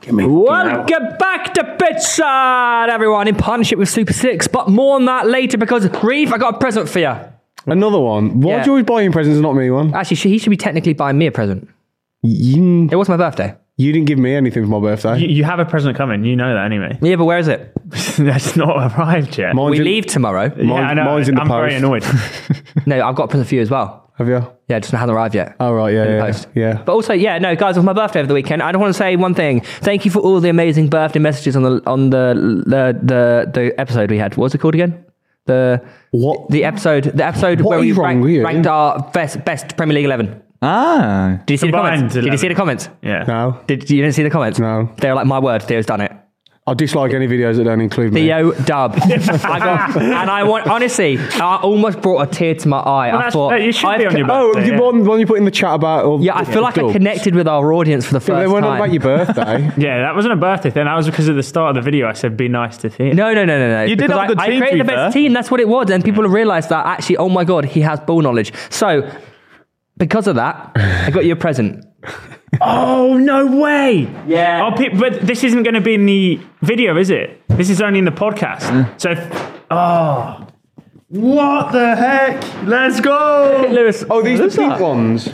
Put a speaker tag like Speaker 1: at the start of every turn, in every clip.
Speaker 1: Give me-
Speaker 2: Welcome back to Bedside, everyone, in partnership with Super Six. But more on that later because, Reeve, I got a present for you.
Speaker 3: Another one. Why
Speaker 2: Yeah.
Speaker 3: do you always buy him presents and not me one?
Speaker 2: Actually, she- he should be technically buying me a present.
Speaker 3: You,
Speaker 2: It was my birthday.
Speaker 3: you didn't give me anything for my birthday.
Speaker 4: You, you have a present coming. You know that anyway.
Speaker 2: Yeah, but where is it?
Speaker 4: That's not arrived yet.
Speaker 3: Mine
Speaker 2: We
Speaker 3: didn't-
Speaker 2: leave tomorrow.
Speaker 4: yeah,
Speaker 3: mine-
Speaker 4: I know.
Speaker 3: mine's in the
Speaker 4: I'm very
Speaker 3: post.
Speaker 4: annoyed.
Speaker 2: No, I've got a present for you as well.
Speaker 3: Have you?
Speaker 2: Yeah, just hasn't arrived yet.
Speaker 3: Oh, right. Yeah.
Speaker 2: In the
Speaker 3: Yeah.
Speaker 2: post.
Speaker 3: yeah.
Speaker 2: But also, yeah, no, guys, it was my birthday over the weekend. I just want to say one thing. Thank you for all the amazing birthday messages on the on the the the, the episode we had. What was it called again? The
Speaker 3: What?
Speaker 2: the episode the episode
Speaker 3: What
Speaker 2: where
Speaker 3: are
Speaker 2: we
Speaker 3: you wrong with
Speaker 2: ranked,
Speaker 3: you?
Speaker 2: ranked our best best Premier League eleven.
Speaker 1: Ah,
Speaker 2: Did you see
Speaker 4: Combined
Speaker 2: the comments? Did you
Speaker 4: 11.
Speaker 2: see the comments?
Speaker 4: Yeah.
Speaker 3: no.
Speaker 2: Did you didn't see the comments?
Speaker 3: No.
Speaker 2: They were like, my word, Theo's done it.
Speaker 3: I dislike any videos that don't include me.
Speaker 2: Theo Dub. I got, and I want honestly, I almost brought a tear to my eye. I
Speaker 4: that's-
Speaker 2: thought
Speaker 4: that- you should
Speaker 2: I've
Speaker 4: be on
Speaker 2: co-
Speaker 4: your
Speaker 3: Oh,
Speaker 4: birthday,
Speaker 3: the
Speaker 4: yeah.
Speaker 3: one, the one you put in the chat about. Or,
Speaker 2: Yeah, I feel like I connected with our audience for the
Speaker 3: They
Speaker 2: first
Speaker 3: weren't
Speaker 2: time.
Speaker 3: about your birthday.
Speaker 4: Yeah, that wasn't a birthday thing. That was because of the start of the video. I said, "Be nice to Theo."
Speaker 2: No, no, no, no, no.
Speaker 1: You did
Speaker 2: Because
Speaker 1: have a
Speaker 2: I-
Speaker 1: good
Speaker 2: I
Speaker 1: team,
Speaker 2: created
Speaker 1: to
Speaker 2: the
Speaker 1: be
Speaker 2: best
Speaker 1: fair.
Speaker 2: team. That's what it was, and people have realised that actually. Oh my god, he has ball knowledge. So because of that, I got you a present.
Speaker 4: Oh no way!
Speaker 2: Yeah.
Speaker 4: Oh, pe- but this isn't going to be in the video, is it? This is only in the podcast.
Speaker 3: Mm.
Speaker 4: So, if- oh, what the heck? Let's go!
Speaker 2: Lewis,
Speaker 3: Oh, these are the pink ones.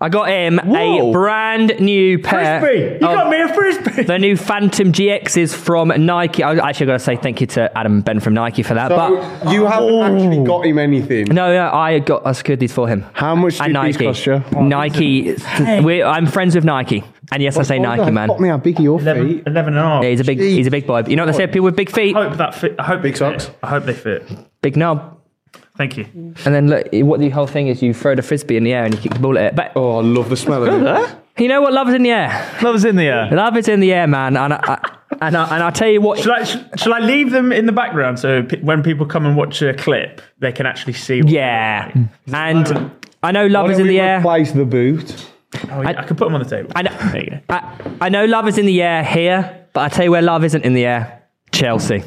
Speaker 2: I got him a
Speaker 1: Whoa.
Speaker 2: brand new pair.
Speaker 4: Frisbee! You
Speaker 2: of
Speaker 4: got me a frisbee.
Speaker 2: The new Phantom GXs from Nike. I actually got to say thank you to Adam and Ben from Nike for that.
Speaker 3: So
Speaker 2: but Oh.
Speaker 3: you haven't actually got him anything.
Speaker 2: no, no, I got I secured these for him.
Speaker 3: How much
Speaker 2: and
Speaker 3: did these
Speaker 2: Nike.
Speaker 3: cost you?
Speaker 2: Nike. we I'm friends with Nike, and yes, I say
Speaker 3: Oh,
Speaker 2: Nike,
Speaker 3: God,
Speaker 2: man.
Speaker 3: Fuck me, how big are your feet?
Speaker 4: 11, 11 and a half.
Speaker 2: Yeah, he's a big, he's a big boy. You know what they say? People with big feet,
Speaker 4: I hope that fit. I hope big
Speaker 3: socks.
Speaker 4: I hope they fit.
Speaker 2: big knob.
Speaker 4: Thank you.
Speaker 2: And then look, what the whole thing is, you throw the frisbee in the air and you kick the ball at it. But
Speaker 3: Oh, I love the smell of it.
Speaker 2: you know what? Love is in the air.
Speaker 1: love's in the air.
Speaker 2: Love is in the air, man. And I, I, and I, and I tell you what.
Speaker 4: Shall I, sh- shall I leave them in the background so pe- when people come and watch a clip, they can actually see? What
Speaker 2: Yeah. And
Speaker 4: moment-
Speaker 2: I know love
Speaker 3: Why
Speaker 2: is
Speaker 3: don't
Speaker 2: in
Speaker 3: we
Speaker 2: the air.
Speaker 3: Replace the boot.
Speaker 4: Oh, yeah, I, can put them on the table.
Speaker 2: I know-
Speaker 4: There you go.
Speaker 2: I, I know love is in the air here, but I tell you where love isn't in the air. Chelsea.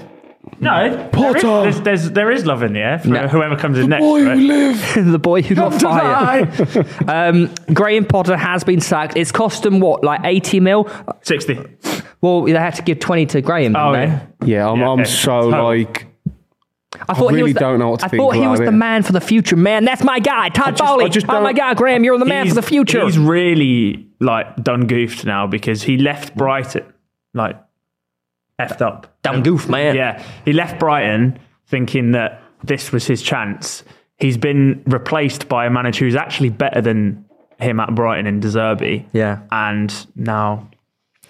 Speaker 4: No, there is,
Speaker 3: Potter.
Speaker 4: there's, there's, there is love in the air for
Speaker 2: No.
Speaker 4: whoever comes in next.
Speaker 3: Boy, you
Speaker 4: right?
Speaker 3: live.
Speaker 2: the boy who got fired.
Speaker 4: Tonight.
Speaker 2: Um, Graham Potter has been sacked. It's cost him what, like 80 mil?
Speaker 4: 60.
Speaker 2: Well, they had to give 20 to Graham.
Speaker 4: Oh,
Speaker 2: didn't they?
Speaker 4: yeah.
Speaker 3: Yeah, I'm,
Speaker 4: Yeah,
Speaker 3: I'm
Speaker 4: okay.
Speaker 3: so
Speaker 4: Total.
Speaker 3: like.
Speaker 2: I thought he
Speaker 3: really
Speaker 2: was the,
Speaker 3: don't know what to
Speaker 2: I
Speaker 3: think
Speaker 2: thought he
Speaker 3: about
Speaker 2: was
Speaker 3: it.
Speaker 2: the man for the future, man. That's my guy, Todd
Speaker 3: just- I
Speaker 2: Bowley.
Speaker 3: just
Speaker 2: Oh my
Speaker 3: don't-
Speaker 2: God, Graham, you're the man for the future.
Speaker 4: He's really like done goofed now because he left Brighton, like effed up.
Speaker 2: Dumb goof, man.
Speaker 4: Yeah, he left Brighton thinking that this was his chance. He's been replaced by a manager who's actually better than him at Brighton in Deserby.
Speaker 2: Yeah.
Speaker 4: and now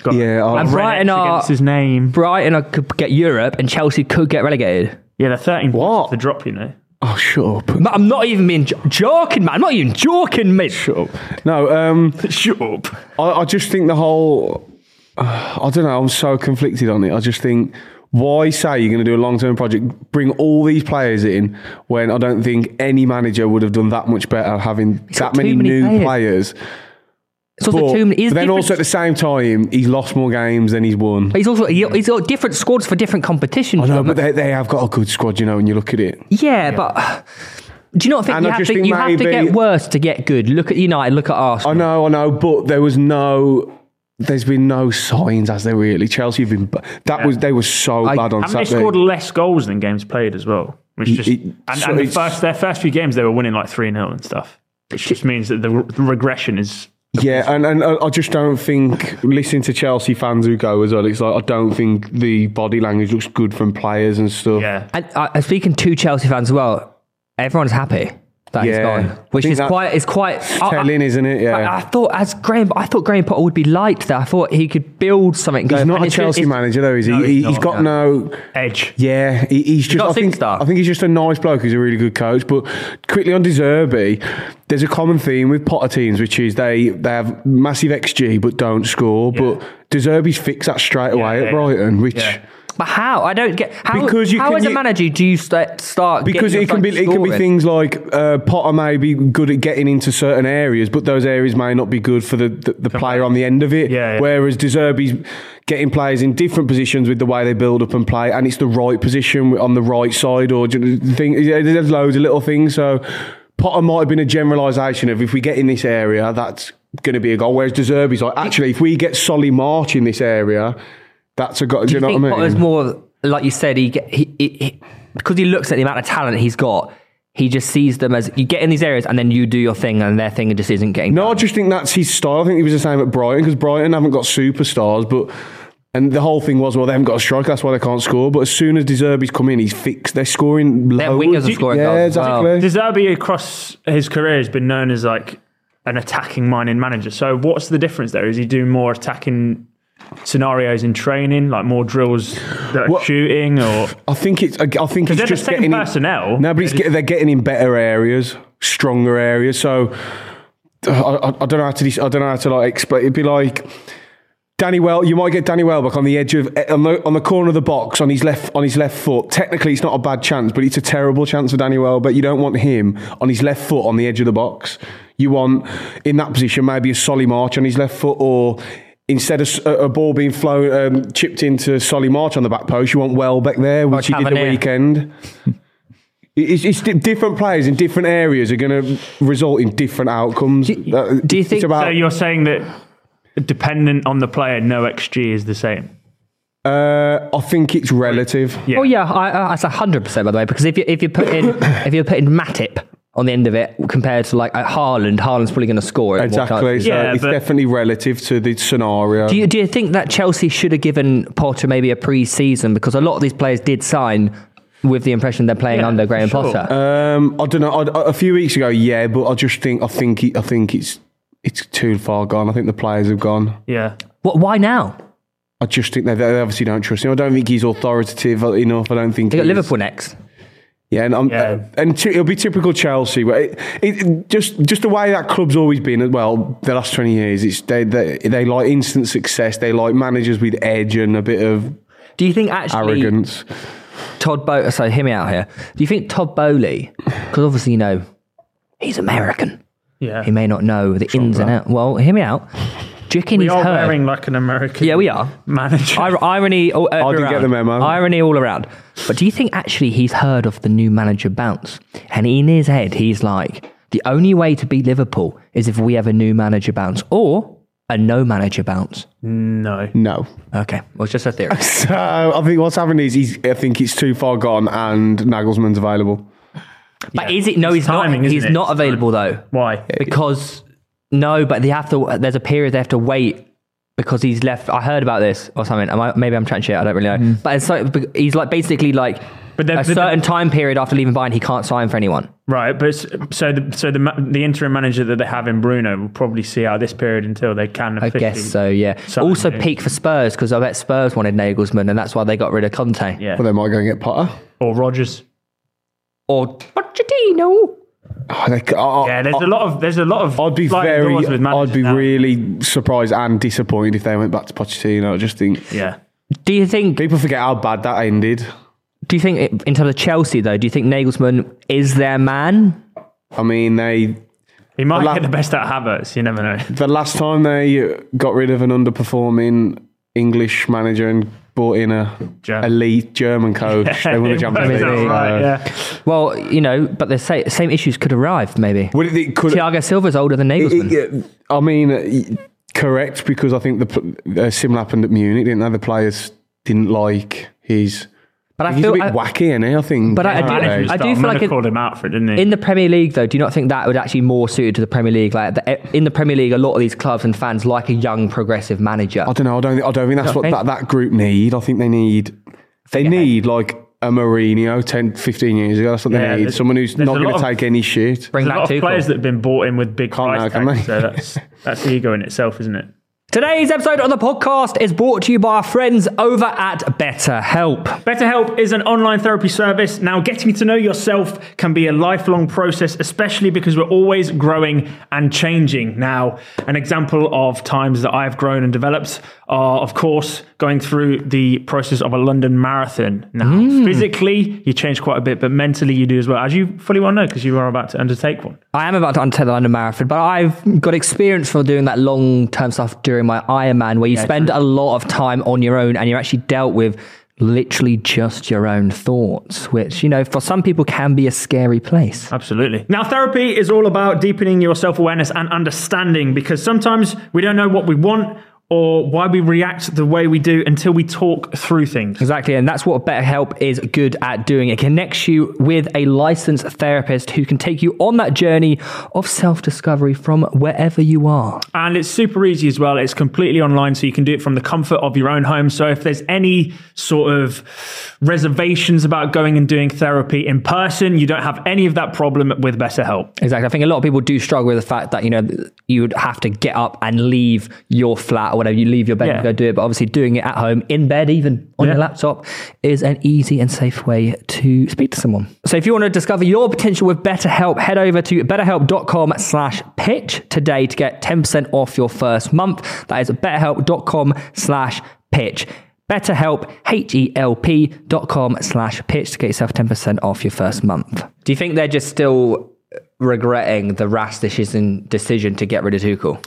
Speaker 4: got
Speaker 3: Yeah, oh, I-
Speaker 4: got
Speaker 3: And
Speaker 4: red
Speaker 2: Brighton
Speaker 4: X
Speaker 2: are-
Speaker 4: against his name.
Speaker 2: Brighton uh, could get Europe and Chelsea could get relegated.
Speaker 4: Yeah, they're thirteen
Speaker 3: What?
Speaker 4: points to the drop. You know,
Speaker 3: Oh, shut up.
Speaker 2: But I'm not even being jo- joking, man. I'm not even joking, mate.
Speaker 3: Shut up. No, um,
Speaker 4: shut up.
Speaker 3: I, I just think the whole. uh, I don't know. I'm so conflicted on it. I just think, why say you're going to do a long term project, bring all these players in when I don't think any manager would have done that much better having
Speaker 2: got
Speaker 3: that many,
Speaker 2: too many
Speaker 3: new
Speaker 2: players.
Speaker 3: players.
Speaker 2: It's also
Speaker 3: But,
Speaker 2: too many- he's
Speaker 3: but then
Speaker 2: different-
Speaker 3: also at the same time, he's lost more games than he's won.
Speaker 2: but he's also he- he's got different squads for different competitions.
Speaker 3: Mm. I know, but
Speaker 2: Robert.
Speaker 3: they, they have got a good squad, you know, when you look at it.
Speaker 2: yeah, but do you not think
Speaker 3: And
Speaker 2: you,
Speaker 3: I
Speaker 2: have
Speaker 3: just
Speaker 2: to,
Speaker 3: think
Speaker 2: you have to
Speaker 3: maybe-
Speaker 2: get worse to get good? Look at United. Look at
Speaker 3: I
Speaker 2: Arsenal.
Speaker 3: know, I know, but there was no. There's been no signs, as there really? Chelsea have been. b- That was they were so bad on
Speaker 4: Haven't they
Speaker 3: Saturday.
Speaker 4: scored less goals than games played as well? Which just
Speaker 3: it-
Speaker 4: and,
Speaker 3: so
Speaker 4: and the
Speaker 3: it's-
Speaker 4: first their first few games they were winning like three 0 and stuff, which just means that the, re- the regression is.
Speaker 3: Yeah, and, and I I just don't think listening to Chelsea fans who go as well. It's like I don't think the body language looks good from players and stuff.
Speaker 4: Yeah,
Speaker 2: And uh, speaking to Chelsea fans as well, everyone's happy. that he's
Speaker 3: Yeah.
Speaker 2: gone, which
Speaker 3: Think
Speaker 2: is
Speaker 3: that-
Speaker 2: quite is quite I- I-
Speaker 3: telling, isn't it? Yeah.
Speaker 2: I, I thought as Graham, I thought Graham Potter would be like that. I thought he could build something.
Speaker 3: He's not a Chelsea manager though, is he?
Speaker 4: No,
Speaker 3: he
Speaker 4: he's
Speaker 3: has
Speaker 4: not,
Speaker 3: got
Speaker 4: yeah.
Speaker 3: no.
Speaker 4: Edge.
Speaker 3: Yeah, he, he's just.
Speaker 2: not
Speaker 3: I
Speaker 2: a
Speaker 3: think.
Speaker 2: superstar.
Speaker 3: I think he's just a nice bloke who's a really good coach. But quickly on Deserby, there's a common theme with Potter teams, which is they they have massive xG but don't score. But Deserby's fixed that straight away at
Speaker 4: yeah.
Speaker 3: Brighton, which.
Speaker 4: Yeah.
Speaker 2: But how? I don't get how.
Speaker 3: Because you
Speaker 2: how
Speaker 3: can-
Speaker 2: as a
Speaker 3: you-
Speaker 2: manager do you st- start getting
Speaker 3: Because
Speaker 2: your
Speaker 3: it can be
Speaker 2: fucking
Speaker 3: it can be
Speaker 2: scoring?
Speaker 3: things like uh, Potter may be good at getting into certain areas, but those areas may not be good for the, the, the player on the end of it.
Speaker 4: Yeah, yeah.
Speaker 3: Whereas Deserby's getting players in different positions with the way they build up and play, and it's the right position on the right side or ju- thing. yeah, There's loads of little things. So Potter might have been a generalisation of if we get in this area, that's going to be a goal. Whereas Deserby's like actually, if we get Solly March in this area, that's a goal. Do,
Speaker 2: Do
Speaker 3: you
Speaker 2: you
Speaker 3: know
Speaker 2: think
Speaker 3: what I
Speaker 2: Potter's
Speaker 3: mean?
Speaker 2: more like you said? He, get- he, he, he because he looks at the amount of talent he's got. He just sees them as you get in these areas and then you do your thing and their thing just isn't getting.
Speaker 3: No, I just think that's his style. I think he was the same at Brighton because Brighton haven't got superstars, but and the whole thing was well they haven't got a striker, that's why they can't score. But as soon as Deserby's come in, he's fixed. They're scoring.
Speaker 2: Their
Speaker 3: loads.
Speaker 2: wingers are scoring
Speaker 3: yeah,
Speaker 2: goals as well.
Speaker 3: exactly.
Speaker 4: Deserbi across his career has been known as like an attacking minded manager. So what's the difference there? Is he doing more attacking scenarios in training, like more drills that are
Speaker 3: Well-
Speaker 4: shooting or
Speaker 3: I think it's. I, I think it's
Speaker 4: they're the
Speaker 3: just
Speaker 4: same
Speaker 3: getting in-
Speaker 4: personnel.
Speaker 3: no, but it's get, they're getting in better areas, stronger areas. So I, I, I don't know how to. dis- I don't know how to like explain. It'd be like. Danny Well, you might get Danny Welbeck on the edge of eh, on the, on the corner of the box on his left on his left foot. Technically, it's not a bad chance, but it's a terrible chance for Danny Welbeck. You don't want him on his left foot on the edge of the box. You want in that position maybe a Solly March on his left foot, or instead of s- a, a ball being flown um, chipped into Solly March on the back post, you want Welbeck there, which he did the
Speaker 2: Tavernier.
Speaker 3: weekend. It's, it's di- different players in different areas are going to result in different outcomes. Do,
Speaker 2: do you think-
Speaker 3: uh,
Speaker 4: so you're saying that dependent on the player, no XG is the same.
Speaker 3: Uh, I think it's relative.
Speaker 4: Yeah.
Speaker 2: Oh yeah, I, I, that's hundred percent by the way. Because if you if you put in if you're putting Matip on the end of it compared to like uh, Haaland, Haaland's probably going to score it. more
Speaker 3: Exactly.
Speaker 2: chances.
Speaker 3: So
Speaker 4: Yeah,
Speaker 3: it's
Speaker 4: but-
Speaker 3: definitely relative to the scenario.
Speaker 2: Do you, do you think that Chelsea should have given Potter maybe a pre-season because a lot of these players did sign with the impression they're playing
Speaker 4: Yeah,
Speaker 2: under
Speaker 4: for
Speaker 2: Graham
Speaker 4: sure.
Speaker 2: Potter?
Speaker 3: um, I don't know. I, a few weeks ago, yeah, but I just think I think it, I think it's it's too far gone. I think the players have gone.
Speaker 4: Yeah.
Speaker 2: what? Why now?
Speaker 3: I just think they, they obviously don't trust him. I don't think he's authoritative enough. I don't think
Speaker 2: They got
Speaker 3: he is.
Speaker 2: Liverpool next.
Speaker 3: Yeah, and, I'm,
Speaker 4: Yeah.
Speaker 3: and t- it'll be typical Chelsea. But it, it, it- just just the way that club's always been as well. The last twenty years, it's they, they they like instant success. They like managers with edge and a bit of
Speaker 2: Do you think actually
Speaker 3: arrogance.
Speaker 2: Todd Bowley? So hear me out here. Do you think Todd Bowley? Because obviously you know he's American.
Speaker 4: Yeah.
Speaker 2: He may not know the ins and outs. Well, hear me out. Do you reckon
Speaker 4: we
Speaker 2: he's
Speaker 4: are
Speaker 2: heard?
Speaker 4: wearing like an American
Speaker 2: Yeah, we are.
Speaker 4: manager.
Speaker 2: Ir- irony. All, I
Speaker 3: didn't get the memo.
Speaker 2: Irony all around. But do you think actually he's heard of the new manager bounce? And in his head, he's like, the only way to beat Liverpool is if we have a new manager bounce or a no manager bounce.
Speaker 4: no.
Speaker 3: No,
Speaker 2: Okay, well, it's just a theory.
Speaker 3: So I think what's happened is he's, I think it's too far gone, and Nagelsmann's available.
Speaker 2: But is it? No, he's
Speaker 4: timing,
Speaker 2: not.
Speaker 4: isn't
Speaker 2: He's
Speaker 4: it?
Speaker 2: not
Speaker 4: It's
Speaker 2: available though.
Speaker 4: Why?
Speaker 2: Because no, but they have to. There's a period they have to wait because he's left. I heard about this or something. Am I, maybe I'm chatting shit. I don't really know. But it's like bec- he's like basically like
Speaker 4: But they're-
Speaker 2: a
Speaker 4: they're-
Speaker 2: certain time period after leaving Bayern, he can't sign for anyone.
Speaker 4: Right, but s- so the so the ma- the interim manager that they have in Bruno will probably see out this period until they can.
Speaker 2: I guess so. Yeah.
Speaker 4: Something
Speaker 2: also
Speaker 4: new.
Speaker 2: peak for Spurs because I bet Spurs wanted Nagelsmann and that's why they got rid of Conte
Speaker 4: Yeah,
Speaker 3: Well, they might go and get Potter.
Speaker 4: or Rogers.
Speaker 2: or Pochettino.
Speaker 3: Oh, they, oh,
Speaker 4: Yeah, there's
Speaker 3: oh,
Speaker 4: a lot of there's a lot of.
Speaker 3: I'd be
Speaker 4: sliding
Speaker 3: very,
Speaker 4: doors with managers
Speaker 3: I'd be
Speaker 4: now.
Speaker 3: really surprised and disappointed if they went back to Pochettino. I just think
Speaker 4: Yeah,
Speaker 2: Do you think?
Speaker 3: people forget how bad that ended.
Speaker 2: Do you think it- in terms of Chelsea though? Do you think Nagelsmann is their man?
Speaker 3: I mean, they
Speaker 4: he might
Speaker 3: Well,
Speaker 4: get
Speaker 3: I-
Speaker 4: the best out of Havertz. You never know.
Speaker 3: the last time they got rid of an underperforming English manager and brought in a
Speaker 4: German.
Speaker 3: elite German coach, they won the Champions
Speaker 4: Works
Speaker 3: League. Uh,
Speaker 4: out
Speaker 2: League,
Speaker 4: right,
Speaker 3: so-
Speaker 4: yeah.
Speaker 2: Well, you know, but the same, same issues could arrive maybe.
Speaker 3: Would it- it- could-
Speaker 2: Thiago Silva's older than Nagelsmann.
Speaker 3: It- it- I mean, uh, correct because I think the pl- uh, similar happened at Munich, didn't they? The players didn't like his.
Speaker 2: but I
Speaker 3: he's
Speaker 2: feel
Speaker 3: a bit
Speaker 2: I-
Speaker 3: wacky, isn't he? I think.
Speaker 2: But I- I do-
Speaker 3: nowadays.
Speaker 4: Manager's
Speaker 2: I do
Speaker 4: done.
Speaker 2: feel
Speaker 4: Muller
Speaker 2: like it-
Speaker 4: called him out for it, didn't he?
Speaker 2: in the Premier League though. Do you not think that would actually more suited to the Premier League? Like the, in the Premier League, a lot of these clubs and fans like a young progressive manager.
Speaker 4: Oh,
Speaker 3: I don't know. I don't. think- I don't think that's what
Speaker 2: think-
Speaker 3: that, that group need. I think they need. They need like a Mourinho 10, 15 years ago. That's what
Speaker 4: Yeah,
Speaker 3: they need.
Speaker 4: there's-
Speaker 3: Someone who's
Speaker 4: there's
Speaker 3: not
Speaker 4: a
Speaker 3: going
Speaker 4: lot
Speaker 3: to
Speaker 4: of-
Speaker 3: take any shit.
Speaker 2: Bring
Speaker 4: There's a
Speaker 2: back
Speaker 4: lot of
Speaker 2: Tuchel.
Speaker 4: players that have been bought in with big
Speaker 3: Can't now,
Speaker 4: price
Speaker 3: can
Speaker 4: tags,
Speaker 3: they?
Speaker 4: so that's that's ego in itself, isn't it?
Speaker 2: Today's episode of the podcast is brought to you by our friends over at BetterHelp.
Speaker 4: BetterHelp is an online therapy service. Now, getting to know yourself can be a lifelong process, especially because we're always growing and changing. Now, an example of times that I've grown and developed are, of course, going through the process of a London marathon. Now, physically, you change quite a bit, but mentally, you do as well, as you fully well know, because you are about to undertake one.
Speaker 2: I am about to undertake the London Marathon, but I've got experience for doing that long term stuff during my Ironman, where you spend a lot of time on your own and you're actually dealt with literally just your own thoughts, which, you know, for some people can be a scary place.
Speaker 4: Absolutely. Now, therapy is all about deepening your self awareness and understanding because sometimes we don't know what we want or why we react the way we do until we talk through things.
Speaker 2: Exactly, and that's what BetterHelp is good at doing. It connects you with a licensed therapist who can take you on that journey of self discovery from wherever you are.
Speaker 4: And it's super easy as well. It's completely online, so you can do it from the comfort of your own home. So, if there's any sort of reservations about going and doing therapy in person, you don't have any of that problem with BetterHelp.
Speaker 2: Exactly. I think a lot of people do struggle with the fact that, you know, you would have to get up and leave your flat or whatever, you leave your bed
Speaker 4: Yeah.
Speaker 2: and go do it. But obviously, doing it at home, in bed, even on your laptop, is an easy and safe way to speak to someone. So if you want to discover your potential with BetterHelp, head over to betterhelp.com slash pitch today to get 10% off your first month. That is betterhelp.com slash pitch. BetterHelp, H-E-L-P dot com slash pitch to get yourself 10% off your first month. Do you think they're just still regretting the Rastish's decision to get rid of Tuchel?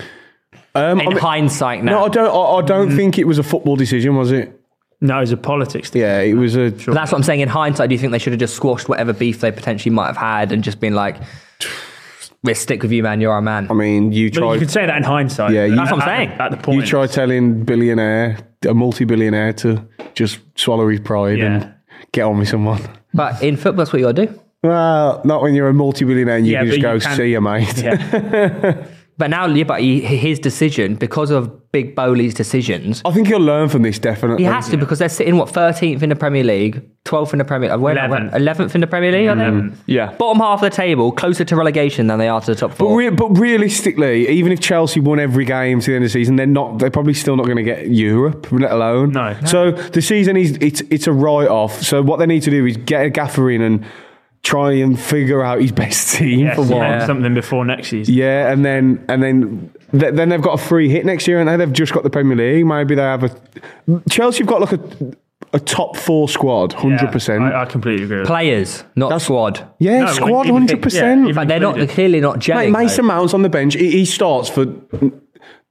Speaker 3: Um, I
Speaker 2: In
Speaker 3: mean-
Speaker 2: hindsight now.
Speaker 3: no, I don't. I, I don't
Speaker 4: Mm.
Speaker 3: think it was a football decision, was it?
Speaker 4: No, it's a politics thing.
Speaker 3: Yeah, it was a.
Speaker 2: But that's what I'm saying. In hindsight, do you think they should have just squashed whatever beef they potentially might have had and just been like, "We stick with you, man. You're our man."
Speaker 3: I mean, you
Speaker 4: But you
Speaker 3: tried.
Speaker 4: could say that in hindsight.
Speaker 3: Yeah, you-
Speaker 4: At-
Speaker 3: That's
Speaker 2: what I'm
Speaker 4: at-
Speaker 2: saying.
Speaker 4: At the point,
Speaker 3: You try telling billionaire, a multi-billionaire, to just swallow his pride
Speaker 4: Yeah.
Speaker 3: and get on with someone.
Speaker 2: But in football, that's what you got to do.
Speaker 3: Well, not when you're a multi-billionaire and you
Speaker 4: Yeah,
Speaker 3: can
Speaker 4: but
Speaker 3: just
Speaker 4: you
Speaker 3: go
Speaker 4: can-
Speaker 3: see you, mate.
Speaker 2: But now, yeah, but he, his decision because of Big Bowley's decisions,
Speaker 3: I think you'll learn from this definitely.
Speaker 2: he has to because they're sitting what 13th in the Premier League, 12th in the Premier, uh, where-
Speaker 4: 11th.
Speaker 2: 11th in the Premier League, are they?
Speaker 3: Yeah.
Speaker 2: Bottom half of the table, closer to relegation than they are to the top
Speaker 3: Mm-hmm. But,
Speaker 2: four.
Speaker 3: re- but realistically, even if Chelsea won every game to the end of the season, they're not. They're probably still not going to get Europe, let alone.
Speaker 4: No.
Speaker 3: So the season is it's it's a write off. So what they need to do is get a gaffer in and try and figure out his best team
Speaker 4: Yes,
Speaker 3: for one.
Speaker 4: meant something before next season.
Speaker 3: Yeah, and then and then th- then they've got a free hit next year, and they? they've just got the Premier League. Maybe they have a Chelsea. have got like a a top four squad, hundred
Speaker 4: I, I
Speaker 3: percent.
Speaker 4: completely agree. With that.
Speaker 2: Players, not squad.
Speaker 3: Yeah,
Speaker 4: No,
Speaker 3: squad,
Speaker 4: even if
Speaker 3: hundred
Speaker 4: it-
Speaker 3: percent.
Speaker 4: yeah, even
Speaker 2: But they're not
Speaker 4: included.
Speaker 2: clearly not gelling.
Speaker 3: Mate,
Speaker 2: though.
Speaker 3: Mason Mount's on the bench. He, he starts for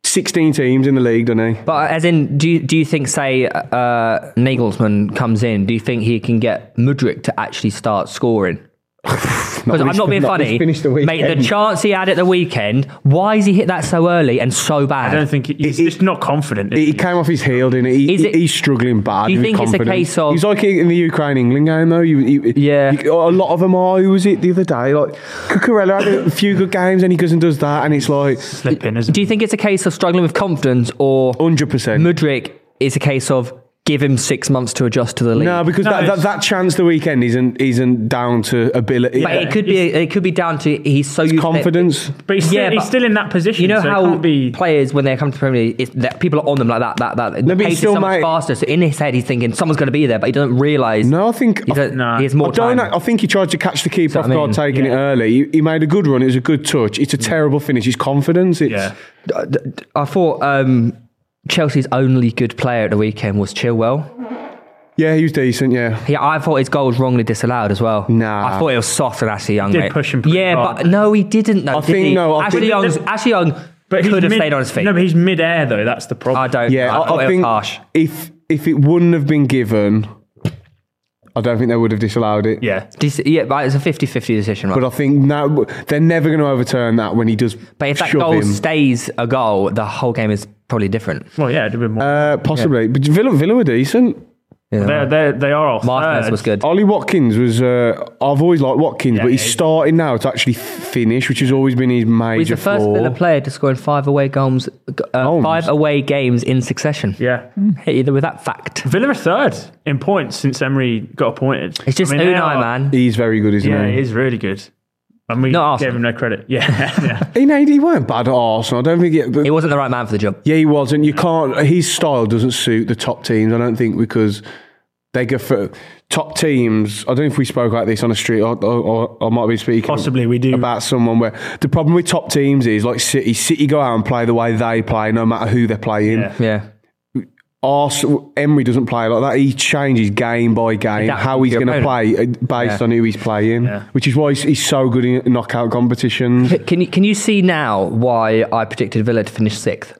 Speaker 3: 16 teams in the league, doesn't he?
Speaker 2: But as in, do you, do you think, say, uh, Nagelsmann comes in? Do you think he can get Mudrik to actually start scoring? Because
Speaker 3: when
Speaker 2: I'm
Speaker 3: he's-
Speaker 2: not being
Speaker 3: not when
Speaker 2: funny.
Speaker 3: he's finished the
Speaker 2: Mate, the
Speaker 3: weekend.
Speaker 2: chance he had at the weekend, why is he hit that so early and so
Speaker 4: I don't
Speaker 2: bad?
Speaker 4: think he's
Speaker 3: It-
Speaker 4: just not confident. is
Speaker 3: He
Speaker 4: he?
Speaker 3: came off his heel, didn't he? he
Speaker 2: Is it-
Speaker 3: he's struggling bad.
Speaker 2: Do you
Speaker 3: with
Speaker 2: think it's a
Speaker 3: confidence.
Speaker 2: case of-
Speaker 3: He's like in the Ukraine England game, though. You, you,
Speaker 2: Yeah.
Speaker 3: you- a lot of them are. Who was it the other day? Like, Cucurella had a few good games and he goes and does that, and it's like
Speaker 4: slipping, isn't
Speaker 2: Do you think it's a case of struggling with confidence or
Speaker 3: 100%.
Speaker 2: Mudrik is a case of give him six months to adjust to the league?
Speaker 3: no, because that, that,
Speaker 4: it's-
Speaker 3: that chance the weekend isn't isn't down to ability.
Speaker 2: But it could be it could be down to he's so used
Speaker 3: confidence.
Speaker 4: But he's,
Speaker 2: Yeah,
Speaker 4: still, he's
Speaker 2: but-
Speaker 4: still in that position.
Speaker 2: You know
Speaker 4: so it
Speaker 2: how
Speaker 4: can't be
Speaker 2: players when they come to Premier League, it's, that people are on them like that. That that the
Speaker 3: but he
Speaker 2: pace is
Speaker 3: still
Speaker 2: so
Speaker 3: might-
Speaker 2: much faster. So in his head, he's thinking someone's going to be there, but he doesn't realise.
Speaker 3: No, I think.
Speaker 2: he, doesn't,
Speaker 4: Nah.
Speaker 2: he has more
Speaker 3: I don't
Speaker 2: time.
Speaker 3: know. I think he tried to catch the keeper
Speaker 2: what
Speaker 3: off
Speaker 2: I
Speaker 3: guard,
Speaker 2: mean?
Speaker 3: taking it
Speaker 4: Yeah.
Speaker 3: early. He, he made a good run. It was a good touch. It's a terrible finish. His confidence. It's,
Speaker 4: Yeah.
Speaker 2: I, I thought um, Chelsea's only good player at the weekend was Chilwell.
Speaker 3: Yeah, he was decent. Yeah.
Speaker 2: He, I thought his goal was wrongly disallowed as well.
Speaker 3: Nah.
Speaker 2: I thought it was soft and Ashley Young.
Speaker 4: did
Speaker 2: mate.
Speaker 4: push him pretty
Speaker 2: Yeah,
Speaker 4: hard.
Speaker 2: but no, he didn't. Though,
Speaker 3: I
Speaker 2: did
Speaker 3: think-
Speaker 2: he?
Speaker 3: no, I
Speaker 2: Ashley
Speaker 3: think-
Speaker 2: Young's Ashley Young
Speaker 4: But he's
Speaker 2: could have
Speaker 4: mid-
Speaker 2: stayed on his feet.
Speaker 4: No, but he's mid-air though. That's the problem.
Speaker 2: I don't.
Speaker 3: Yeah,
Speaker 2: I,
Speaker 3: I,
Speaker 2: thought
Speaker 3: I
Speaker 2: it
Speaker 3: think
Speaker 2: was harsh.
Speaker 3: if if it wouldn't have been given, I don't think they would have disallowed it.
Speaker 4: Yeah,
Speaker 2: Dis- yeah, but it's a 50-50 decision, right?
Speaker 3: But I think now they're never going to overturn that when he does.
Speaker 2: But if that
Speaker 3: shove
Speaker 2: goal
Speaker 3: him.
Speaker 2: stays a goal, the whole game is probably different.
Speaker 3: Um,
Speaker 4: well, yeah, it'd have been more.
Speaker 3: uh, possibly, but Villa Villa were decent.
Speaker 4: They're, they're, they are off.
Speaker 2: Martinez
Speaker 4: third.
Speaker 2: was good.
Speaker 3: Ollie Watkins was. Uh, I've always liked Watkins, but he's
Speaker 4: yeah.
Speaker 3: starting now to actually finish, which has always been his major
Speaker 2: He's the first
Speaker 3: flaw.
Speaker 2: Villa player to score in five away games, uh,
Speaker 3: Goals.
Speaker 2: five away games in succession.
Speaker 4: Yeah.
Speaker 2: Hit you with that fact.
Speaker 4: Villa are third in points since Emery got appointed.
Speaker 2: It's just
Speaker 4: I mean, they
Speaker 2: Unai,
Speaker 4: are-
Speaker 2: man.
Speaker 3: He's very good, isn't
Speaker 4: Yeah,
Speaker 3: he?
Speaker 4: it is really good. And we
Speaker 2: Not
Speaker 4: gave
Speaker 2: Arsenal.
Speaker 4: him no credit. Yeah. yeah.
Speaker 3: He, no, he weren't bad at Arsenal. I don't think it. But
Speaker 2: He wasn't the right man for the job.
Speaker 3: yeah, he wasn't. You can't. His style doesn't suit the top teams. I don't think because they go for top teams. I don't know if we spoke about this on the street, or, or, or I might be speaking
Speaker 4: Possibly we do.
Speaker 3: about someone where the problem with top teams is like City. City go out and play the way they play, no matter who they're playing.
Speaker 4: Yeah.
Speaker 2: Yeah.
Speaker 3: Arsenal, Emery doesn't play like that. He changes game by game
Speaker 2: Adapt
Speaker 3: how he's
Speaker 2: to your
Speaker 3: going to play uh, based
Speaker 2: Yeah.
Speaker 3: on who he's playing,
Speaker 4: Yeah.
Speaker 3: which is why he's, he's so good in knockout competitions.
Speaker 2: C- Can you, can you see now why I predicted Villa to finish sixth?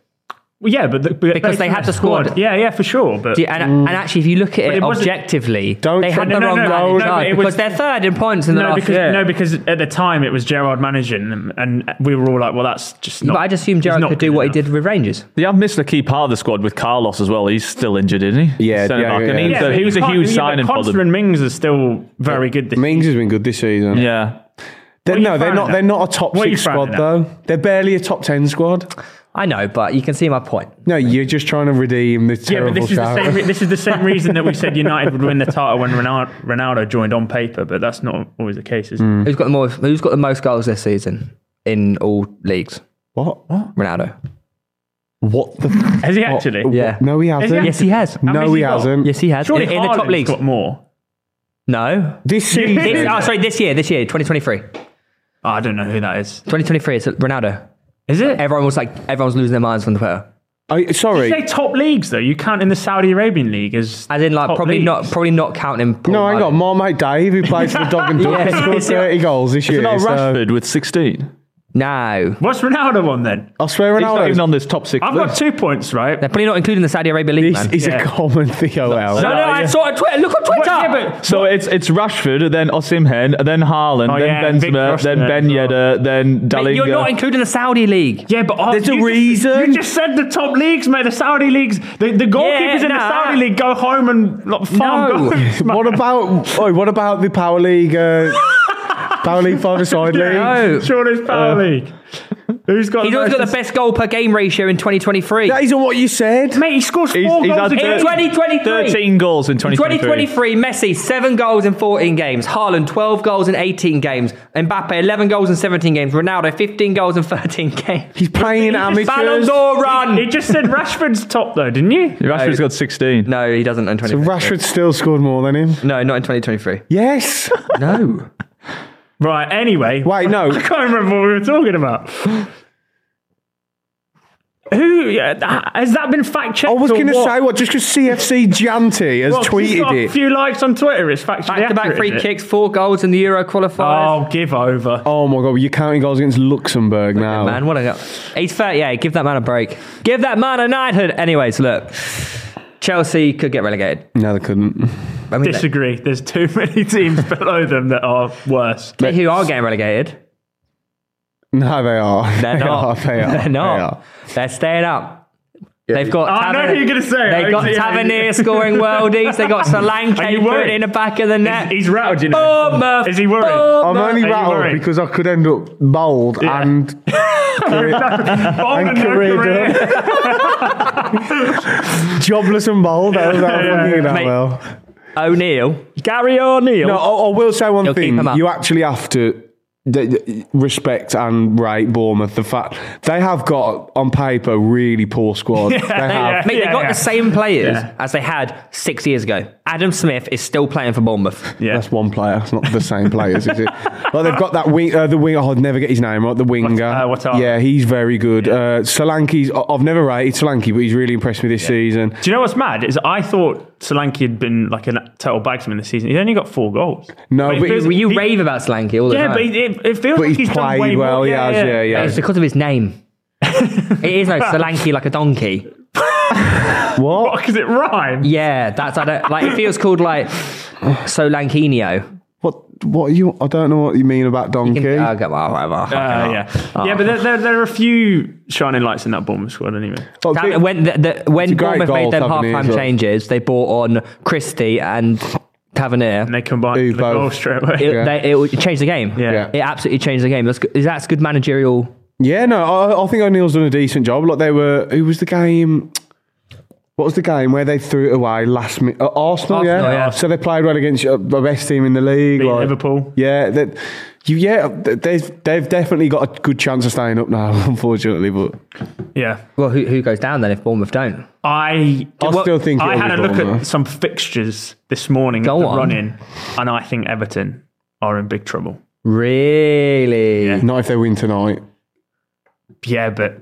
Speaker 4: Well, yeah, but, the, but
Speaker 2: Because
Speaker 4: based
Speaker 2: they
Speaker 4: on
Speaker 2: had
Speaker 4: their
Speaker 2: the squad.
Speaker 4: Yeah, yeah, for sure. But
Speaker 2: Do you- and, and actually, if you look at it,
Speaker 4: Mm. it wasn't-
Speaker 2: objectively,
Speaker 3: Don't
Speaker 2: they had
Speaker 3: say-
Speaker 2: the
Speaker 4: No, no,
Speaker 2: wrong
Speaker 4: no,
Speaker 2: man
Speaker 4: no,
Speaker 2: in
Speaker 4: but
Speaker 2: charge
Speaker 4: it was-
Speaker 2: because they're third in points in the
Speaker 4: no,
Speaker 2: last
Speaker 4: because
Speaker 2: year.
Speaker 4: no, because at the time it was Gerard managing them, and we were all like, well, that's just. Not,
Speaker 2: but I just assumed
Speaker 4: he's
Speaker 2: Gerard
Speaker 4: not
Speaker 2: could do
Speaker 4: good
Speaker 2: what
Speaker 4: enough.
Speaker 2: he did with Rangers.
Speaker 1: They have missed a key part of the squad with Carlos as well. He's still injured, isn't he?
Speaker 3: Yeah,
Speaker 1: Centre
Speaker 3: yeah,
Speaker 1: back,
Speaker 3: yeah,
Speaker 1: and he-
Speaker 3: yeah.
Speaker 1: so he was a
Speaker 4: but
Speaker 1: huge
Speaker 4: Con- yeah, but
Speaker 1: signing for
Speaker 4: Conser
Speaker 1: them.
Speaker 4: and Mings are still very good. This
Speaker 3: Mings has been good this season.
Speaker 1: Yeah,
Speaker 3: They're,
Speaker 4: What are you
Speaker 3: no, they're
Speaker 4: frowning
Speaker 3: not.
Speaker 4: at?
Speaker 3: They're not a top
Speaker 4: What are you
Speaker 3: six squad
Speaker 4: frowning at?
Speaker 3: though. They're barely a top ten squad.
Speaker 2: I know, but you can see my point.
Speaker 3: No, you're just trying to redeem the
Speaker 4: yeah, but
Speaker 3: terrible
Speaker 4: this is the
Speaker 3: shout.
Speaker 4: same. Re- this is the same reason that we said United would win the title when Ronaldo, Ronaldo joined on paper, but that's not always the case. Is it?
Speaker 2: Who's got the more? Who's got the most goals this season in all leagues?
Speaker 3: what? What?
Speaker 2: Ronaldo.
Speaker 3: What the?
Speaker 4: Has he actually?
Speaker 2: Yeah.
Speaker 3: No, he hasn't.
Speaker 4: he?
Speaker 2: Yes, he has.
Speaker 4: How many
Speaker 3: No,
Speaker 4: has
Speaker 3: he
Speaker 4: he got?
Speaker 3: hasn't.
Speaker 2: Yes, he has.
Speaker 4: Surely
Speaker 2: in, in the top
Speaker 4: Haaland's
Speaker 2: leagues.
Speaker 4: got more.
Speaker 2: No.
Speaker 3: This
Speaker 2: This,
Speaker 3: season.
Speaker 2: oh, sorry. This year. This year. 2023.
Speaker 4: Oh, I don't know who that is.
Speaker 2: 2023. It's Ronaldo.
Speaker 4: Is it?
Speaker 2: Everyone was like, everyone's losing their minds on Twitter.
Speaker 3: I,
Speaker 4: You
Speaker 3: sorry.
Speaker 4: say top leagues though. You count in the Saudi Arabian league as
Speaker 2: As in, like,
Speaker 4: top
Speaker 2: probably
Speaker 4: leagues.
Speaker 2: not, probably not counting. Paul
Speaker 3: No, I ain't got
Speaker 2: Martin.
Speaker 3: my mate Dave who plays for the Dog and Duck.
Speaker 2: Yeah,
Speaker 3: scored
Speaker 2: it's-
Speaker 3: 30 goals this year.
Speaker 1: It's not
Speaker 3: so-
Speaker 1: Rashford with 16.
Speaker 2: No,
Speaker 4: What's Ronaldo on then?
Speaker 3: I swear,
Speaker 1: He's not
Speaker 3: Ronaldo.
Speaker 1: even on this top six
Speaker 4: I've got
Speaker 1: list.
Speaker 4: two points, right?
Speaker 2: they're probably not including the Saudi Arabia league,
Speaker 3: This
Speaker 2: man.
Speaker 3: is
Speaker 4: Yeah.
Speaker 3: a common TOL.
Speaker 2: no, no, I saw it on Twitter. Look on Twitter.
Speaker 4: What- yeah, but-
Speaker 1: So it's it's Rashford, then Osimhen, then Haaland,
Speaker 4: Oh,
Speaker 1: then
Speaker 4: yeah, and Victor
Speaker 1: Benzema, then
Speaker 4: Osimhen
Speaker 1: Ben
Speaker 4: as
Speaker 1: Yedder, then
Speaker 2: Mate,
Speaker 1: Dalinga.
Speaker 2: you're not including the Saudi league.
Speaker 4: Yeah, but oh,
Speaker 3: There's a
Speaker 4: you just-
Speaker 3: reason.
Speaker 4: you just said the top leagues, mate. The Saudi leagues, the, the goalkeepers in the
Speaker 2: nah.
Speaker 4: Saudi league go home and like, farm
Speaker 2: No.
Speaker 4: goals. mate.
Speaker 3: What about? Oi, what about the Power League? Uh, Power League five-a-side league.
Speaker 2: No.
Speaker 4: Surely
Speaker 3: Uh,
Speaker 4: Power League. Who's got?
Speaker 2: He's
Speaker 4: the
Speaker 2: always got the
Speaker 4: most-
Speaker 2: best goal per game ratio in 2023.
Speaker 3: That isn't what you said.
Speaker 4: Mate, he scores four
Speaker 1: He's,
Speaker 4: goals
Speaker 1: he's
Speaker 4: a
Speaker 1: had
Speaker 4: game.
Speaker 1: thir-
Speaker 2: 2023.
Speaker 1: 13 goals in 2023.
Speaker 2: 2023, Messi, 7 goals in 14 games. Haaland, 12 goals in 18 games. Mbappe, 11 goals in 17 games. Ronaldo, 15 goals in 13 games.
Speaker 3: He's playing
Speaker 2: Ballon
Speaker 3: amateurs.
Speaker 2: d'Or run.
Speaker 4: He just said Rashford's top though, didn't you?
Speaker 1: Rashford's got 16.
Speaker 2: No, he doesn't in 2023.
Speaker 3: Rashford still scored more than him.
Speaker 2: No, not in 2023.
Speaker 3: Yes.
Speaker 2: No.
Speaker 4: Right. Anyway,
Speaker 3: Wait, no.
Speaker 4: I can't remember what we were talking about. Who yeah, th- has that been fact checked?
Speaker 3: I was
Speaker 4: going to
Speaker 3: say what just because CFC Janty has tweeted
Speaker 4: A
Speaker 3: it.
Speaker 4: few likes on Twitter. It's fact
Speaker 2: Back to back free kicks, 4 goals in the Euro qualifiers.
Speaker 4: Oh, give over.
Speaker 3: Oh my god, you're counting goals against Luxembourg now.
Speaker 2: Oh, Man, what a. He's 38. Give that man a break. Give that man a knighthood. Anyways, look. Chelsea could get relegated.
Speaker 3: No, they couldn't.
Speaker 2: I mean,
Speaker 4: Disagree. There's too many teams below them that are worse.
Speaker 2: they- who are getting relegated?
Speaker 3: No, they are.
Speaker 2: They're
Speaker 3: They
Speaker 2: not.
Speaker 3: Are, they are.
Speaker 2: They're not.
Speaker 3: They
Speaker 2: They
Speaker 3: are.
Speaker 2: are staying up. They've got.
Speaker 4: Oh, I know who you're gonna say.
Speaker 2: They got
Speaker 4: Yeah.
Speaker 2: Tavernier scoring worldies. They got
Speaker 4: Are you
Speaker 2: Solanke putting
Speaker 4: worried?
Speaker 2: it in the back of the net.
Speaker 4: he's rattled, you know.
Speaker 2: Bournemouth.
Speaker 4: Is he worried?
Speaker 3: I'm
Speaker 2: Bournemouth.
Speaker 3: only
Speaker 4: Are you
Speaker 3: rattled
Speaker 4: worried?
Speaker 3: because I could end up bold and
Speaker 4: Bournemouth, no
Speaker 3: career
Speaker 4: career.
Speaker 3: jobless and bold. That was how I'm thinking that
Speaker 2: Mate.
Speaker 3: well.
Speaker 2: O'Neill. Gary O'Neill.
Speaker 3: No, I, I will say one
Speaker 2: You'll keep
Speaker 3: thing.
Speaker 2: him up.
Speaker 3: You actually have to d- d- respect and rate Bournemouth. The fact they have got on paper really poor squad. they have.
Speaker 2: Mate, they
Speaker 4: Yeah,
Speaker 2: got
Speaker 4: yeah.
Speaker 2: the same players as they had six years ago. Adam Smith is still playing for Bournemouth.
Speaker 4: Yeah.
Speaker 3: That's one player. It's not the same players, is it? Like they've got that wing, uh, the winger. I'd never get his name right. The winger.
Speaker 4: uh, Watara.
Speaker 3: yeah, he's very good. Uh, Solanke's. I- I've never rated Solanke, but he's really impressed me this season.
Speaker 4: Do you know what's mad? Is I thought Solanke had been like a total bagsman this season. He's only got four goals.
Speaker 3: No,
Speaker 4: it
Speaker 3: but
Speaker 4: feels-
Speaker 3: he-
Speaker 2: You
Speaker 4: he-
Speaker 2: rave about Solanke all the
Speaker 4: Yeah,
Speaker 2: time.
Speaker 4: but it, it- it feels
Speaker 3: But
Speaker 4: like
Speaker 3: he's,
Speaker 4: he's, done way
Speaker 3: played well.
Speaker 4: more.
Speaker 3: He has. Yeah, yeah.
Speaker 2: it's because of his name. it is like Solanke like a donkey.
Speaker 4: What? Because it rhymes.
Speaker 2: Yeah, that's I don't, like if he was called like Solanquinho.
Speaker 3: What? what are you? I don't know what you mean about donkey.
Speaker 2: I'll get well, whatever.
Speaker 4: Uh,
Speaker 2: Fucking
Speaker 4: yeah,
Speaker 2: hell.
Speaker 4: yeah, but there, there, there are a few shining lights in that Bournemouth squad, anyway.
Speaker 3: Well,
Speaker 2: That-
Speaker 3: big-
Speaker 2: when the, the, when
Speaker 3: Oh, a great
Speaker 2: Bournemouth
Speaker 3: goal,
Speaker 2: made their
Speaker 3: Tavernier, as
Speaker 2: half-time
Speaker 3: well.
Speaker 2: changes, they brought on Christie and Tavernier.
Speaker 4: And they combined
Speaker 3: Who
Speaker 4: for the goal
Speaker 3: both?
Speaker 4: straight away.
Speaker 2: It,
Speaker 3: Yeah.
Speaker 2: they, it, would- it changed the game.
Speaker 4: Yeah.
Speaker 3: Yeah.
Speaker 2: It absolutely changed the game. That's good. That's good managerial.
Speaker 3: yeah, no, I, I think O'Neill's done a decent job. Like they were. Who was the game? What was the game where they threw it away last minute? Uh, Arsenal,
Speaker 2: Arsenal,
Speaker 3: yeah?
Speaker 2: yeah.
Speaker 3: So they played well against uh, the best team in the league,
Speaker 4: Beat
Speaker 3: like-
Speaker 4: Liverpool.
Speaker 3: Yeah, that you. Yeah, th- they've they've definitely got a good chance of staying up now. Unfortunately, but
Speaker 4: yeah.
Speaker 2: Well, who, who goes down then if Bournemouth don't?
Speaker 4: I
Speaker 3: I still think
Speaker 4: I
Speaker 3: it'll
Speaker 4: had a
Speaker 3: be
Speaker 4: look at
Speaker 3: Bournemouth.
Speaker 4: some fixtures this morning
Speaker 2: Go
Speaker 4: at the
Speaker 2: on.
Speaker 4: run in, and I think Everton are in big trouble.
Speaker 2: Really?
Speaker 4: Yeah.
Speaker 3: not if they win tonight.
Speaker 4: Yeah, but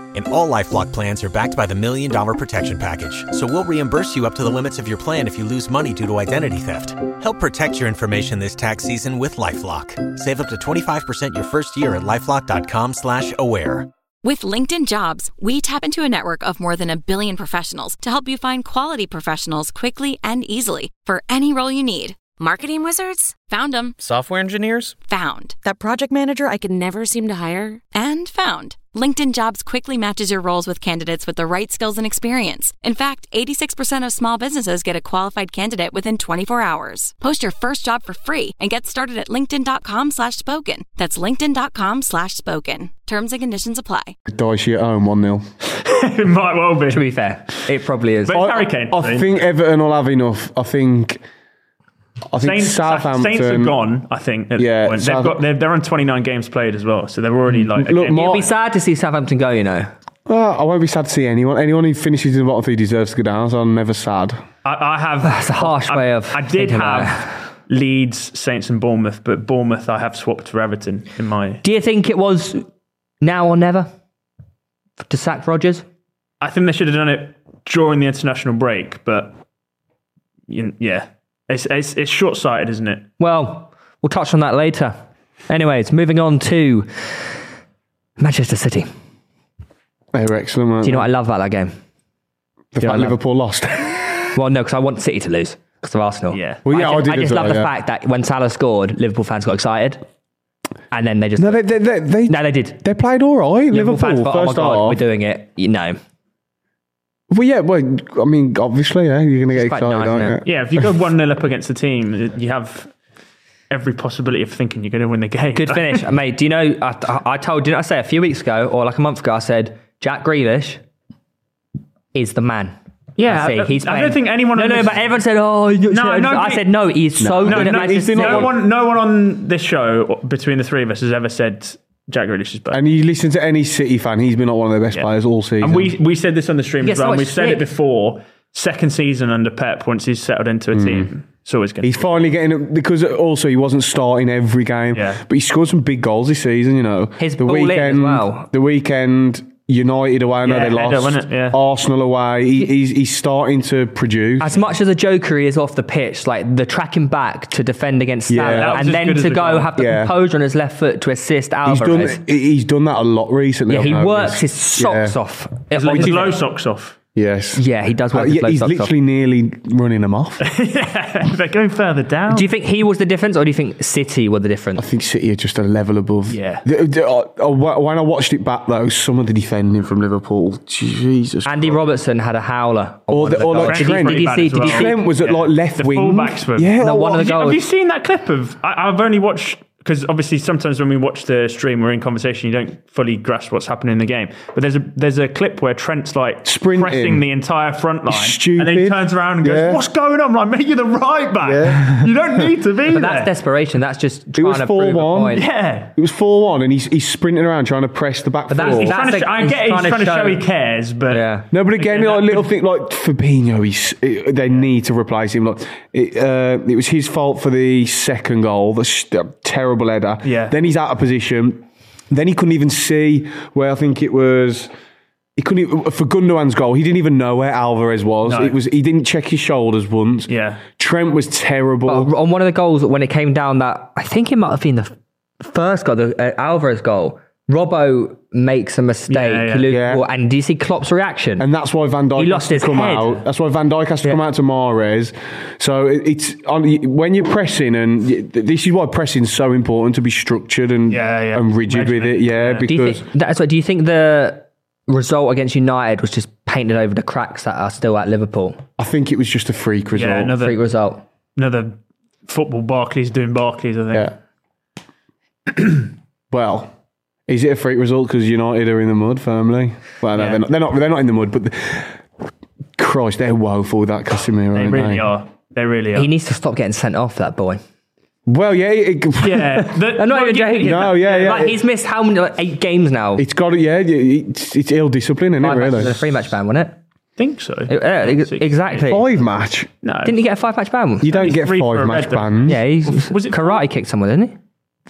Speaker 5: And all LifeLock plans are backed by the Million Dollar Protection Package. So we'll reimburse you up to the limits of your plan if you lose money due to identity theft. Help protect your information this tax season with LifeLock. Save up to 25% your first year at LifeLock.com slash aware.
Speaker 6: With LinkedIn Jobs, we tap into a network of more than a billion professionals to help you find quality professionals quickly and easily for any role you need. Marketing wizards? Found them.
Speaker 7: Software engineers?
Speaker 6: Found. That project manager I could never seem to hire? And found. LinkedIn Jobs quickly matches your roles with candidates with the right skills and experience. In fact, 86% of small businesses get a qualified candidate within 24 hours. Post your first job for free and get started at linkedin.com slash spoken. That's linkedin.com slash spoken. Terms and conditions apply.
Speaker 3: Dicey at home, one 0
Speaker 4: it might well be.
Speaker 2: To be fair, it probably is.
Speaker 4: But
Speaker 3: I,
Speaker 4: Harry Kane.
Speaker 3: I think Everton will have enough. I think. I think
Speaker 4: Saints,
Speaker 3: Southampton.
Speaker 4: Saints are gone. I think. at this
Speaker 3: Yeah,
Speaker 4: point. they've
Speaker 3: South-
Speaker 4: got they're, they're on twenty nine games played as well, so they're already like.
Speaker 3: Look,
Speaker 4: again-
Speaker 3: Mark-
Speaker 2: It'd be sad to see Southampton go. You know,
Speaker 3: Well, Ah, I won't be sad to see anyone. Anyone who finishes in the bottom three deserves to go down, so I'm never sad.
Speaker 4: I, I have.
Speaker 2: That's a harsh
Speaker 4: I,
Speaker 2: way of
Speaker 4: I did
Speaker 2: thinking about
Speaker 4: have Leeds, Saints, and Bournemouth, but Bournemouth I have swapped for Everton in my.
Speaker 2: do you think it was now or never to sack Rogers?
Speaker 4: I think they should have done it during the international break, but you, yeah, it's it's, it's short sighted, isn't it?
Speaker 2: Well, we'll touch on that later. Anyways, moving on to Manchester City. Do
Speaker 3: They were excellent, weren't
Speaker 2: you know
Speaker 3: they?
Speaker 2: what I love about that game?
Speaker 3: The
Speaker 2: you know
Speaker 3: fact
Speaker 2: what I-
Speaker 3: Liverpool lost.
Speaker 2: Well, no, because I want City to lose because of Arsenal.
Speaker 4: Yeah.
Speaker 3: Well, yeah,
Speaker 2: I just,
Speaker 3: I did as
Speaker 2: just
Speaker 3: well,
Speaker 2: love the
Speaker 3: yeah.
Speaker 2: fact that when Salah scored, Liverpool fans got excited, and then they just
Speaker 3: no, they, they, they, they,
Speaker 2: No, they did.
Speaker 3: they played all right. Liverpool,
Speaker 2: fans thought, oh my
Speaker 3: first
Speaker 2: god,
Speaker 3: half.
Speaker 2: we're doing it. You know,
Speaker 3: well, yeah, well, I mean, obviously, yeah, you're going to get
Speaker 2: quite
Speaker 3: excited,
Speaker 2: nice, isn't
Speaker 3: aren't you?
Speaker 4: Yeah, if you go one 0 up against a team, you have every possibility of thinking you're going to win the game.
Speaker 2: good finish, mate. Do you know? I, I- I told didn't I say a few weeks ago or like a month ago? I said Jack Grealish is the man.
Speaker 4: Yeah,
Speaker 2: I see.
Speaker 4: I-
Speaker 2: he's.
Speaker 4: I don't
Speaker 2: playing.
Speaker 4: think anyone
Speaker 2: No,
Speaker 4: on
Speaker 2: no,
Speaker 4: this-
Speaker 2: but everyone said, "Oh, you
Speaker 4: No,
Speaker 2: no,
Speaker 4: no,
Speaker 2: I
Speaker 4: he-
Speaker 2: said, "No, he's so
Speaker 4: No,
Speaker 2: good at
Speaker 4: no,
Speaker 2: Manchester
Speaker 3: he's been
Speaker 2: City."
Speaker 4: no one, no one on this show or between the three of us has ever said Jack Grealish is better.
Speaker 3: And you listen to any City fan, he's been not one of their best players all season.
Speaker 4: And we we said this on the stream
Speaker 2: Yeah,
Speaker 4: as well.
Speaker 2: so
Speaker 4: and
Speaker 2: much
Speaker 4: we've said
Speaker 2: shit.
Speaker 4: it before. Second season under Pep, once he's settled into a
Speaker 2: Hmm.
Speaker 4: team, it's always going.
Speaker 3: He's
Speaker 4: to
Speaker 3: finally getting it because also he wasn't starting every game,
Speaker 4: Yeah.
Speaker 3: but he scored some big goals this season. You know,
Speaker 2: His ball in as well.
Speaker 3: the weekend, United away, I know
Speaker 4: Yeah,
Speaker 3: they
Speaker 4: header,
Speaker 3: lost.
Speaker 4: wasn't it? Yeah.
Speaker 3: Arsenal away, he, he's he's starting to produce.
Speaker 2: As much as a joker he is off the pitch, like the tracking back to defend against
Speaker 3: Yeah.
Speaker 2: Salah,
Speaker 3: That
Speaker 4: was
Speaker 2: and
Speaker 4: as
Speaker 2: then
Speaker 4: good as
Speaker 2: to
Speaker 4: the
Speaker 2: go
Speaker 4: goal.
Speaker 2: have the
Speaker 3: Yeah.
Speaker 2: composure on his left foot to assist
Speaker 3: he's done
Speaker 2: Alvarez.
Speaker 3: he's done that a lot recently.
Speaker 2: yeah, he
Speaker 3: I've
Speaker 2: works
Speaker 3: noticed.
Speaker 2: his socks
Speaker 3: Yeah.
Speaker 2: off.
Speaker 4: He's his low socks off.
Speaker 3: Yes,
Speaker 2: Yeah, he does work
Speaker 3: Uh,
Speaker 2: his
Speaker 3: yeah,
Speaker 2: low
Speaker 3: he's
Speaker 2: socks off.
Speaker 3: literally nearly running them off. I
Speaker 4: They're going further down.
Speaker 2: Do you think he was the difference, or do you think City were the difference?
Speaker 3: think City are just a level above.
Speaker 4: Yeah.
Speaker 3: The- the- uh, uh, when I watched it back though, some of the defending from Liverpool, Jesus,
Speaker 2: Andy Robertson had a howler. on
Speaker 3: Or
Speaker 2: one
Speaker 3: the-
Speaker 2: of the
Speaker 3: or like
Speaker 2: goals. did,
Speaker 3: Trent.
Speaker 2: he, did he see? Did he see?
Speaker 3: Trent was at, like, left
Speaker 4: the
Speaker 3: wing.
Speaker 4: fullbacks were.
Speaker 3: Yeah,
Speaker 2: No, one of
Speaker 4: Have
Speaker 2: the
Speaker 4: you- Have you
Speaker 2: goals.
Speaker 4: seen that clip of? I, I've only watched because obviously sometimes when we watch the stream, we're in conversation. You don't fully grasp what's happening in the game. But there's a there's a clip where Trent's like
Speaker 3: Sprinting.
Speaker 4: pressing the entire front line, and then he
Speaker 3: Stupid.
Speaker 4: turns around and goes,
Speaker 3: Yeah.
Speaker 4: "What's going on?" I'm like, mate, you're the right back.
Speaker 3: Yeah.
Speaker 4: You don't need to be
Speaker 2: But
Speaker 4: there.
Speaker 2: that's desperation. That's just trying
Speaker 3: was
Speaker 2: to prove a
Speaker 3: 4-1.
Speaker 2: point.
Speaker 4: yeah.
Speaker 3: It was four one, and he's he's sprinting around trying to press the back
Speaker 2: But that's-
Speaker 3: four.
Speaker 4: He's
Speaker 2: that's
Speaker 4: trying
Speaker 2: like-
Speaker 4: to, sh- I
Speaker 2: he's
Speaker 4: get it, he's trying to show, he cares, but
Speaker 2: Yeah.
Speaker 3: No, but again,
Speaker 4: Again,
Speaker 3: like
Speaker 4: that-
Speaker 3: little thing like Fabinho, he's, it, they need to replace him. Like it, uh, it was his fault for the second goal, the sh- the uh, terrible header.
Speaker 4: Yeah.
Speaker 3: Then he's out of position. Then he couldn't even see where I think it was. He couldn't even, for Gundogan's goal. He didn't even know where Alvarez was.
Speaker 4: No.
Speaker 3: It was he didn't check his shoulders once.
Speaker 4: Yeah.
Speaker 3: Trent was terrible.
Speaker 2: But on one of the goals when it came down that I think it might have been the f- first goal, the uh, Alvarez goal. Robbo makes a mistake,
Speaker 4: Yeah, yeah.
Speaker 2: He loses
Speaker 3: Yeah.
Speaker 2: the ball, and do you see Klopp's reaction?
Speaker 3: and that's why Van Dijk
Speaker 2: He
Speaker 3: has
Speaker 2: lost
Speaker 3: to
Speaker 2: his
Speaker 3: come
Speaker 2: head.
Speaker 3: out. That's why Van Dijk has to come out to Mares. So it, it's on, when you're pressing, and y- this is why pressing's so important to be structured and
Speaker 4: Yeah, yeah.
Speaker 3: and rigid with it.
Speaker 4: Regiment.
Speaker 3: Yeah,
Speaker 4: Yeah.
Speaker 2: do you
Speaker 3: because
Speaker 2: think that's what? Do you think the result against United was just painted over the cracks that are still at Liverpool?
Speaker 3: I think it was just a freak result.
Speaker 4: Yeah, another
Speaker 2: Freak result.
Speaker 4: another football Barclays doing Barclays. I think.
Speaker 3: Yeah. well, is it a freak result because United are in the mud firmly? Well, no,
Speaker 4: Yeah.
Speaker 3: they're, not, they're not. They're not in the mud, but the, Christ, they're woeful with that Casemiro.
Speaker 4: They
Speaker 3: aren't
Speaker 4: really are. They really are.
Speaker 2: He needs to stop getting sent off. That boy.
Speaker 3: Well, yeah, it,
Speaker 4: yeah, the-
Speaker 2: I'm not
Speaker 4: well,
Speaker 2: even
Speaker 4: you-
Speaker 2: joking.
Speaker 3: No, yeah, yeah.
Speaker 2: Like, he's missed how many? Like, eight games now.
Speaker 3: it's got it. Yeah, it's, it's ill discipline, isn't it?
Speaker 2: Five matches
Speaker 3: Really,
Speaker 2: and a three match ban, wasn't it?
Speaker 4: think so.
Speaker 2: Yeah, ex-
Speaker 4: Six.
Speaker 2: exactly.
Speaker 3: five match.
Speaker 4: No,
Speaker 2: Didn't he get a five match ban?
Speaker 3: You don't
Speaker 4: Only
Speaker 3: get
Speaker 4: three for
Speaker 3: five
Speaker 4: a
Speaker 3: match
Speaker 4: red, though.
Speaker 3: bans.
Speaker 2: yeah, he's
Speaker 4: Was it-
Speaker 2: karate kicked someone, didn't he?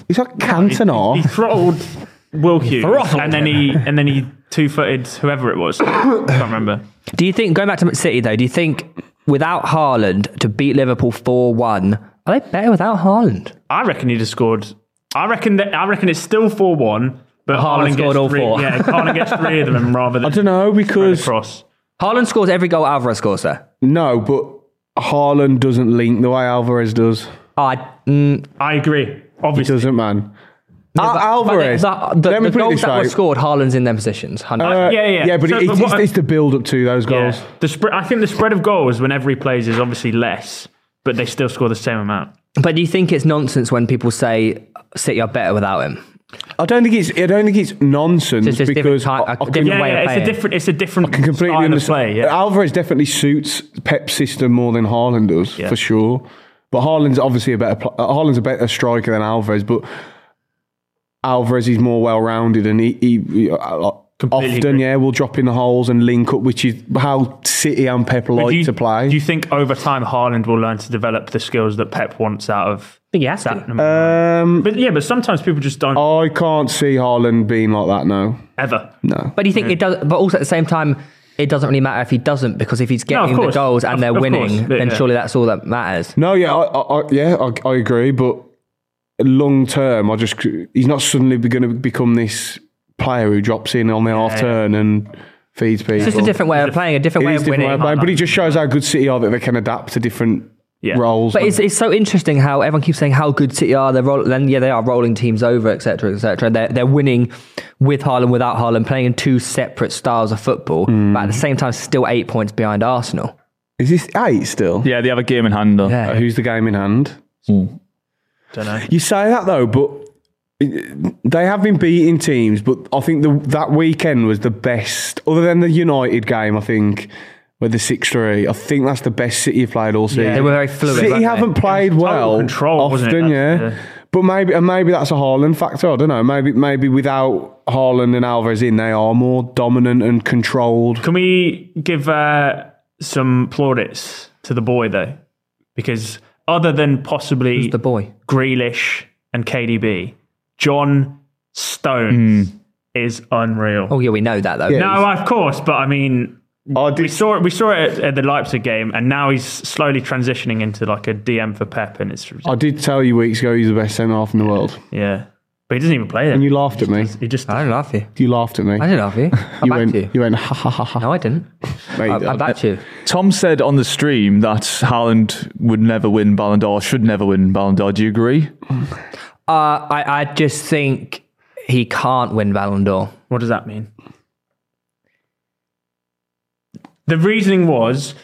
Speaker 3: it's like Cantona.
Speaker 4: he throttled Will Hughes,
Speaker 2: throttled
Speaker 4: and then he and then he two footed whoever it was. I can't remember.
Speaker 2: Do you think going back to City though? Do you think without Haaland to beat Liverpool four one? Are they better without Haaland?
Speaker 4: I reckon he'd have scored. I reckon that I reckon it's still four one, but
Speaker 2: Haaland
Speaker 4: Haaland
Speaker 2: scored
Speaker 4: gets
Speaker 2: all
Speaker 4: three,
Speaker 2: four.
Speaker 4: Yeah, Haaland gets three of them rather
Speaker 3: I
Speaker 4: than
Speaker 3: don't know because
Speaker 4: cross.
Speaker 2: Haaland scores every goal Alvarez scores there.
Speaker 3: no, but Haaland doesn't link the way Alvarez does.
Speaker 2: Oh, I, mm,
Speaker 4: I agree. Obviously,
Speaker 3: Doesn't man? Al-
Speaker 2: but-
Speaker 3: Alvarez.
Speaker 2: but The, the,
Speaker 3: let me
Speaker 2: the
Speaker 3: put it
Speaker 2: goals
Speaker 3: this
Speaker 2: that were
Speaker 3: way.
Speaker 2: scored, Haaland's in them positions. 100%.
Speaker 3: Uh,
Speaker 4: Yeah, yeah.
Speaker 3: yeah, but
Speaker 4: So,
Speaker 3: it,
Speaker 4: but
Speaker 3: it's,
Speaker 4: what-
Speaker 3: it's the build up to those
Speaker 4: yeah.
Speaker 3: goals.
Speaker 4: The spread. I think the spread of goals whenever he plays is obviously less, but they still score the same amount.
Speaker 3: Uh,
Speaker 2: But do you think it's nonsense when people say City are better without him?
Speaker 3: I don't think it's I don't think it's nonsense
Speaker 2: It's just different
Speaker 3: because
Speaker 2: type-
Speaker 3: I, I
Speaker 2: a
Speaker 3: can
Speaker 2: different
Speaker 4: Yeah,
Speaker 2: way
Speaker 4: yeah
Speaker 2: of
Speaker 4: it's a
Speaker 2: playing.
Speaker 4: different. It's a different
Speaker 3: completely
Speaker 4: style of
Speaker 3: understand.
Speaker 4: play. Yeah.
Speaker 3: Alvarez definitely suits Pep's system more than Haaland does for sure. But Haaland's obviously a better pl- uh, Haaland's a better striker than Alvarez, but Alvarez is more well rounded and he, he, he uh, uh,
Speaker 4: Completely
Speaker 3: often
Speaker 4: agree.
Speaker 3: yeah will drop in the holes and link up, which is how City and Pep
Speaker 4: But
Speaker 3: like
Speaker 4: do you,
Speaker 3: to play.
Speaker 4: Do you think over time Haaland will learn to develop the skills that Pep wants out of?
Speaker 2: But yes,
Speaker 4: That,
Speaker 3: um,
Speaker 4: but yeah, but sometimes people just don't
Speaker 3: I can't see Haaland being like that. No,
Speaker 4: ever.
Speaker 3: no.
Speaker 2: But do you think it does? But also at the same time, it doesn't really matter if he doesn't because if he's
Speaker 4: No, of
Speaker 2: getting the
Speaker 4: course.
Speaker 2: goals and
Speaker 4: Of-
Speaker 2: they're
Speaker 4: of
Speaker 2: winning,
Speaker 4: course. Yeah,
Speaker 2: then
Speaker 4: yeah.
Speaker 2: surely that's all that matters.
Speaker 3: No, yeah, I, I, I- yeah, I, I agree. But long term, I just he's not suddenly going to become this player who drops in on the half turn and feeds people.
Speaker 2: It's just a different way of playing, a different way
Speaker 3: It
Speaker 2: of
Speaker 3: is different
Speaker 2: winning.
Speaker 3: way of playing, but it just shows how good City are that they can adapt to different
Speaker 4: Yeah.
Speaker 3: roles.
Speaker 2: But it's, it's so interesting how everyone keeps saying how good City are. They're roll- then yeah, they are rolling teams over, etc., etc. They're they're winning with Haaland, without Haaland, playing in two separate styles of football, but at the same time, still eight points behind Arsenal.
Speaker 3: is this eight still?
Speaker 1: Yeah, they have a game in hand though.
Speaker 3: Uh, who's the game in hand?
Speaker 4: Don't know.
Speaker 3: You say that though, but they have been beating teams. But I think the, that weekend was the best, other than the United game. I think with the six three, I think that's the best City have played all season.
Speaker 2: They were very fluid.
Speaker 3: City
Speaker 2: weren't they?
Speaker 3: haven't played
Speaker 4: total
Speaker 3: well.
Speaker 4: control,
Speaker 3: often,
Speaker 4: wasn't it?
Speaker 3: yeah.
Speaker 4: That's
Speaker 3: But maybe and maybe that's a Haaland factor. I don't know. Maybe maybe without Haaland and Alvarez in, they are more dominant and controlled.
Speaker 4: Can we give uh, some plaudits to the boy though? Because other than possibly
Speaker 2: the boy.
Speaker 4: Grealish and KDB, John Stones
Speaker 3: Hmm.
Speaker 4: is unreal.
Speaker 2: Oh yeah, we know that though.
Speaker 4: No, of course, but I mean,
Speaker 3: I
Speaker 4: we saw it. We saw it at, at the Leipzig game, and now he's slowly transitioning into like a DM for Pep, and it's
Speaker 3: I did tell you weeks ago he's the best centre half in the world,
Speaker 4: yeah. But he doesn't even play
Speaker 3: and
Speaker 4: there.
Speaker 3: you laughed at me.
Speaker 4: He just
Speaker 2: I don't laugh you.
Speaker 3: You laughed at me.
Speaker 2: I didn't laugh you. I
Speaker 3: You
Speaker 2: backed
Speaker 3: went.
Speaker 2: you.
Speaker 3: You went. Ha ha ha ha.
Speaker 2: No, I didn't.
Speaker 3: mate.
Speaker 2: I, I backed you.
Speaker 1: Tom said on the stream that Haaland would never win Ballon d'Or, should never win Ballon d'Or. Do you agree?
Speaker 2: Uh, I I just think he can't win Ballon d'Or.
Speaker 4: What does that mean? The reasoning was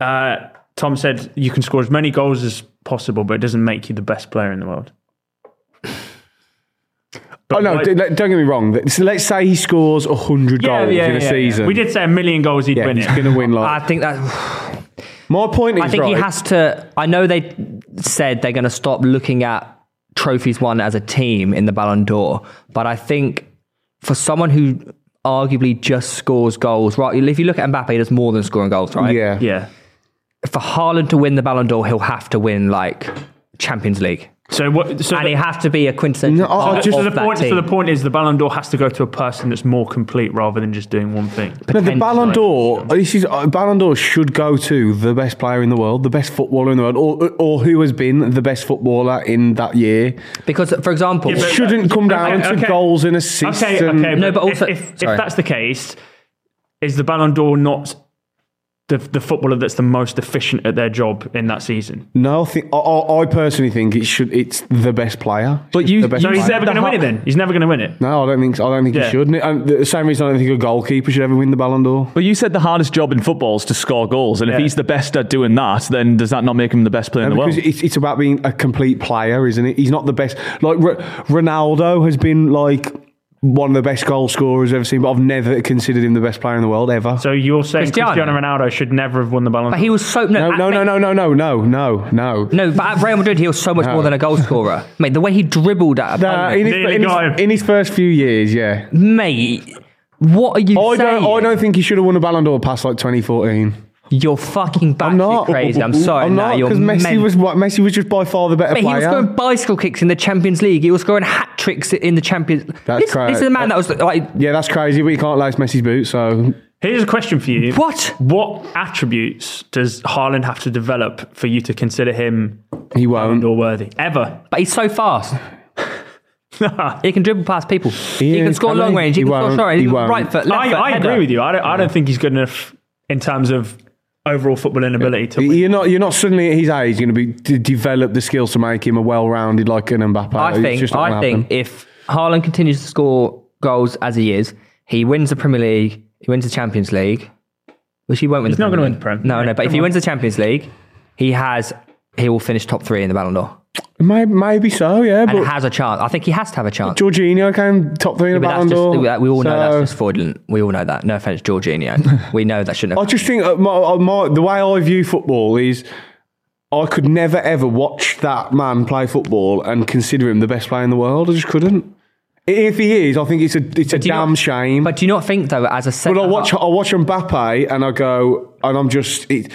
Speaker 4: uh, Tom said you can score as many goals as possible, but it doesn't make you the best player in the world.
Speaker 3: Oh no!
Speaker 4: why-
Speaker 3: d- Don't get me wrong. So let's say he scores hundred goals in a Oh, season.
Speaker 4: We did say a million goals he'd
Speaker 3: Yeah,
Speaker 4: win
Speaker 3: he's
Speaker 4: it.
Speaker 3: going to win.
Speaker 2: I
Speaker 3: Like
Speaker 2: think that
Speaker 3: my point is,
Speaker 2: I think
Speaker 3: right,
Speaker 2: he has to. I know they said they're going to stop looking at trophies won as a team in the Ballon d'Or, but I think for someone who arguably just scores goals, right? If you look at Mbappe, he does more than scoring goals, right?
Speaker 3: Yeah.
Speaker 4: Yeah.
Speaker 2: For Haaland to win the Ballon d'Or, he'll have to win like Champions League.
Speaker 4: So what? So
Speaker 2: and
Speaker 4: the-
Speaker 2: it has to be a
Speaker 3: No, I-
Speaker 2: quintessential.
Speaker 3: I
Speaker 2: part
Speaker 3: just-
Speaker 4: so
Speaker 2: of
Speaker 4: the
Speaker 2: that
Speaker 4: point, so
Speaker 2: team.
Speaker 4: the point is the Ballon d'Or has to go to a person that's more complete rather than just doing one thing.
Speaker 3: No, the
Speaker 2: Potentially.
Speaker 3: Ballon d'Or. This is uh, Ballon d'Or should go to the best player in the world, the best footballer in the world, or or who has been the best footballer in that year.
Speaker 2: Because, for example,
Speaker 4: Yeah,
Speaker 3: It
Speaker 4: but- uh,
Speaker 3: shouldn't come down
Speaker 4: Okay,
Speaker 3: to
Speaker 4: okay.
Speaker 3: goals and assists.
Speaker 4: Okay,
Speaker 3: and-
Speaker 4: okay.
Speaker 2: No, but
Speaker 4: if-
Speaker 2: also-
Speaker 4: if, if,
Speaker 2: Sorry.
Speaker 4: that's the case, is the Ballon d'Or not the the footballer that's the most efficient at their job in that season?
Speaker 3: No, I, think, I- I, I personally think it should. It's the best player.
Speaker 1: But
Speaker 3: It's
Speaker 1: you-
Speaker 3: the best
Speaker 4: So he's
Speaker 3: player.
Speaker 4: never going to win it. Then he's never going to win it.
Speaker 3: No, I don't think. so. I don't think
Speaker 4: Yeah.
Speaker 3: he should. And the same reason I don't think a goalkeeper should ever win the Ballon d'Or.
Speaker 1: But you said the hardest job in football is to score goals, and
Speaker 4: Yeah.
Speaker 1: if he's the best at doing that, then does that not make him the best player in the world?
Speaker 3: Because it's, it's about being a complete player, isn't it? He's not the best. Like R- Ronaldo has been like one of the best goal scorers I've ever seen, but I've never considered him the best player in the world ever.
Speaker 4: So you're saying
Speaker 2: Cristiano.
Speaker 4: Cristiano, Ronaldo should never have won the Ballon d'Or?
Speaker 2: but he was so no
Speaker 3: no, no, no, no, no, no, no, no, no.
Speaker 2: No, but at Real Madrid, he was so much more than a goal scorer. mate, the way he dribbled at
Speaker 3: Nah, in, his,
Speaker 4: Nearly
Speaker 3: in,
Speaker 4: got him.
Speaker 3: his, in his first few years, yeah.
Speaker 2: mate, what are you
Speaker 3: I
Speaker 2: saying?
Speaker 3: don't, I don't think he should have won a Ballon d'Or past like 2014.
Speaker 2: You're fucking batshit
Speaker 3: I'm not
Speaker 2: crazy. I'm sorry.
Speaker 3: I'm
Speaker 2: no,
Speaker 3: not
Speaker 2: you're
Speaker 3: because Messi
Speaker 2: men-
Speaker 3: was what Messi was just by far the better
Speaker 2: But he
Speaker 3: player.
Speaker 2: was scoring bicycle kicks in the Champions League. He was scoring hat tricks in the Champions.
Speaker 3: That's
Speaker 2: this,
Speaker 3: correct.
Speaker 2: this is the man that was like,
Speaker 3: yeah, that's crazy, but you can't lace Messi's boots. So
Speaker 4: Here's a question for you.
Speaker 2: What?
Speaker 4: What attributes does Haaland have to develop for you to consider him
Speaker 3: he
Speaker 4: Ballon
Speaker 3: won't.
Speaker 4: d'Or worthy? Ever?
Speaker 2: but he's so fast. he can dribble past people. He,
Speaker 3: is,
Speaker 2: can score
Speaker 3: can
Speaker 2: long
Speaker 3: he?
Speaker 2: range. He,
Speaker 3: He
Speaker 2: can score
Speaker 3: won't.
Speaker 2: short range.
Speaker 3: He
Speaker 2: He can
Speaker 3: won't.
Speaker 2: right foot, left
Speaker 4: I,
Speaker 2: foot.
Speaker 4: I agree
Speaker 2: header.
Speaker 4: with you. I don't, I don't think he's good enough in terms of overall football ability to win.
Speaker 3: You're not. You're not suddenly at his age going to be to develop the skills to make him a well-rounded like an Mbappe.
Speaker 2: I
Speaker 3: It's
Speaker 2: think
Speaker 3: just not
Speaker 2: I
Speaker 3: gonna
Speaker 2: think
Speaker 3: happen.
Speaker 2: if Haaland continues to score goals as he is, he wins the Premier League, he wins the Champions League, which he won't win.
Speaker 4: He's
Speaker 2: the
Speaker 4: not
Speaker 2: Premier League.
Speaker 4: gonna win the Prem.
Speaker 2: No, no.
Speaker 4: Yeah,
Speaker 2: But if
Speaker 4: come
Speaker 2: he
Speaker 4: on.
Speaker 2: wins the Champions League, he has he will finish top three in the Ballon d'Or
Speaker 3: May- maybe so. Yeah,
Speaker 2: and
Speaker 3: but
Speaker 2: has a chance. I think he has to have a chance.
Speaker 3: Jorginho came top three in the
Speaker 2: But
Speaker 3: Ballon
Speaker 2: that's
Speaker 3: d'Or.
Speaker 2: just, that- we all know
Speaker 3: so-
Speaker 2: that's just fraudulent. We all know that. No offense, Jorginho. we know that shouldn't
Speaker 3: I
Speaker 2: have.
Speaker 3: just think uh, my, uh, my, the way I view football is I could never ever watch that man play football and consider him the best player in the world. I just couldn't. If he is, I think it's a it's a
Speaker 2: Do you
Speaker 3: damn
Speaker 2: not-
Speaker 3: shame.
Speaker 2: But do you not think though, as a set,
Speaker 3: But I watch I watch Mbappe and I go and I'm just it,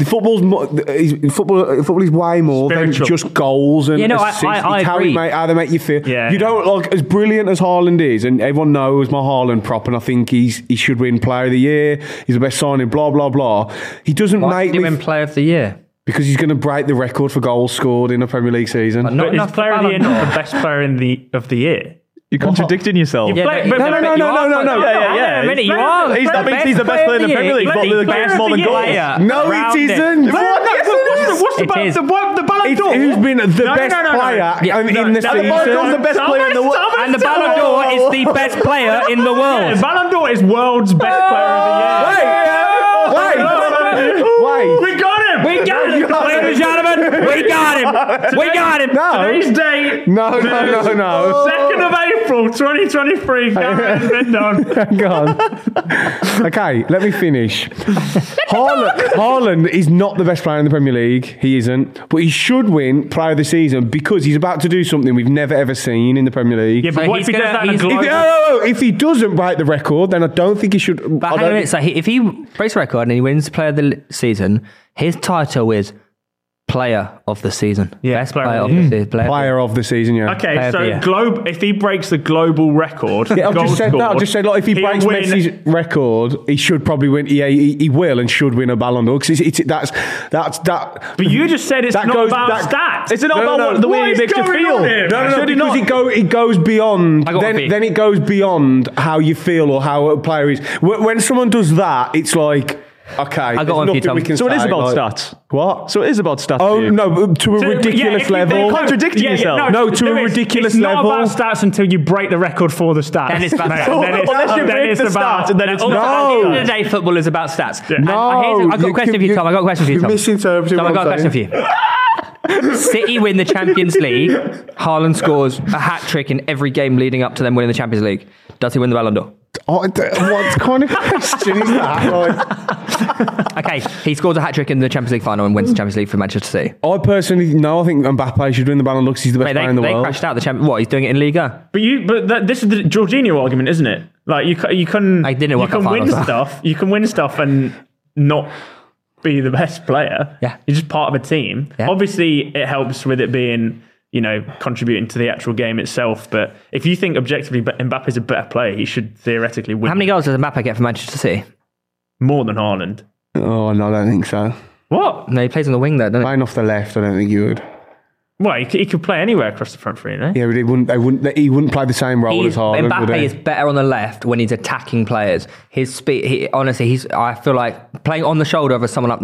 Speaker 3: the football's mo- is- football football is way more
Speaker 4: Spiritual.
Speaker 3: than just goals and
Speaker 2: Yeah, no, I-
Speaker 3: assists.
Speaker 2: I- I
Speaker 3: it's how,
Speaker 2: agree.
Speaker 3: it make, how they make you feel.
Speaker 4: Yeah.
Speaker 3: You don't like as brilliant as Haaland is, and everyone knows my Haaland prop, and I think he's he should win Player of the Year. He's the best signing. Blah blah blah. He doesn't
Speaker 2: Why
Speaker 3: make
Speaker 2: did he
Speaker 3: me
Speaker 2: win
Speaker 3: f-
Speaker 2: Player of the Year?
Speaker 3: because he's going to break the record for goals scored in a Premier League season.
Speaker 2: But not
Speaker 4: But
Speaker 2: enough
Speaker 4: is
Speaker 2: for
Speaker 4: player of the year
Speaker 2: Ballon
Speaker 4: not
Speaker 2: d'Or.
Speaker 4: the best player in the of the year?
Speaker 1: You're contradicting yourself.
Speaker 4: You play-
Speaker 3: No,
Speaker 2: but-
Speaker 4: but- but-
Speaker 3: no,
Speaker 4: but
Speaker 3: no,
Speaker 4: you
Speaker 3: no,
Speaker 4: are-
Speaker 3: no, no,
Speaker 4: but-
Speaker 3: yeah,
Speaker 2: yeah,
Speaker 4: yeah,
Speaker 2: a minute, you
Speaker 4: player-
Speaker 2: are.
Speaker 4: he's
Speaker 2: He's
Speaker 4: the
Speaker 2: the
Speaker 4: best
Speaker 1: he's the best player in the Premier League,
Speaker 4: Bloody
Speaker 1: but the
Speaker 4: player
Speaker 1: game's
Speaker 4: of
Speaker 1: more than
Speaker 4: year.
Speaker 1: goals.
Speaker 4: Player.
Speaker 3: No, it
Speaker 4: Round
Speaker 3: isn't.
Speaker 4: Well,
Speaker 3: What?
Speaker 4: no,
Speaker 3: Yes,
Speaker 4: what's
Speaker 3: it
Speaker 4: the- What's the
Speaker 2: It
Speaker 4: Ballon
Speaker 2: is.
Speaker 4: the what- the Ballon
Speaker 3: It's
Speaker 4: d'Or?
Speaker 3: who's been the
Speaker 4: No, no,
Speaker 3: best
Speaker 4: no, no, no.
Speaker 3: player
Speaker 4: Yeah.
Speaker 3: in- in
Speaker 4: No,
Speaker 3: the
Speaker 4: no,
Speaker 3: season.
Speaker 4: Ballon d'Or's
Speaker 3: And the best player in the world.
Speaker 4: Thomas,
Speaker 2: And the Ballon d'Or
Speaker 4: Thomas.
Speaker 2: is the best player in the world.
Speaker 4: Ballon d'Or is world's best player of the year. Ah!
Speaker 3: Wait, wait, wait.
Speaker 4: We got him.
Speaker 2: We got him, ladies and gentlemen. We got him. We got him.
Speaker 3: No.
Speaker 4: Today's date.
Speaker 3: No, no, no, no.
Speaker 4: 2nd of April 2023. Gareth has been done.
Speaker 3: Hang on. okay, let me finish. Haaland, Haaland is not the best player in the Premier League. He isn't. But he should win player of the season because he's about to do something we've never ever seen in the Premier League.
Speaker 4: Yeah, but
Speaker 2: So
Speaker 4: what if he
Speaker 2: he's
Speaker 4: does
Speaker 2: gonna-
Speaker 4: that in a
Speaker 2: he's-
Speaker 3: if, no,
Speaker 4: global?
Speaker 3: no, no, if he doesn't break the record, then I don't think he should. I
Speaker 2: But hang on
Speaker 3: don't-
Speaker 2: a minute. So he, if he breaks the record and he wins Player of the L- Season, his title is Player of the Season.
Speaker 4: Yeah,
Speaker 2: best
Speaker 4: Player
Speaker 2: Player
Speaker 4: of
Speaker 2: of
Speaker 4: the
Speaker 2: the Season. Player.
Speaker 3: player of the season, yeah.
Speaker 4: Okay,
Speaker 2: Player of the
Speaker 4: so
Speaker 2: year.
Speaker 4: globe. If he breaks the global record,
Speaker 3: Yeah, I've
Speaker 4: goal
Speaker 3: just said that. I've
Speaker 4: scored,
Speaker 3: just said like if he
Speaker 4: he'll
Speaker 3: breaks
Speaker 4: win-
Speaker 3: Messi's record, he should probably win. Yeah, he, he will and should win a Ballon d'Or because it's, it's, that's that's that.
Speaker 4: But you just said it's
Speaker 3: That
Speaker 4: not
Speaker 3: goes-
Speaker 4: about
Speaker 3: that-
Speaker 4: stats.
Speaker 1: It's not
Speaker 3: No,
Speaker 1: about
Speaker 3: no,
Speaker 1: what, the
Speaker 4: What
Speaker 1: way
Speaker 4: is
Speaker 1: it makes you
Speaker 4: going
Speaker 1: feel.
Speaker 4: on here?
Speaker 3: No, no, no,
Speaker 1: Should he
Speaker 3: because
Speaker 1: not?
Speaker 3: it, go, it goes beyond.
Speaker 2: I got one for
Speaker 3: Then,
Speaker 2: you.
Speaker 3: then it goes beyond how you feel or how a player is. When, when someone does that, it's like, okay, I
Speaker 2: got one for you, Tom.
Speaker 1: So it is about stats.
Speaker 3: What?
Speaker 1: So it is about stats.
Speaker 3: oh
Speaker 1: for you.
Speaker 3: no, but to a ridiculous
Speaker 4: yeah, if you-
Speaker 3: level.
Speaker 4: no,
Speaker 1: Contradicting yourself.
Speaker 3: No, to
Speaker 4: there
Speaker 3: a
Speaker 4: is.
Speaker 3: ridiculous
Speaker 4: it's
Speaker 3: level.
Speaker 4: not about stats until you break the record for the stats.
Speaker 2: Then it's about
Speaker 4: Mate,
Speaker 2: stats.
Speaker 4: then it's-
Speaker 1: Unless you
Speaker 4: then
Speaker 1: break
Speaker 4: it's
Speaker 1: the
Speaker 4: about-
Speaker 1: stats and then it's
Speaker 4: all
Speaker 3: not.
Speaker 4: about
Speaker 2: At the end
Speaker 4: stats.
Speaker 2: of the day, football is about stats. And
Speaker 3: No,
Speaker 2: here's- I've got
Speaker 3: you
Speaker 2: a question
Speaker 3: can-
Speaker 2: for you,
Speaker 3: you-
Speaker 2: Tom. I've got a question for you,
Speaker 3: you're
Speaker 2: Tom.
Speaker 3: misinterpreting
Speaker 2: Tom,
Speaker 3: what
Speaker 2: I've got a
Speaker 3: I'm
Speaker 2: question for you. City win the Champions League. Haaland scores a hat trick in every game leading up to them winning the Champions League. Does he win the Ballon d'Or?
Speaker 3: Oh, I don't- what kind of question is that? Like,
Speaker 2: Okay, he scores a hat trick in the Champions League final and wins the Champions League for Manchester City.
Speaker 3: I personally, no, I think Mbappe should win the Ballon d'Or 'cause he's the best
Speaker 2: Mate, they,
Speaker 3: player in the
Speaker 2: they
Speaker 3: world.
Speaker 2: crashed out the champion. What? He's doing it in Liga.
Speaker 4: But you, but that, this is the Jorginho argument, isn't it? Like you, ca- you can,
Speaker 2: I didn't
Speaker 4: you
Speaker 2: work out
Speaker 4: can win
Speaker 2: finals, though.
Speaker 4: stuff. You can win stuff and not be the best player.
Speaker 2: Yeah.
Speaker 4: you're just part of a team.
Speaker 2: Yeah.
Speaker 4: Obviously, it helps with it being you know, contributing to the actual game itself. But if you think objectively B- Mbappe is a better player, he should theoretically win
Speaker 2: How many goals does Mbappe get for Manchester City?
Speaker 4: more than Haaland.
Speaker 3: Oh, no, I don't think so.
Speaker 4: What?
Speaker 2: No, he plays on the wing though, doesn't he?
Speaker 3: Playing off the left, I don't think you would.
Speaker 4: Well, he could, he could play anywhere across the front three, no?
Speaker 3: Yeah, but he wouldn't. They wouldn't. He wouldn't play the same role
Speaker 2: He's-
Speaker 3: as Haaland. would
Speaker 2: Mbappe
Speaker 3: he?
Speaker 2: is better on the left when he's attacking players. His speed, he, honestly, he's. I feel like playing on the shoulder of someone up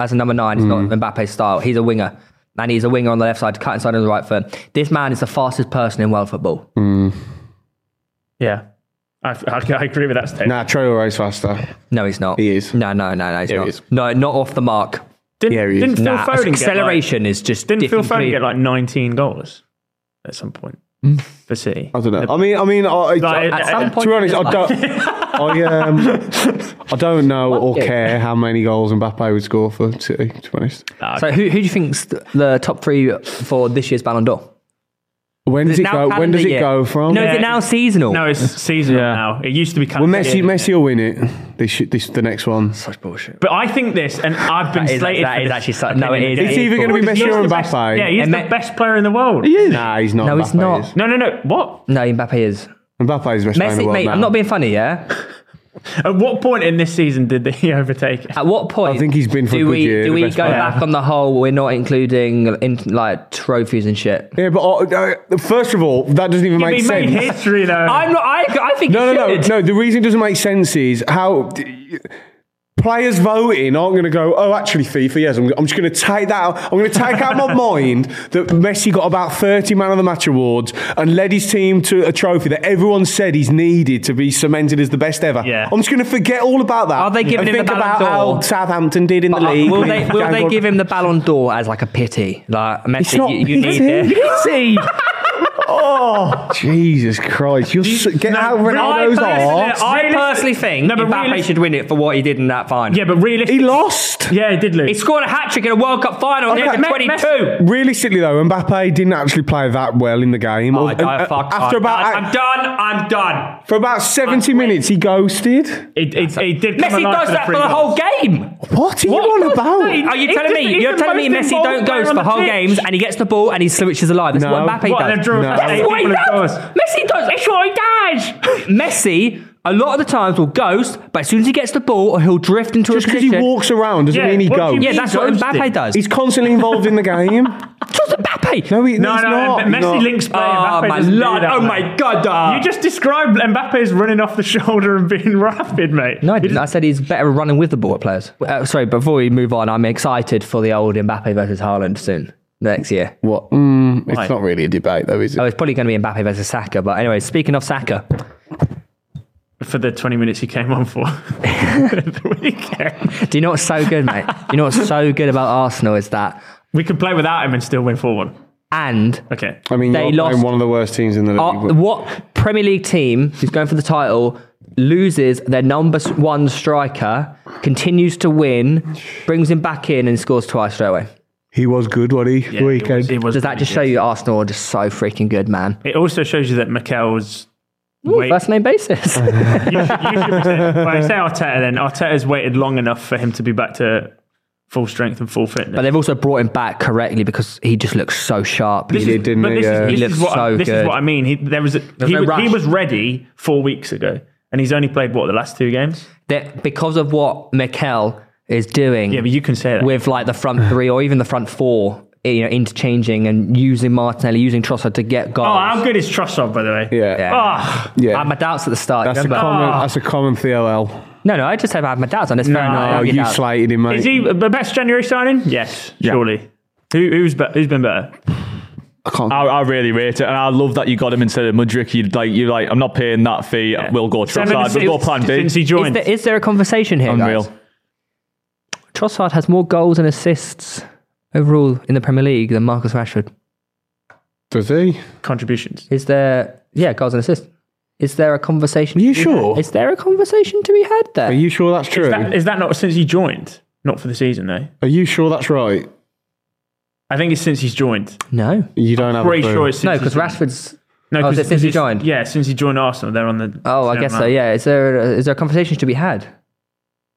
Speaker 2: as a number nine is
Speaker 3: Mm.
Speaker 2: not Mbappe's style. He's a winger, and he's a winger on the left side, cut inside on the right foot. This man is the fastest person in world football.
Speaker 3: Mm.
Speaker 4: Yeah. I, I, I agree with that statement.
Speaker 3: Nah, Traore is faster.
Speaker 2: No, he's not.
Speaker 3: He is.
Speaker 2: No, no, no, no, he's
Speaker 3: Yeah, he
Speaker 2: not.
Speaker 3: is.
Speaker 2: No, not off the mark.
Speaker 4: Didn't,
Speaker 3: Yeah, he is.
Speaker 4: didn't Phil
Speaker 2: Nah,
Speaker 4: Foden
Speaker 2: acceleration is just.
Speaker 4: get like, didn't Phil
Speaker 2: different.
Speaker 4: Foden get like 19 goals at some point
Speaker 2: Mm.
Speaker 4: for City?
Speaker 3: I don't know. I mean, I mean, I, I-
Speaker 4: Like, uh,
Speaker 3: I-
Speaker 4: at
Speaker 2: some
Speaker 3: to
Speaker 2: point-
Speaker 3: be honest, I don't. I um, I don't know or care how many goals Mbappe would score for City. To be honest,
Speaker 2: So who, who do you think's th- the top three for this year's Ballon d'Or?
Speaker 3: when does
Speaker 2: Is
Speaker 3: it
Speaker 2: now
Speaker 3: go? When
Speaker 2: calendar
Speaker 3: does it
Speaker 2: year?
Speaker 3: go from?
Speaker 2: No, is it now seasonal?
Speaker 4: Uh, No, it's seasonal now. It used to be
Speaker 3: Well,
Speaker 4: calendar
Speaker 3: Messi,
Speaker 4: year.
Speaker 3: Messi will win it. This, this the next one.
Speaker 2: such bullshit.
Speaker 4: But I think this, and I've been
Speaker 2: That is-
Speaker 4: slated.
Speaker 2: that
Speaker 4: for
Speaker 2: is
Speaker 4: this
Speaker 2: actually such- no,
Speaker 4: opinion.
Speaker 2: it is-
Speaker 3: It's it is either gonna be
Speaker 4: Because
Speaker 3: Messi
Speaker 4: he's
Speaker 3: or
Speaker 4: the best-
Speaker 3: Mbappe.
Speaker 4: Yeah, he's
Speaker 2: And
Speaker 4: the
Speaker 2: Me-
Speaker 4: best player in the world.
Speaker 3: Nah, he's not.
Speaker 2: No, he's
Speaker 3: Mbappe
Speaker 2: not.
Speaker 3: Is.
Speaker 4: No, no, no. What?
Speaker 2: No, Mbappe is.
Speaker 3: Mbappe is best player in the
Speaker 2: Messi,
Speaker 3: world
Speaker 2: mate,
Speaker 3: now.
Speaker 2: I'm not being funny, yeah?
Speaker 4: At what point in this season did he overtake? it?
Speaker 2: At what point?
Speaker 3: I think he's been for a
Speaker 2: do
Speaker 3: good
Speaker 2: we
Speaker 3: year,
Speaker 2: do
Speaker 3: the
Speaker 2: we
Speaker 3: best
Speaker 2: go
Speaker 3: player.
Speaker 2: back on the whole? We're not including in, like trophies and shit.
Speaker 3: Yeah, but uh, uh, first of all, that doesn't even make
Speaker 4: He
Speaker 3: sense.
Speaker 4: made history though.
Speaker 2: I'm not. I, I think
Speaker 3: No,
Speaker 2: you
Speaker 3: no, no,
Speaker 2: should.
Speaker 3: no. The reason it doesn't make sense is how players voting aren't going to go. Oh, actually, FIFA. Yes, I'm, I'm just going to take that. out. I'm going to take out my mind that Messi got about 30 man of the match awards and led his team to a trophy that everyone said he's needed to be cemented as the best ever.
Speaker 4: Yeah.
Speaker 3: I'm just going to forget all about that.
Speaker 2: Are they giving
Speaker 3: and
Speaker 2: him the
Speaker 3: think about
Speaker 2: Ballon d'Or?
Speaker 3: how Southampton did in the
Speaker 2: But, like,
Speaker 3: league?
Speaker 2: Uh, will they will they give him the Ballon d'Or as like a pity? Like Messi,
Speaker 3: It's not
Speaker 2: you, you need
Speaker 3: pity.
Speaker 2: it.
Speaker 3: Pity. oh, Jesus Christ! You're so, get out
Speaker 2: I
Speaker 3: Ronaldo's
Speaker 2: personally,
Speaker 3: arse.
Speaker 2: I
Speaker 4: Realistic-
Speaker 2: personally think
Speaker 4: No, but
Speaker 2: Mbappe
Speaker 4: realis-
Speaker 2: should win it for what he did in that final.
Speaker 4: Yeah, but
Speaker 3: He
Speaker 4: realistically,
Speaker 3: lost.
Speaker 4: yeah, he did lose.
Speaker 2: he scored a hat trick in a World Cup final
Speaker 3: Okay.
Speaker 2: at the age of
Speaker 3: Me-
Speaker 2: 22.
Speaker 3: Realistically, though, Mbappe didn't actually play that well in the game.
Speaker 2: Oh, I-
Speaker 3: And-
Speaker 2: I-
Speaker 3: uh,
Speaker 2: fuck,
Speaker 3: after
Speaker 2: I-
Speaker 3: about
Speaker 2: I'm done. I'm done.
Speaker 3: for about seventy minutes, he ghosted.
Speaker 4: It, it, it did come
Speaker 2: Messi
Speaker 4: alive
Speaker 2: does
Speaker 4: for the
Speaker 2: that for
Speaker 4: three
Speaker 2: the whole
Speaker 4: goals.
Speaker 2: game.
Speaker 3: What are you on about?
Speaker 2: Are you
Speaker 4: He's
Speaker 2: telling
Speaker 4: just-
Speaker 2: me
Speaker 4: he's
Speaker 2: you're
Speaker 4: the
Speaker 2: telling me
Speaker 4: most
Speaker 2: Messi don't
Speaker 4: involved player
Speaker 2: ghost
Speaker 4: on
Speaker 2: the
Speaker 4: the
Speaker 2: whole
Speaker 4: pitch.
Speaker 2: games and he gets the ball and he switches alive? That's
Speaker 3: No.
Speaker 2: what Mbappe
Speaker 4: What,
Speaker 2: does.
Speaker 4: they've drawn
Speaker 3: No.
Speaker 4: eight
Speaker 3: That's
Speaker 2: That's what he
Speaker 4: people as
Speaker 2: does.
Speaker 4: goals.
Speaker 2: Messi does. That's what he does. Messi, a lot of the times, will ghost, but as soon as he gets the ball, or he'll drift into
Speaker 3: Just
Speaker 2: a
Speaker 3: because
Speaker 2: position.
Speaker 3: he walks around doesn't
Speaker 4: Yeah,
Speaker 3: mean he
Speaker 4: what do you
Speaker 3: goes.
Speaker 4: mean?
Speaker 2: yeah, that's what
Speaker 4: ghosted.
Speaker 2: Mbappe does.
Speaker 3: He's constantly involved in the game.
Speaker 2: just Mbappe.
Speaker 3: No, he,
Speaker 4: No,
Speaker 3: he's
Speaker 4: no,
Speaker 3: not.
Speaker 4: Messi
Speaker 3: He's not.
Speaker 4: links play.
Speaker 2: Oh
Speaker 4: Mbappe
Speaker 2: my
Speaker 4: doesn't do
Speaker 2: lord!
Speaker 4: that,
Speaker 2: Oh
Speaker 4: mate.
Speaker 2: my god! uh.
Speaker 4: You just described Mbappe's running off the shoulder and being rapid, mate.
Speaker 2: No, I didn't. I said he's better at running with the ball at players. Uh, sorry, before we move on, I'm excited for the old Mbappe versus Haaland soon next year.
Speaker 3: What? Mm, it's not really a debate, though, is it?
Speaker 2: Oh, it's probably going to be Mbappe versus Saka. But anyway, speaking of Saka,
Speaker 4: for the 20 minutes he came on for the weekend.
Speaker 2: do you know what's so good, mate? Do you know what's so good about Arsenal is that,
Speaker 4: We could play without him and still win 4 1.
Speaker 2: and
Speaker 4: Okay.
Speaker 3: I mean,
Speaker 2: they
Speaker 3: you're playing
Speaker 2: lost-
Speaker 3: one of the worst teams in the league.
Speaker 4: Oh,
Speaker 2: Ar- what Premier League team who's going for the title loses their number s- one striker, continues to win, brings him back in, and scores twice straight away?
Speaker 3: he was good, wasn't he?
Speaker 4: Yeah, it was-
Speaker 3: weekend.
Speaker 4: it was
Speaker 2: Does that
Speaker 4: really
Speaker 2: just
Speaker 4: good.
Speaker 2: show you Arsenal are just so freaking good, man?
Speaker 4: It also shows you that Mikel was.
Speaker 2: Ooh,
Speaker 4: wait-
Speaker 2: first name basis.
Speaker 4: you should, you should be saying, when I say Arteta, then Arteta's waited long enough for him to be back to full strength and full fitness.
Speaker 2: But they've also brought him back correctly because he just looks so sharp.
Speaker 4: This
Speaker 2: He
Speaker 4: is-
Speaker 3: did, didn't uh,
Speaker 4: but
Speaker 3: he?
Speaker 4: this
Speaker 3: Yeah.
Speaker 4: Is,
Speaker 3: He
Speaker 4: this
Speaker 2: looked
Speaker 4: is what,
Speaker 2: so
Speaker 4: this
Speaker 2: good.
Speaker 4: is what I mean. He, there was a, he,
Speaker 2: no
Speaker 4: was-
Speaker 2: rush.
Speaker 4: he was ready four weeks ago, and he's only played what the last two games.
Speaker 2: that because of what Mikel is doing
Speaker 4: Yeah, but you can say that.
Speaker 2: with like the front three or even the front four, you know, interchanging and using Martinelli, using Trossard to get goals.
Speaker 4: oh, how good is Trossard, by the way?
Speaker 3: Yeah.
Speaker 2: Yeah.
Speaker 4: Ah,
Speaker 2: I
Speaker 3: Yeah.
Speaker 2: had my doubts at the start.
Speaker 3: that's, a
Speaker 2: remember?
Speaker 3: common, that's a common CLL.
Speaker 2: No, no, I just said I had my doubts on this.
Speaker 4: No,
Speaker 3: Oh, you slated him, mate.
Speaker 4: is he the best January signing? Yes, surely. Who, who's be, who's been better?
Speaker 3: I can't.
Speaker 1: I, I really rate it, and I love that you got him instead of Mudrick. You like, you like, I'm not paying that fee. We'll go
Speaker 4: Seven
Speaker 1: Trossard. We'll go
Speaker 4: assists
Speaker 1: Plan B.
Speaker 4: Since he
Speaker 2: Is
Speaker 4: joined,
Speaker 2: there, is there a conversation here,
Speaker 1: Unreal.
Speaker 2: guys? Trossard has more goals and assists overall in the Premier League than Marcus Rashford.
Speaker 3: Does he?
Speaker 4: contributions.
Speaker 2: Is there, yeah, goals and assists. Is there a conversation?
Speaker 3: Are you
Speaker 2: to be had?
Speaker 3: sure?
Speaker 2: Is there a conversation to be had there?
Speaker 3: Are you sure that's true?
Speaker 4: Is that, is that not since he joined? Not for the season though.
Speaker 3: Are you sure that's right?
Speaker 4: I think it's since he's joined.
Speaker 2: no.
Speaker 3: You don't have.
Speaker 4: Pretty
Speaker 3: a clue.
Speaker 4: sure it's since
Speaker 2: No,
Speaker 4: he's
Speaker 2: because
Speaker 4: joined.
Speaker 2: Rashford's.
Speaker 4: Oh, No,
Speaker 2: Oh, is
Speaker 4: 'cause-
Speaker 2: it since he
Speaker 4: 'cause it's-
Speaker 2: joined?
Speaker 4: Yeah, since he joined Arsenal, they're on the.
Speaker 2: Oh, I guess so. Yeah. Is there is there a conversation to be had?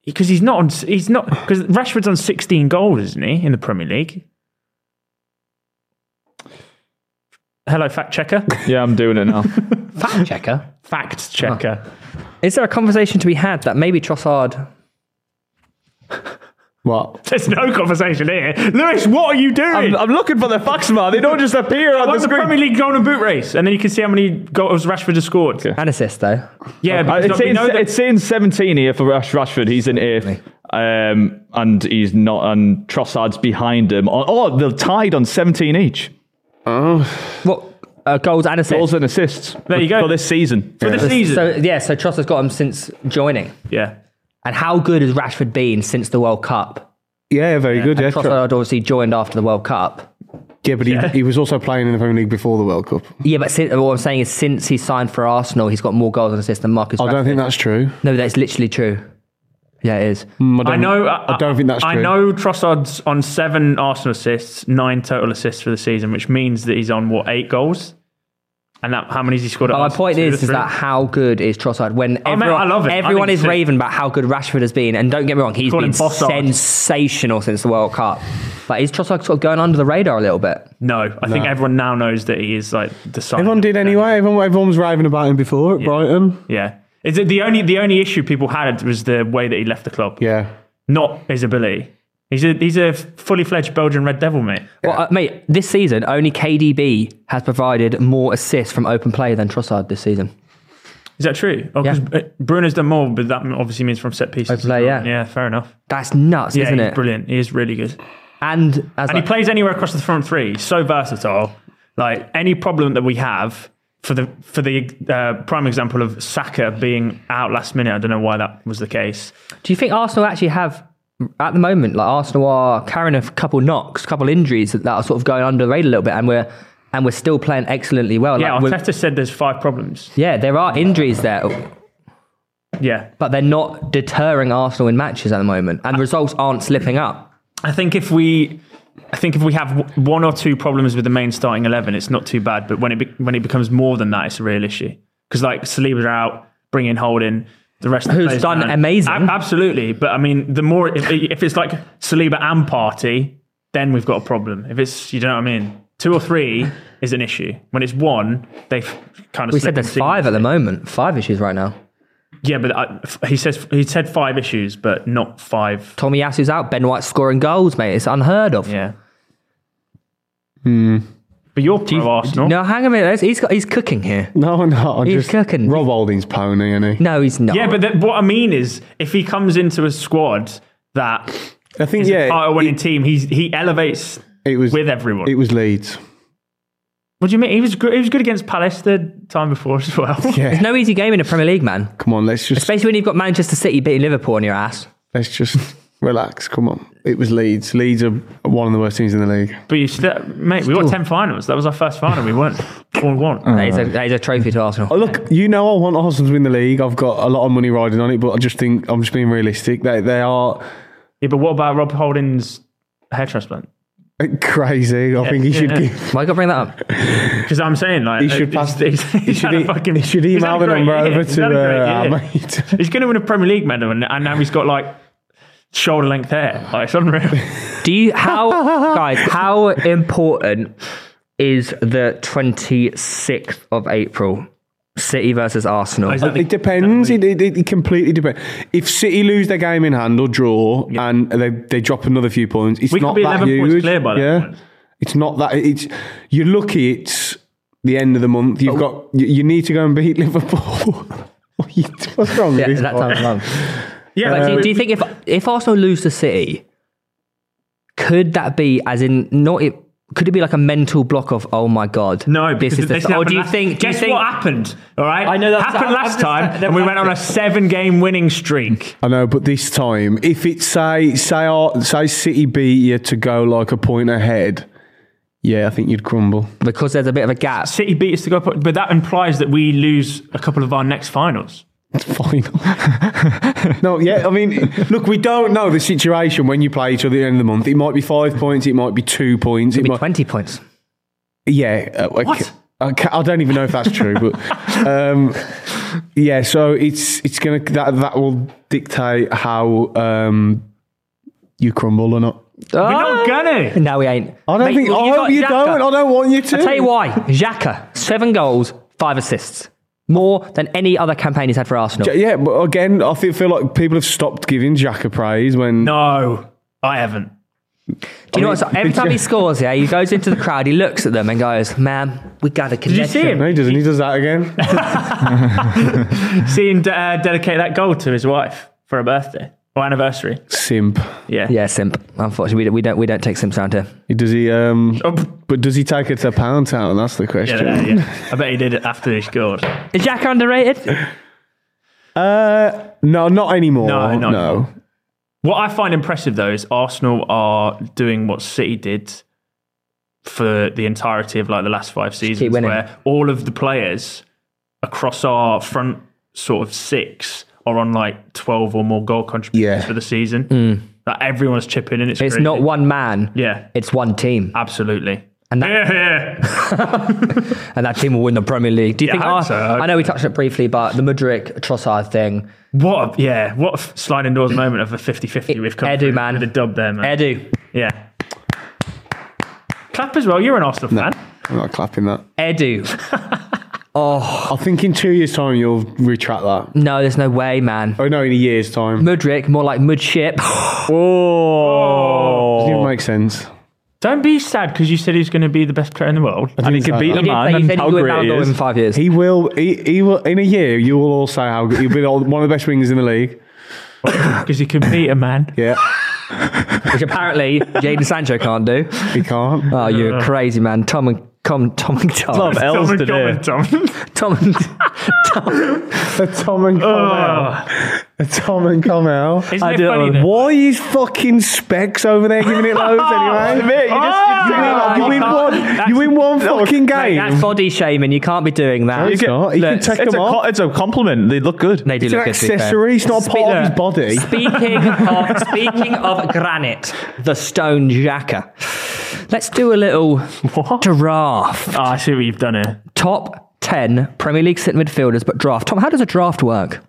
Speaker 4: Because he's not on. s- He's not because Rashford's on 16 goals, isn't he, in the Premier League? Hello, fact checker.
Speaker 1: Yeah, I'm doing it now.
Speaker 2: Fact checker.
Speaker 4: fact checker.
Speaker 2: Is there a conversation to be had that maybe Trossard?
Speaker 3: What?
Speaker 4: There's no conversation here. Lewis, what are you doing?
Speaker 1: I'm, I'm looking for the facts, man. They don't just appear
Speaker 4: Won
Speaker 1: on the
Speaker 4: the
Speaker 1: screen.
Speaker 4: Premier League golden boot race, and then you can see how many goals Rashford has scored.
Speaker 2: An assist though.
Speaker 4: Yeah,
Speaker 1: Uh,
Speaker 4: because
Speaker 1: it's,
Speaker 4: look, we
Speaker 1: saying,
Speaker 4: know that-
Speaker 1: it's saying 17 here for Rash Rashford. He's in eighth. Um, and he's not, and Trossard's behind him. Oh, oh, they're tied on 17 each.
Speaker 2: What uh, goals and assists?
Speaker 1: Goals and assists.
Speaker 4: There you go.
Speaker 1: For this season.
Speaker 4: for the season.
Speaker 2: So yeah, so Trossard's got him since joining.
Speaker 4: yeah,
Speaker 2: And how good has Rashford been since the World Cup?
Speaker 3: Yeah, very good. Yeah,
Speaker 2: Trossard obviously joined after the World Cup.
Speaker 3: yeah but he, he was also playing in the Premier League before the World Cup.
Speaker 2: Yeah, but since, what I'm saying is since he signed for Arsenal, he's got more goals and assists than Marcus.
Speaker 3: I
Speaker 2: Rashford.
Speaker 3: don't think that's true.
Speaker 2: No, that's literally true. Yeah, it is.
Speaker 3: don't-
Speaker 4: I know. uh,
Speaker 3: I don't think that's
Speaker 4: I
Speaker 3: true.
Speaker 4: know Trossard's on seven Arsenal assists, nine total assists for the season, which means that he's on what eight goals, and that how many's he scored?
Speaker 2: But Uh, my point is, is that how good is Trossard? When
Speaker 4: Oh,
Speaker 2: everyone,
Speaker 4: man, I love it. I
Speaker 2: everyone
Speaker 4: think
Speaker 2: is
Speaker 4: so.
Speaker 2: raving about how good Rashford has been, and don't get me wrong, he's
Speaker 4: Call him
Speaker 2: been
Speaker 4: Bossard.
Speaker 2: sensational since the World Cup. But is Trossard sort of going under the radar a little bit?
Speaker 4: no, I think everyone now knows that he is like the sign.
Speaker 3: Everyone did anyway. Everyone, everyone was raving about him before at Brighton.
Speaker 4: Yeah. Is it the only the only issue people had was the way that he left the club,
Speaker 3: Yeah.
Speaker 4: not his ability. He's a he's a fully fledged Belgian Red Devil, mate.
Speaker 2: Well, uh, mate, this season only KDB has provided more assists from open play than Trossard this season.
Speaker 4: Is that true? Oh,
Speaker 2: Yeah.
Speaker 4: 'cause, uh, Bruno's done more, but that obviously means from set pieces.
Speaker 2: Open play, yeah.
Speaker 4: yeah, fair enough.
Speaker 2: That's nuts,
Speaker 4: Yeah,
Speaker 2: isn't
Speaker 4: he's
Speaker 2: it?
Speaker 4: brilliant. He is really good.
Speaker 2: And as like,
Speaker 4: And he plays anywhere across the front three. He's so versatile. Like any problem that we have for the for the uh, prime example of Saka being out last minute. I don't know why that was the case.
Speaker 2: do you think Arsenal actually have at the moment, like Arsenal are carrying a couple knocks, couple injuries that, that are sort of going under the radar a little bit, and we're and we're still playing excellently well.
Speaker 4: Yeah,
Speaker 2: like, we're-
Speaker 4: Arteta said there's five problems.
Speaker 2: yeah, there are injuries there.
Speaker 4: Yeah,
Speaker 2: but they're not deterring Arsenal in matches at the moment, and results aren't slipping up.
Speaker 4: I think if we. I think if we have w- one or two problems with the main starting eleven, it's not too bad. But when it be- when it becomes more than that, it's a real issue. Because like Saliba's out, bring in Holding, the rest of the
Speaker 2: Who's
Speaker 4: players
Speaker 2: done
Speaker 4: aren't.
Speaker 2: amazing.
Speaker 4: Ab- absolutely. But I mean, the more if, if it's like Saliba and Party, then we've got a problem. If it's you know what I mean, two or three is an issue. When it's one, they've kind of
Speaker 2: We said there's five at the moment, five issues right now.
Speaker 4: Yeah, but I f he says he said five issues, but not five.
Speaker 2: Tommy Yasu's out, Ben White's scoring goals, mate. It's unheard of.
Speaker 4: Yeah.
Speaker 3: Hmm.
Speaker 4: But you're pro Arsenal.
Speaker 2: No, hang a minute. let's- He's got, he's cooking here.
Speaker 3: No, I'm not. I'm
Speaker 2: He's
Speaker 3: just
Speaker 2: cooking.
Speaker 3: Rob Holding's pony, isn't he?
Speaker 2: No, he's not.
Speaker 4: Yeah, but th- what I mean is, if he comes into a squad that
Speaker 3: I think
Speaker 4: is a
Speaker 3: yeah.
Speaker 4: title-winning team, he he elevates.
Speaker 3: It was
Speaker 4: with everyone.
Speaker 3: It was Leeds.
Speaker 4: What do you mean? He was good. He was good against Palace the time before as well.
Speaker 2: it's no easy game in the Premier League, man.
Speaker 3: Come on, let's just
Speaker 2: Especially when you've got Manchester City beating Liverpool on your ass.
Speaker 3: let's just relax. Come on, it was Leeds. Leeds are one of the worst teams in the league.
Speaker 4: But you still, mate, we got ten finals. That was our first final. We won one one.
Speaker 2: That is, a, that is a trophy to Arsenal.
Speaker 3: Oh, Look, you know I want Arsenal to win the league. I've got a lot of money riding on it, but I just think I'm just being realistic. They they are
Speaker 4: Yeah, but what about Rob Holding's hair transplant?
Speaker 3: crazy. I think he should
Speaker 4: yeah.
Speaker 3: give.
Speaker 2: Why you got to bring that up?
Speaker 4: Because I'm saying like
Speaker 3: He should
Speaker 4: uh,
Speaker 3: pass.
Speaker 4: he's- he's-
Speaker 3: he
Speaker 4: he's
Speaker 3: should,
Speaker 4: had a
Speaker 3: e-
Speaker 4: fucking-
Speaker 3: he should
Speaker 4: he's had
Speaker 3: email
Speaker 4: a
Speaker 3: the
Speaker 4: great
Speaker 3: number
Speaker 4: year.
Speaker 3: over
Speaker 4: He's had a
Speaker 3: to
Speaker 4: great
Speaker 3: uh, our
Speaker 4: year.
Speaker 3: mate.
Speaker 4: He's going to win a Premier League medal, and, and now he's got like shoulder length hair. Like it's unreal.
Speaker 2: Do you how guys? How important is the twenty sixth of April? City versus Arsenal.
Speaker 4: Is that the-
Speaker 3: It depends. It, it, it completely depends. If City lose their game in hand or draw and they, they drop another few points, it's
Speaker 4: We could
Speaker 3: not
Speaker 4: be
Speaker 3: that
Speaker 4: 11
Speaker 3: huge.
Speaker 4: points clear by that
Speaker 3: yeah,
Speaker 4: point.
Speaker 3: it's not that. It's you're lucky. It's the end of the month.
Speaker 4: Oh.
Speaker 3: You've got you, you need to go and beat Liverpool. What you- What's wrong with
Speaker 2: yeah,
Speaker 3: this?
Speaker 2: that
Speaker 3: guy?
Speaker 2: sounds long.
Speaker 3: Uh,
Speaker 4: yeah,
Speaker 2: But
Speaker 4: like,
Speaker 2: do, do you think if if Arsenal lose to City, could that be as in not it? Could it be like a mental block of oh my god?
Speaker 4: No,
Speaker 2: this
Speaker 4: because
Speaker 2: is the.
Speaker 4: this
Speaker 2: or
Speaker 4: happened
Speaker 2: do you
Speaker 4: last-
Speaker 2: think? Do you
Speaker 4: Guess
Speaker 2: think?
Speaker 4: what happened? All right,
Speaker 2: I know that's-
Speaker 4: happened
Speaker 2: I'm-
Speaker 4: last
Speaker 2: I'm just-
Speaker 4: time,
Speaker 2: that
Speaker 4: and we
Speaker 2: was
Speaker 4: went on a seven-game winning streak.
Speaker 3: I know, but this time, if it's say say Ar- say City beat you to go like a point ahead, yeah, I think you'd crumble.
Speaker 2: because there's a bit of a gap.
Speaker 4: City beat us to go, but that implies that we lose a couple of our next finals.
Speaker 3: It's fine. no, yeah, I mean, look, we don't know the situation when you play each other at the end of the month. It might be five points, it might be two points, it
Speaker 2: It'd be
Speaker 3: might,
Speaker 2: twenty points.
Speaker 3: yeah. uh, I,
Speaker 4: What?
Speaker 3: ca- I, ca- I don't even know if that's true, but um, yeah. So it's it's gonna that that will dictate how um, you crumble or not.
Speaker 2: Oh.
Speaker 4: We're not gonna.
Speaker 2: Ah. No, he ain't.
Speaker 3: I don't think. I hope you don't. I don't want you to.
Speaker 2: I tell you why. Xhaka, seven goals, five assists, more than any other campaign he's had for Arsenal.
Speaker 3: J- Yeah, but again, I feel, feel like people have stopped giving Xhaka praise when.
Speaker 4: No, I haven't.
Speaker 2: Do you know what? So
Speaker 3: I mean,
Speaker 2: every time he
Speaker 3: yeah.
Speaker 2: scores, yeah, he goes into the crowd, he looks at them and goes, "Man, we got a connection."
Speaker 4: Did you see him?
Speaker 3: No, he doesn't. He does that again.
Speaker 4: See him de- uh, dedicate that goal to his wife for her birthday or anniversary.
Speaker 3: Simp.
Speaker 4: Yeah.
Speaker 2: Yeah, simp. Unfortunately, we don't, we don't we don't take simps around here.
Speaker 3: He- Does he? Um,
Speaker 4: Oh, p-
Speaker 3: but does he take it to pound town? That's the question.
Speaker 4: yeah, yeah. I bet he did it after he scored.
Speaker 2: Is Xhaka underrated?
Speaker 3: Uh, no, not anymore.
Speaker 4: No,
Speaker 3: No,
Speaker 4: not anymore. What I find impressive though is Arsenal are doing what City did for the entirety of like the last five seasons,
Speaker 2: winning.
Speaker 4: where all of the players across our front sort of six are on like twelve or more goal contributions
Speaker 3: Yeah.
Speaker 4: for the season. Like everyone's chipping in. It's,
Speaker 2: Mm. It's
Speaker 4: crazy.
Speaker 2: not one man.
Speaker 4: Yeah,
Speaker 2: It's one team,
Speaker 4: absolutely.
Speaker 2: And that-
Speaker 4: yeah,
Speaker 2: and that team will win the Premier League. Do you
Speaker 4: Yeah,
Speaker 2: think?
Speaker 4: I hope
Speaker 2: Ar-
Speaker 4: so.
Speaker 2: I know we touched on it briefly, but the Mudrik Trossard thing.
Speaker 4: what? A, yeah, what a f- sliding doors moment of a 50-50 we've come
Speaker 2: E- Edu,
Speaker 4: through
Speaker 2: man.
Speaker 4: with the dub there, man.
Speaker 2: Edu,
Speaker 4: Yeah. Clap as well. You're an Arsenal fan.
Speaker 3: I'm not clapping that.
Speaker 2: Edu.
Speaker 3: I think in two years' time you'll retract that.
Speaker 2: No, there's no way, man.
Speaker 3: Oh no, in a year's time.
Speaker 2: Mudrik, more like Mudship.
Speaker 1: Oh.
Speaker 3: Doesn't even make sense.
Speaker 4: Don't be sad because you said he's going to be the best player in the world.
Speaker 1: And he could beat
Speaker 2: He
Speaker 1: the
Speaker 2: did
Speaker 1: man
Speaker 2: say- he
Speaker 1: and
Speaker 2: said
Speaker 1: how
Speaker 2: he'd win
Speaker 1: great he
Speaker 2: Ronaldo in
Speaker 1: is.
Speaker 2: five years.
Speaker 3: He will. He, he will. In a year, you will all say how good- he'll be the- one of the best wingers in the league.
Speaker 4: Because he can beat a man.
Speaker 3: Yeah,
Speaker 2: which apparently Jaden Sancho can't do.
Speaker 3: he can't.
Speaker 2: Oh, you're crazy, man. Tom and Com, Tom and Tom.
Speaker 1: Love L's
Speaker 4: Tom and
Speaker 1: today.
Speaker 4: Tom and Tom.
Speaker 2: Tom and
Speaker 3: A Tom and
Speaker 4: Oh,
Speaker 3: Carmel. A Tom and Carmel.
Speaker 4: Isn't it funny though?
Speaker 3: Why is fucking specs over there giving it loads anyway?
Speaker 1: Mate, you just-
Speaker 3: you, win, you win one. You win one fucking game.
Speaker 2: That's body shaming. You can't be doing that.
Speaker 3: it's not. He can
Speaker 2: Look,
Speaker 3: take
Speaker 1: It's a,
Speaker 3: them
Speaker 1: co-
Speaker 3: off.
Speaker 1: it's a compliment. They look good.
Speaker 2: They do
Speaker 3: It's an
Speaker 2: look good, to be fair.
Speaker 3: accessory. It's not a part of his body.
Speaker 2: Speaking of speaking of granite, the stone Xhaka. Let's do a little draft.
Speaker 4: Oh, I see what you've done here.
Speaker 2: Top ten Premier League centre midfielders, but draft. Tom, how does a draft work?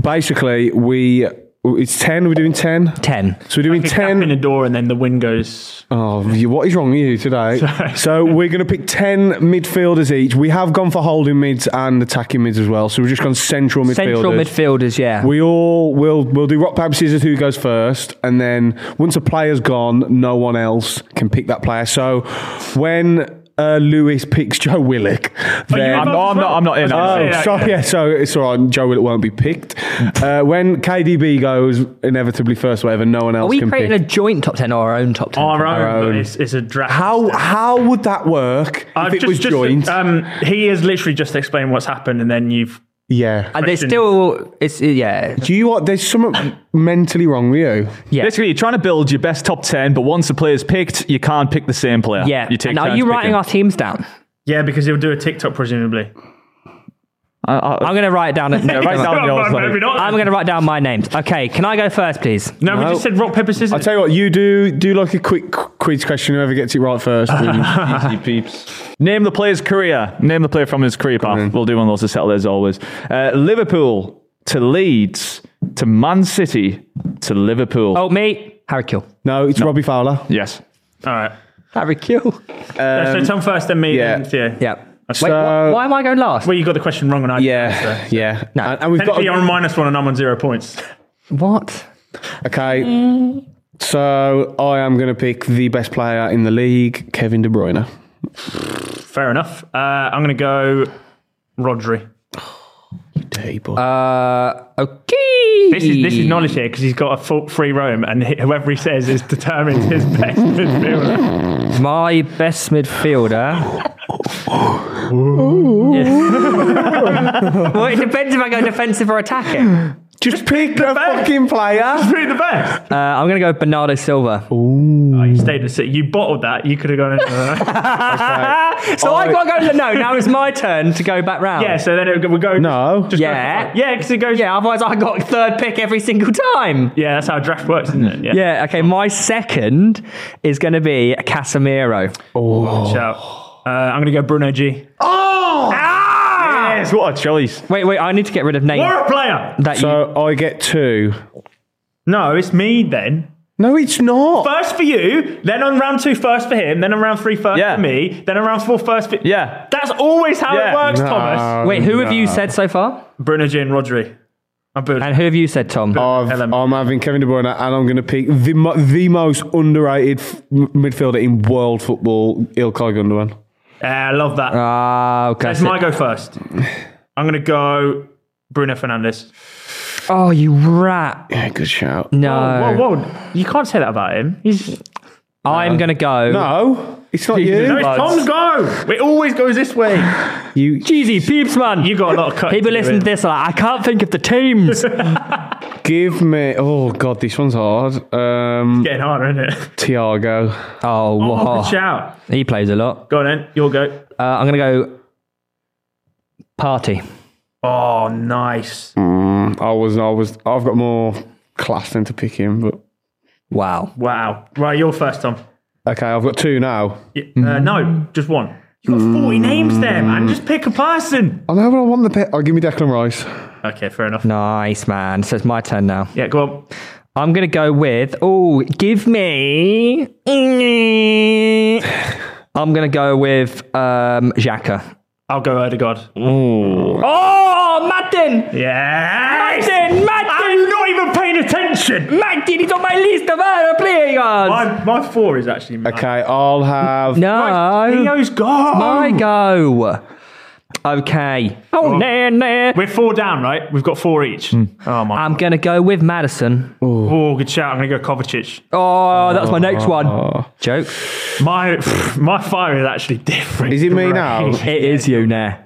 Speaker 3: Basically, we it's ten. We're doing ten.
Speaker 2: Ten.
Speaker 3: So we're doing
Speaker 4: Pick up in
Speaker 3: ten.
Speaker 4: the door and then the wind goes.
Speaker 3: Oh, you, what is wrong with you today? So we're going to pick ten midfielders each. We have gone for holding mids and attacking mids as well. So we're just gone central midfielders.
Speaker 2: Central midfielders, yeah.
Speaker 3: We all will we'll do rock paper scissors who goes first, and then once a player's gone, no one else can pick that player. So when uh, Lewis picks Joe Willock, then
Speaker 4: have
Speaker 1: I'm, not, I'm not. I'm not in.
Speaker 4: Oh,
Speaker 1: I'm
Speaker 3: Oh,
Speaker 4: yeah,
Speaker 1: not in.
Speaker 4: yeah,
Speaker 3: so,
Speaker 4: yeah.
Speaker 3: yeah, so it's all right. Joe Willock won't be picked. Uh, when KDB goes inevitably first, whatever, no one
Speaker 2: Are
Speaker 3: else
Speaker 2: we
Speaker 3: can
Speaker 2: creating
Speaker 3: pick.
Speaker 2: a joint top ten or our own top ten?
Speaker 4: Our own. but It's, it's a draft.
Speaker 3: how how would that work if
Speaker 4: I've
Speaker 3: it
Speaker 4: just-
Speaker 3: was
Speaker 4: just-
Speaker 3: joint?
Speaker 4: um, he has literally just explained what's happened, and then you've.
Speaker 3: yeah.
Speaker 2: And there's
Speaker 4: Christian.
Speaker 2: still it's yeah.
Speaker 3: do you what? There's something mentally wrong with you.
Speaker 2: Yeah.
Speaker 1: Basically, you're trying to build your best top ten, but once the player's picked, you can't pick the same player.
Speaker 2: Yeah.
Speaker 1: You take
Speaker 2: and are
Speaker 1: turns
Speaker 2: you writing
Speaker 1: picking.
Speaker 2: our teams down?
Speaker 4: Yeah, because he'll do a TikTok presumably.
Speaker 1: I, I,
Speaker 2: I'm going to write down. yeah,
Speaker 1: write down-
Speaker 4: Oh,
Speaker 1: yours,
Speaker 4: but
Speaker 1: like-
Speaker 4: maybe not.
Speaker 2: I'm going to write down my names. Okay, can I go first, please?
Speaker 4: no, we
Speaker 3: No.
Speaker 4: just said rock paper
Speaker 3: I
Speaker 4: scissors.
Speaker 3: tell you what, you do do like a quick qu- quiz question. Whoever gets it right first. wins.
Speaker 1: Easy peeps. Name the player's career. Name the player from his career path. We'll do one of those to settle as always. Uh, Liverpool to Leeds to Man City to Liverpool.
Speaker 2: Oh, me, Harry Kill.
Speaker 3: No, it's Robbie Fowler.
Speaker 1: yes.
Speaker 4: All right.
Speaker 2: Harry Kill.
Speaker 4: so Tom first, then me.
Speaker 3: Um, yeah.
Speaker 4: Then Theo.
Speaker 2: Yeah. Wait,
Speaker 3: So-
Speaker 2: wh- why am I going last?
Speaker 4: Well, you got the question wrong, and I.
Speaker 3: Yeah, yeah.
Speaker 2: No.
Speaker 3: And, and we've got
Speaker 4: Technically, you're on minus one, and I'm on zero points.
Speaker 2: What?
Speaker 3: okay. So I am going to pick the best player in the league, Kevin De Bruyne.
Speaker 4: Fair enough. Uh, I'm going to go Rodri.
Speaker 2: Uh, okay.
Speaker 4: This is this is knowledge here because he's got a full free roam, and he- whoever he says is determined his best midfielder.
Speaker 2: my best midfielder. well, it depends if I go defensive or attacking. Uh,
Speaker 3: Just pick a fucking player.
Speaker 4: Who's the best?
Speaker 2: Uh, I'm going to go with Bernardo Silva.
Speaker 4: Oh, you stayed at City. You bottled that. You could have gone. Another.
Speaker 2: so I got to go. No, now it's my turn to go back round.
Speaker 4: Oh. yeah. So then it would go.
Speaker 3: No.
Speaker 4: Just go
Speaker 2: Yeah.
Speaker 4: for- yeah. Because it goes. Yeah.
Speaker 2: Yeah, otherwise I got third pick every single time.
Speaker 4: Yeah. That's how draft works, isn't it? Yeah.
Speaker 2: Yeah, okay. My second is going to be Casemiro.
Speaker 4: Shout. Uh, I'm going to go Bruno G.
Speaker 3: Oh,
Speaker 4: Ah!
Speaker 1: Yes, what a choice.
Speaker 2: Wait, wait, I need to get rid of names
Speaker 4: Or a player.
Speaker 2: that you.
Speaker 3: So I get two.
Speaker 4: No, it's me then.
Speaker 3: No, it's not.
Speaker 4: First for you, then on round two, first for him, then on round three, first
Speaker 1: Yeah.
Speaker 4: for me, then on round four, first for.
Speaker 1: Yeah.
Speaker 4: That's always how
Speaker 1: Yeah.
Speaker 4: it works,
Speaker 3: No.
Speaker 4: Thomas.
Speaker 2: Wait, who have you
Speaker 3: no.
Speaker 2: said so far?
Speaker 4: Bruno G and Rodri. I'm booed.
Speaker 2: And who have you said, Tom?
Speaker 3: I've,
Speaker 4: Ellen.
Speaker 3: I'm having Kevin De Bruyne, and I'm going to pick the mo- the most underrated f- m- midfielder in world football, Ilkay Gundogan.
Speaker 4: Yeah, I love that.
Speaker 2: Ah, okay.
Speaker 4: Let's my go first. I'm going to go Bruno Fernandez.
Speaker 2: Oh, you rat.
Speaker 3: Yeah, good shout.
Speaker 2: No.
Speaker 4: Whoa, whoa, whoa. You can't say that about him. Oh, He's.
Speaker 2: I'm going to go.
Speaker 3: No, it's not
Speaker 4: No, it's
Speaker 3: you.
Speaker 4: Tom's go. It always goes this way.
Speaker 3: You
Speaker 2: Jeezy, peeps, man.
Speaker 4: You got a lot of cut.
Speaker 2: People
Speaker 4: do
Speaker 2: listen
Speaker 4: it.
Speaker 2: to this are like, I can't think of the teams.
Speaker 3: give me. Oh God, this one's hard. Um,
Speaker 4: Getting harder, isn't it?
Speaker 3: Tiago.
Speaker 2: oh,
Speaker 4: Oh,
Speaker 2: wow.
Speaker 4: good shout.
Speaker 2: he plays a lot.
Speaker 4: Go on then. Your go.
Speaker 2: Uh, I'm going to go party.
Speaker 4: Oh, nice.
Speaker 3: I was. I was. I've got more class than to pick him, but
Speaker 2: Wow.
Speaker 4: Wow. Right, you're first, Tom.
Speaker 3: okay, I've got two now.
Speaker 4: Yeah, uh, no, just one. You got 40 names there, man. Just pick a person.
Speaker 3: I know, but I want the pet. I'll give me Declan Rice.
Speaker 4: Okay, fair enough.
Speaker 2: Nice, man. So it's my turn now.
Speaker 4: Yeah, go on.
Speaker 2: I'm going to go with, oh, give me. I'm going to go with um, Xhaka.
Speaker 4: I'll go Odegaard.
Speaker 2: Oh, Martin!
Speaker 4: Yes!
Speaker 2: Martin! Martin!
Speaker 4: I'm not even paying attention.
Speaker 2: Martin, he's on my list of other players!
Speaker 4: My, my four is actually mine.
Speaker 3: Okay, I'll have.
Speaker 2: No.
Speaker 4: Theo's gone.
Speaker 2: I go. Okay. Oh, nah, nah.
Speaker 4: We're four down, right? We've got four each.
Speaker 3: Hmm.
Speaker 4: Oh, my.
Speaker 2: I'm going to go with Madison. Oh,
Speaker 4: oh, good shout. I'm going to go Kovacic.
Speaker 2: that's my next one. Joke.
Speaker 4: My my fire is actually different.
Speaker 3: Is it me
Speaker 4: Great.
Speaker 3: now?
Speaker 2: It is you, nah.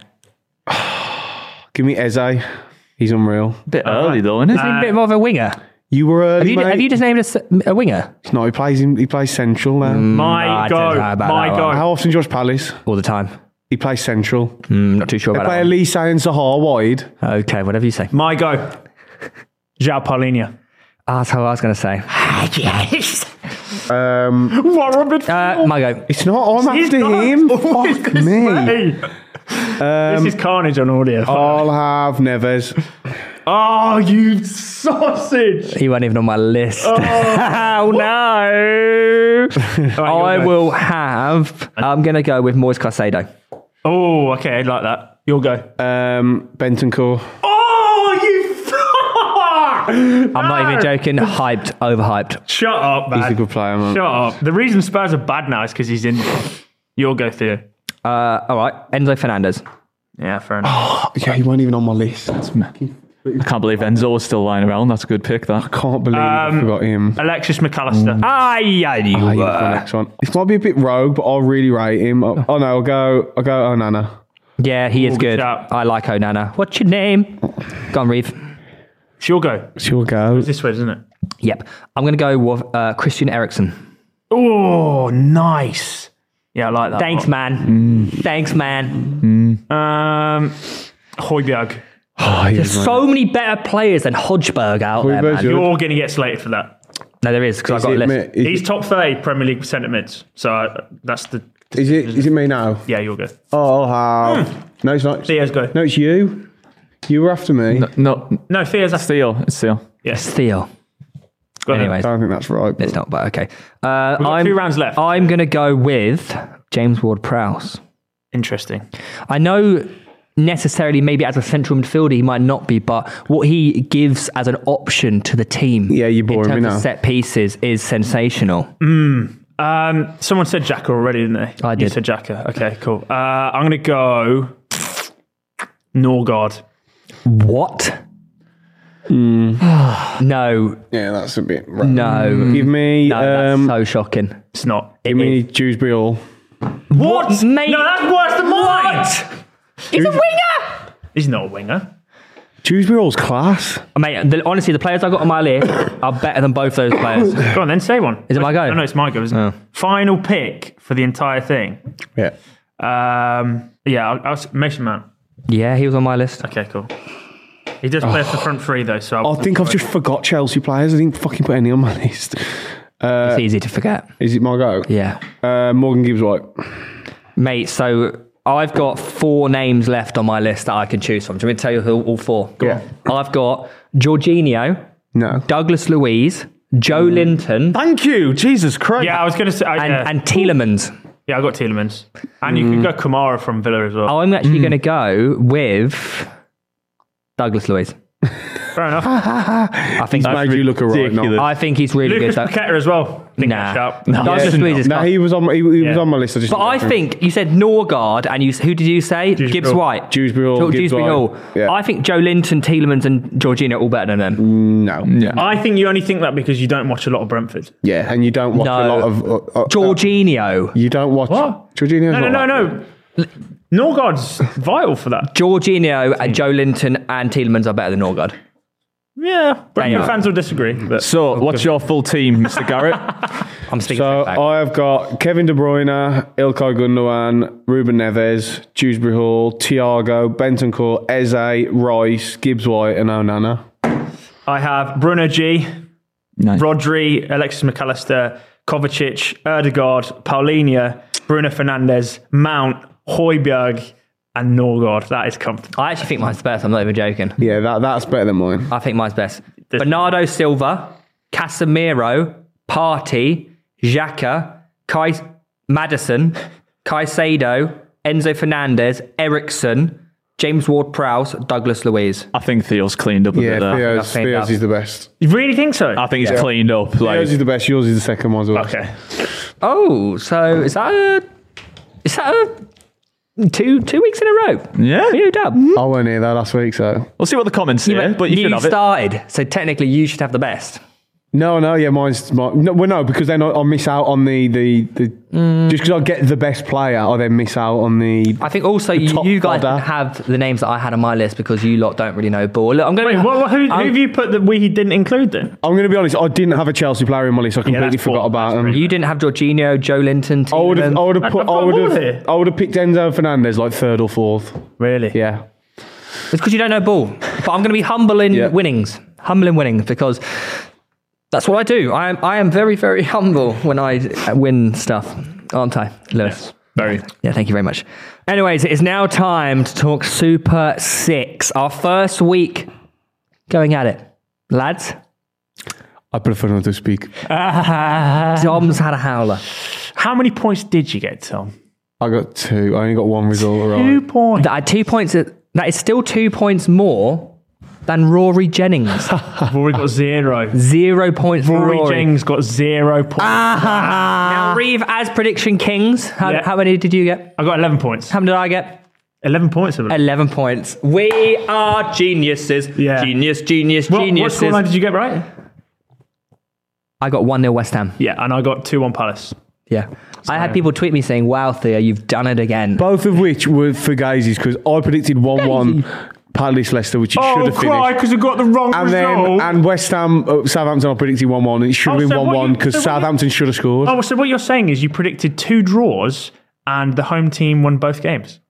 Speaker 3: Give me Eze. He's unreal.
Speaker 1: Bit early though, isn't it?
Speaker 2: a bit more of a winger.
Speaker 3: You were early,
Speaker 2: Have you,
Speaker 3: mate.
Speaker 2: have you just named a, s- a winger?
Speaker 3: No, he plays. in- He plays central now.
Speaker 2: Mm.
Speaker 4: My
Speaker 2: I don't
Speaker 4: go.
Speaker 2: know about
Speaker 4: My
Speaker 2: that
Speaker 4: go.
Speaker 2: one.
Speaker 3: How often George Palace?
Speaker 2: All the time.
Speaker 3: He plays central.
Speaker 2: I'm not too sure
Speaker 3: They
Speaker 2: about
Speaker 3: play
Speaker 2: that. one.
Speaker 3: Elise and Sahar wide.
Speaker 2: Okay, whatever you say.
Speaker 4: My go. Jao Paulinho.
Speaker 2: Ah, That's how I was going to say.
Speaker 4: yes.
Speaker 3: Um,
Speaker 4: What a midfield.
Speaker 2: Uh, my go.
Speaker 3: it's not. I'm
Speaker 4: He's
Speaker 3: after
Speaker 4: not-
Speaker 3: him.
Speaker 4: Oh, he's
Speaker 3: Fuck
Speaker 4: gonna
Speaker 3: me. Um, oh.
Speaker 4: slay. this is carnage on audio.
Speaker 3: I'll have Neves.
Speaker 4: Oh, you sausage!
Speaker 2: He wasn't even on my list. Oh, no. I
Speaker 4: go.
Speaker 2: will have. I'm going to go with Moise Caicedo.
Speaker 4: Oh, okay, I'd like that. You'll go.
Speaker 3: Um, Bentoncourt.
Speaker 4: Oh, you fuck! I'm
Speaker 2: I'm not even joking. Hyped, overhyped.
Speaker 4: Shut up, man.
Speaker 3: He's a good player, man.
Speaker 4: Shut up. The reason Spurs are bad now is because he's in. You'll go through.
Speaker 2: Uh, all right, Enzo Fernandez.
Speaker 4: Yeah, fair enough.
Speaker 3: Yeah, he wasn't even on my list.
Speaker 1: I can't believe Enzo was still lying around. That's a good pick. That
Speaker 3: Can't believe
Speaker 2: Um,
Speaker 3: I forgot him.
Speaker 4: Alexis McAllister.
Speaker 2: Aye, aye, you
Speaker 3: Ah, he's
Speaker 2: were.
Speaker 3: the next one. This might be a bit rogue, but I'll really rate him. Oh, oh no, I'll go. I'll go. Oh Nana.
Speaker 2: Yeah, he is
Speaker 4: good
Speaker 2: good.
Speaker 4: shout.
Speaker 2: I like Onana. What's your name? Go on, Reeve.
Speaker 4: It's your go. It's
Speaker 3: She will go.
Speaker 4: this way, isn't it?
Speaker 2: Yep. I'm going to go with uh, Christian Eriksen.
Speaker 4: Oh, nice. Yeah, I like that.
Speaker 2: Thanks,
Speaker 4: one.
Speaker 2: man. Thanks, man.
Speaker 4: Um, Hoiberg.
Speaker 2: There's so many better players than Hodgeberg out there,
Speaker 3: Hoiberg's
Speaker 2: man.
Speaker 4: You're going to get slated for that.
Speaker 2: No, there is, because
Speaker 3: Is
Speaker 2: I got a
Speaker 3: it
Speaker 2: list.
Speaker 3: me- is-
Speaker 4: He's top 30 Premier League centre mids. So uh, that's the.
Speaker 3: Is it? Is it me now?
Speaker 4: Yeah, you'll go.
Speaker 3: Oh, how? No, it's not.
Speaker 4: Theo's go.
Speaker 3: No, it's you. You were after me.
Speaker 1: no
Speaker 4: No, Theo's. that's-
Speaker 1: Theo. It's Theo.
Speaker 4: Yes.
Speaker 2: Theo.
Speaker 4: Go ahead.
Speaker 3: I
Speaker 2: Anyways,
Speaker 3: don't think that's right. but-
Speaker 2: it's not, but okay. Uh,
Speaker 4: got
Speaker 2: I'm,
Speaker 4: two rounds left.
Speaker 2: I'm going to go with James Ward Prowse.
Speaker 4: Interesting.
Speaker 2: I know necessarily maybe as a central midfielder he might not be, but what he gives as an option to the team
Speaker 3: Yeah, you're
Speaker 2: in
Speaker 3: boring me
Speaker 2: terms
Speaker 3: now.
Speaker 2: of set pieces is sensational.
Speaker 4: Um, someone said Jacker already, didn't they?
Speaker 2: I
Speaker 4: You
Speaker 2: did.
Speaker 4: said Jacker. Okay, cool. Uh, I'm going to go Norgard.
Speaker 2: What? no,
Speaker 3: Yeah, that's a bit. Rough.
Speaker 2: no,
Speaker 3: Give me.
Speaker 2: no, that's
Speaker 3: Mm. um,
Speaker 2: so shocking.
Speaker 4: It's not.
Speaker 3: give me Dewsbury Hall.
Speaker 4: What?
Speaker 2: mate?
Speaker 4: No, that's worse than mine.
Speaker 2: He's a winger,
Speaker 4: He's not a winger.
Speaker 3: Dewsbury Hall's class.
Speaker 2: mate. The, honestly, the players I got on my list are better than both those players.
Speaker 4: Go on, then say one.
Speaker 2: Is it my go?
Speaker 4: No, no, it's my go, isn't it? Final pick for the entire thing.
Speaker 3: Yeah.
Speaker 4: Um, yeah, I'll, I'll, s- Mason Mount.
Speaker 2: yeah, he was on my list.
Speaker 4: Okay, cool. He does play off the front three though, so
Speaker 2: Oh,
Speaker 3: I think I've just forgot Chelsea players. I didn't fucking put any on my list. Uh,
Speaker 2: it's easy to forget.
Speaker 3: Is it my go?
Speaker 2: Yeah,
Speaker 3: Uh, Morgan Gibbs White.
Speaker 2: mate. So. I've got four names left on my list that I can choose from. Do you want me to tell you who all four? Go
Speaker 3: Yeah.
Speaker 2: on. I've got Jorginho,
Speaker 3: No.
Speaker 2: Douglas Louise, Joe
Speaker 3: Mm.
Speaker 2: Linton,
Speaker 1: Thank you, Jesus Christ.
Speaker 4: Yeah, I was going to say. I,
Speaker 2: and,
Speaker 4: yeah.
Speaker 2: and Mm. Tielemans.
Speaker 4: yeah, I got Tielemans. And you can go Kamara from Villa as well.
Speaker 2: I'm
Speaker 3: Mm.
Speaker 2: actually going to go with Douglas Luiz. Oh.
Speaker 4: Fair enough.
Speaker 2: I think
Speaker 3: Made you look a right
Speaker 1: ridiculous.
Speaker 3: knob.
Speaker 2: I think he's really
Speaker 4: Lucas
Speaker 2: good. Though.
Speaker 4: Paqueta as well. I think
Speaker 2: Nah,
Speaker 4: that's sharp.
Speaker 2: Douglas
Speaker 1: Yeah.
Speaker 2: Luiz is.
Speaker 3: No,
Speaker 2: class.
Speaker 3: he was on. He, he was
Speaker 4: Yeah.
Speaker 3: on my list. I just
Speaker 2: But I think you said Norgard, and you s- who did you say? Gibbs
Speaker 4: Hall.
Speaker 2: White,
Speaker 3: Dewsbury Hall,
Speaker 2: Talk
Speaker 3: Gibbs
Speaker 2: Dewsbury
Speaker 3: White.
Speaker 2: Hall.
Speaker 3: Yeah. Mm.
Speaker 2: I think Joe Linton, Tielemans, and Georgina are all better than them.
Speaker 3: no. Yeah,
Speaker 4: I think you only think that because you don't watch a lot of Brentford.
Speaker 3: yeah, and you don't watch a
Speaker 2: No.
Speaker 3: lot of uh, uh,
Speaker 2: Jorginho.
Speaker 3: You don't watch
Speaker 4: What?
Speaker 3: Jorginho's
Speaker 4: No, no, no,
Speaker 3: not like-
Speaker 4: no. Norgard's vital for that.
Speaker 2: Jorginho and Joe Linton and Tielemans are better than Norgard.
Speaker 4: Yeah, Brentford
Speaker 2: Yeah.
Speaker 4: fans will disagree. But
Speaker 1: So, what's your full team, Mr. Garrett?
Speaker 2: I'm speaking
Speaker 3: So
Speaker 2: so,
Speaker 1: oh.
Speaker 2: fact.
Speaker 3: I have got Kevin De Bruyne, Ilkay Gundogan, Ruben Neves, Dewsbury Hall, Thiago, Bentoncourt, Eze, Rice, Gibbs White, and Onana.
Speaker 4: I have Bruno G,
Speaker 1: Nice.
Speaker 4: Rodri, Alexis McAllister, Kovacic, Erdegaard, Paulinho, Bruno Fernandes, Mount, Hoiberg, and Norgard. That is comfortable.
Speaker 2: I actually think mine's the best. I'm not even joking.
Speaker 3: Yeah, that, that's better than mine.
Speaker 2: I think mine's best. Bernardo Silva, Casemiro, Party, Xhaka, Kai- Madison, Caicedo, Enzo Fernandez, Ericsson, James Ward Prowse, Douglas Louise.
Speaker 1: I think Theo's cleaned up a
Speaker 3: Yeah,
Speaker 1: bit there.
Speaker 3: Theo's,
Speaker 2: think
Speaker 3: Theo's
Speaker 2: that's-
Speaker 3: is the best.
Speaker 4: You really think so?
Speaker 1: I think he's cleaned up. Like,
Speaker 3: Theo's is the best. Yours is the second one.
Speaker 4: okay.
Speaker 2: Oh, so is that a, is that a two two weeks in a row?
Speaker 1: Yeah.
Speaker 2: New dub.
Speaker 3: I weren't here that last week, so
Speaker 1: We'll see what the comments say, but you should have it.
Speaker 2: started, so technically you should have the best.
Speaker 3: No, no, yeah, mine's mine. No, well, no, because then I, I miss out on the the, the
Speaker 4: Mm.
Speaker 3: just because I get the best player, I then miss out on the.
Speaker 2: I think also you,
Speaker 3: top
Speaker 2: you guys
Speaker 3: fodder.
Speaker 2: didn't have the names that I had on my list because you lot don't really know ball. Look, I'm going
Speaker 4: Wait,
Speaker 2: to.
Speaker 4: what, who, who
Speaker 2: I'm-
Speaker 4: have you put that we didn't include then?
Speaker 3: I'm going to be honest, I didn't have a Chelsea player in my list. I completely
Speaker 4: that's poor.
Speaker 3: forgot about
Speaker 4: That's
Speaker 3: them.
Speaker 2: You didn't have Jorginho, Joe Linton.
Speaker 3: I would have,
Speaker 2: Tielemans.
Speaker 3: I would have
Speaker 4: I've
Speaker 3: put, I
Speaker 4: got
Speaker 3: would
Speaker 4: more here.
Speaker 3: have, I would have picked Enzo Fernandez like third or fourth.
Speaker 4: Really?
Speaker 3: Yeah,
Speaker 2: It's because you don't know ball. But I'm going to be humble in
Speaker 3: Yeah.
Speaker 2: winnings, humble in winnings because that's what I do. I am, I am very, very humble when I win stuff, aren't I, Lewis?
Speaker 1: Very.
Speaker 2: Yeah, thank you very much. Anyways, it is now time to talk Super Six, our first week going at it. Lads,
Speaker 3: I prefer not to speak.
Speaker 2: Dom's had a howler.
Speaker 4: How many points did you get, Tom?
Speaker 3: I got two. I only got one result
Speaker 4: Two
Speaker 3: right.
Speaker 4: points.
Speaker 2: That are two points. That is still two points more than Rory Jennings.
Speaker 4: Rory got zero.
Speaker 2: Zero points for
Speaker 4: Rory,
Speaker 2: Rory.
Speaker 4: Jennings got zero points.
Speaker 2: Now, Reeve, as prediction kings, how,
Speaker 4: Yeah.
Speaker 2: how many did you get?
Speaker 4: I got 11 points.
Speaker 2: How many did I get?
Speaker 4: 11 points. I believe.
Speaker 2: 11 points. We are geniuses.
Speaker 4: Yeah.
Speaker 2: Genius, genius,
Speaker 4: What, what
Speaker 2: geniuses.
Speaker 4: scoreline did you get right?
Speaker 2: I got 1 0 West Ham.
Speaker 4: Yeah, and I got 2 1 Palace.
Speaker 2: Yeah. I had people tweet me saying, wow, Theo, you've done it again.
Speaker 3: Both of which were for Gazes because I predicted one-one Palace Leicester, which it
Speaker 4: Oh,
Speaker 3: should have finished.
Speaker 4: because I got the wrong
Speaker 3: And then and West Ham uh, Southampton I predicted one one. It should
Speaker 4: Oh,
Speaker 3: have been
Speaker 4: so what
Speaker 3: one one
Speaker 4: you-
Speaker 3: because
Speaker 4: so what you-
Speaker 3: Southampton should have scored.
Speaker 4: oh, so what you're saying is you predicted two draws and the home team won both games.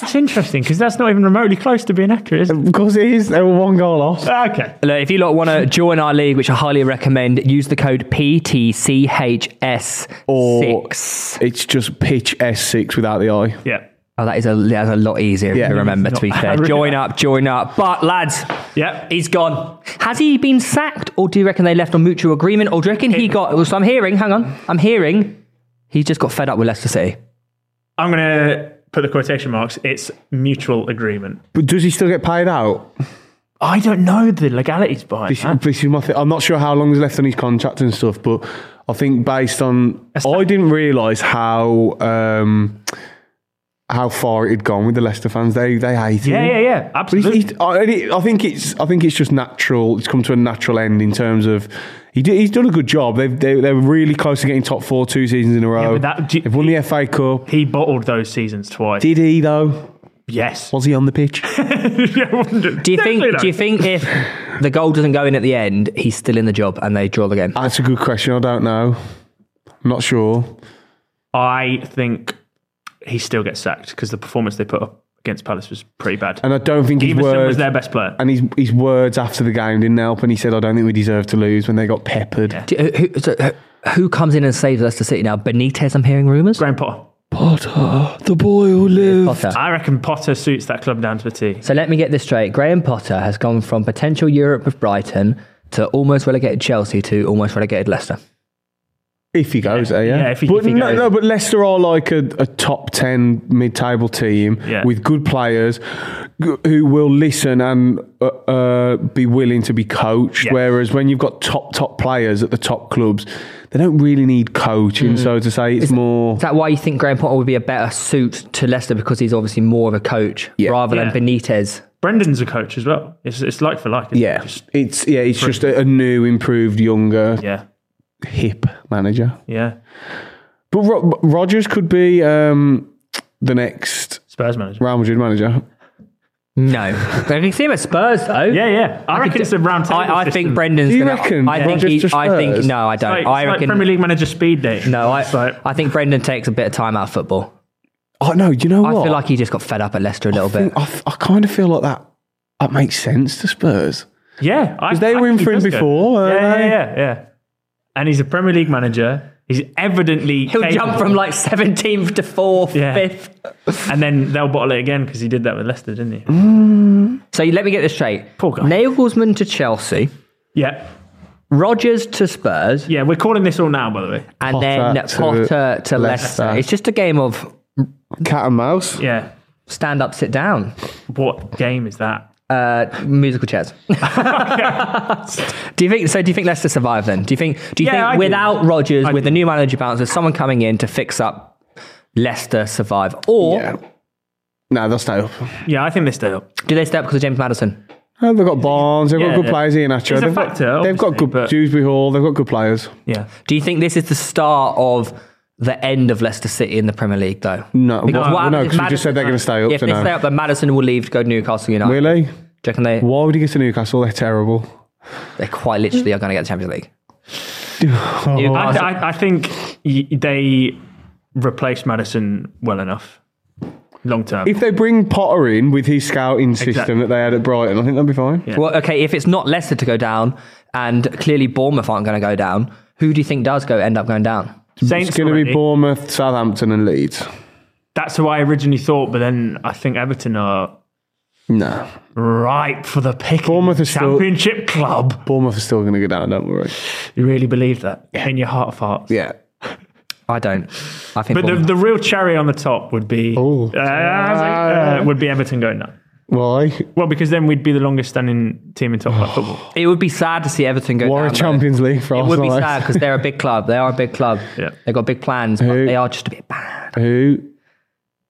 Speaker 4: That's interesting because that's not even remotely close to being accurate, is it?
Speaker 3: Of course it is. They were one goal off.
Speaker 4: Okay.
Speaker 2: Look, if you lot want to join our league, which I highly recommend, use the code PTCHS6.
Speaker 3: Or- It's just pitch S six without the eye.
Speaker 4: Yeah.
Speaker 2: Oh, that is a, that's a lot easier
Speaker 3: Yeah.
Speaker 2: to remember, to be
Speaker 4: Not-
Speaker 2: fair. Join up, join up. But, lads,
Speaker 4: Yeah.
Speaker 2: he's gone. Has he been sacked, or do you reckon they left on mutual agreement, or do you reckon he got. Well, so I'm hearing, hang on, I'm hearing he just got fed up with Leicester City.
Speaker 4: I'm going to put the quotation marks. It's mutual agreement.
Speaker 3: But does he still get paid out?
Speaker 4: I don't know the legalities behind
Speaker 3: This, this is my thing. I'm not sure how long is left on his contract and stuff, but I think based on I didn't realise how um, how far it had gone with the Leicester fans. They they hated
Speaker 4: Yeah,
Speaker 3: him.
Speaker 4: yeah, yeah.
Speaker 3: But he's,
Speaker 4: Absolutely.
Speaker 3: he's, I, and it- I think it's I think it's just natural. It's come to a natural end in terms of he did, he's done a good job. They've, they they're really close to getting top four two seasons in a row.
Speaker 4: but that- do you-
Speaker 3: They've won the FA Cup.
Speaker 4: He bottled those seasons twice.
Speaker 3: Did he though?
Speaker 4: yes.
Speaker 3: Was he on the pitch?
Speaker 4: Yeah, I wondered.
Speaker 2: Do you
Speaker 4: Definitely
Speaker 2: think?
Speaker 4: not.
Speaker 2: Do you think if the goal doesn't go in at the end, he's still in the job and they draw the game?
Speaker 3: That's a good question. I don't know. I'm not sure.
Speaker 4: I think he still gets sacked because the performance they put up against Palace was pretty bad.
Speaker 3: And I don't think his
Speaker 4: Everson was
Speaker 3: words
Speaker 4: their best player.
Speaker 3: and his his words after the game didn't help. And he said, "I don't think we deserve to lose when they got peppered."
Speaker 2: Do, who, so, who- who comes in and saves Leicester City now? Benitez, I'm hearing rumours.
Speaker 4: Graham Potter.
Speaker 3: Potter, the boy who lived.
Speaker 2: Potter.
Speaker 4: I reckon Potter suits that club down to a T.
Speaker 2: So let me get this straight. Graham Potter has gone from potential Europe with Brighton to almost relegated Chelsea to almost relegated Leicester.
Speaker 3: If he goes there, yeah.
Speaker 4: Yeah, if he-
Speaker 3: but
Speaker 4: if he
Speaker 3: no,
Speaker 4: goes.
Speaker 3: no, but Leicester are like a, a top 10 mid table team
Speaker 4: Yeah.
Speaker 3: with good players g- who will listen and uh, uh, be willing to be coached.
Speaker 4: Yeah.
Speaker 3: Whereas when you've got top, top players at the top clubs, they don't really need coaching.
Speaker 4: Mm.
Speaker 3: So to say, it's more.
Speaker 2: Is that why you think Graham Potter would be a better suit to Leicester because he's obviously more of a coach
Speaker 3: Yeah.
Speaker 2: rather
Speaker 4: Yeah.
Speaker 2: than Benitez?
Speaker 4: Brendan's a coach as well. It's, it's like for like. isn't it?
Speaker 3: yeah,
Speaker 4: Just-
Speaker 3: it's yeah, it's just a, a new, improved, younger,
Speaker 4: yeah.
Speaker 3: hip manager.
Speaker 4: Yeah.
Speaker 3: But Ro- Rogers could be um, the next
Speaker 4: Spurs manager.
Speaker 3: Real Madrid manager.
Speaker 2: No, I can see him at Spurs though.
Speaker 4: Yeah, yeah. I, reckon
Speaker 2: could-
Speaker 4: it's a round table.
Speaker 2: I, I
Speaker 4: system.
Speaker 2: think Brendan's.
Speaker 3: Do you
Speaker 2: gonna,
Speaker 3: reckon
Speaker 2: I think
Speaker 3: Rodgers
Speaker 2: he,
Speaker 3: to
Speaker 2: I think
Speaker 3: Spurs?
Speaker 2: no, I don't.
Speaker 4: Like, it's
Speaker 2: I
Speaker 4: like
Speaker 2: reckon
Speaker 4: Premier League manager speed date.
Speaker 2: no. I
Speaker 4: It's like,
Speaker 2: I think Brendan takes a bit of time out of football.
Speaker 3: Oh no, do you know what?
Speaker 2: I feel like he just got fed up at Leicester a little
Speaker 3: I,
Speaker 2: bit.
Speaker 3: think- I f- I kind of feel like that. That makes sense to Spurs.
Speaker 4: yeah, because
Speaker 3: they were in for him before,
Speaker 4: Yeah,
Speaker 3: weren't
Speaker 4: yeah,
Speaker 3: they?
Speaker 4: yeah, yeah. And he's a Premier League manager. He's evidently
Speaker 2: He'll
Speaker 4: capable.
Speaker 2: jump from like seventeenth to fourth,
Speaker 4: Yeah.
Speaker 2: fifth.
Speaker 4: and then they'll bottle it again because he did that with Leicester, didn't he?
Speaker 3: Mm.
Speaker 2: So let me get this straight.
Speaker 4: Poor guy.
Speaker 2: Nagelsmann to Chelsea,
Speaker 4: Yeah,
Speaker 2: Rogers to Spurs,
Speaker 4: yeah. We're calling this all now, by the way.
Speaker 2: and then
Speaker 3: Potter to
Speaker 2: Potter to Leicester.
Speaker 3: Leicester.
Speaker 2: It's just a game of
Speaker 3: Cat and mouse.
Speaker 4: Yeah.
Speaker 2: stand up, sit down,
Speaker 4: What game is that?
Speaker 2: uh, musical chairs. do you think? So do you think Leicester survive then? Do you think? Do you
Speaker 4: Yeah,
Speaker 2: think
Speaker 4: I do.
Speaker 2: without Rogers,
Speaker 4: I
Speaker 2: with
Speaker 4: do.
Speaker 2: the new manager bounce, with someone coming in to fix up, Leicester survive, or
Speaker 3: Yeah. No, they'll stay up.
Speaker 4: Yeah, I think they stay up.
Speaker 2: do they stay up because of James Madison?
Speaker 3: Oh, they've got Barnes. They've
Speaker 4: Yeah,
Speaker 3: got good
Speaker 4: yeah.
Speaker 3: players here, Nacho.
Speaker 4: It's a
Speaker 3: They've
Speaker 4: factor,
Speaker 3: got, they've got
Speaker 4: obviously,
Speaker 3: good
Speaker 4: but-
Speaker 3: Dewsbury Hall. They've got good players.
Speaker 4: Yeah.
Speaker 2: Do you think this is the start of the end of Leicester City in the Premier League, though?
Speaker 3: No, well,
Speaker 2: what
Speaker 3: no,
Speaker 2: happens if
Speaker 3: 'cause you just said they're gonna stay up,
Speaker 2: If
Speaker 3: so
Speaker 2: they
Speaker 3: no.
Speaker 2: stay up, then Madison will leave to go to Newcastle United.
Speaker 3: Really?
Speaker 2: Do you reckon they,
Speaker 3: Why would he get to Newcastle? They're terrible.
Speaker 2: they quite literally are going to get the Champions League?
Speaker 4: Oh. I,
Speaker 2: Newcastle,
Speaker 4: I, I think y- they replaced Madison well enough, long term.
Speaker 3: If they bring Potter in with his scouting system
Speaker 4: Exactly.
Speaker 3: that they had at Brighton, I think they'll be fine.
Speaker 2: well, okay, if it's not Leicester to go down, and clearly Bournemouth aren't going to go down, who do you think does go end up going down?
Speaker 4: Saints
Speaker 3: It's going to
Speaker 4: already.
Speaker 3: be Bournemouth, Southampton, and Leeds.
Speaker 4: That's who I originally thought, but then I think Everton are
Speaker 3: No,
Speaker 4: ripe for the pick.
Speaker 3: Bournemouth is still-
Speaker 4: championship club.
Speaker 3: Bournemouth are still going to go down. Don't worry.
Speaker 4: You really believe that in your heart of hearts.
Speaker 3: Yeah,
Speaker 2: I don't. I think.
Speaker 4: But the,
Speaker 2: Bournemouth-
Speaker 4: the real cherry on the top would be
Speaker 3: Oh.
Speaker 4: Uh, I was like, uh, would be Everton going down.
Speaker 3: why?
Speaker 4: Well, because then we'd be the longest standing team in top flight football.
Speaker 2: it would be sad to see Everton go
Speaker 3: Why a
Speaker 2: down. though.
Speaker 3: Champions League for
Speaker 2: It would be
Speaker 3: Arsenal?
Speaker 2: sad because they're a big club. They are a big club.
Speaker 4: Yeah.
Speaker 2: They've got big plans, but
Speaker 3: Who-
Speaker 2: they are just a bit bad.
Speaker 3: Who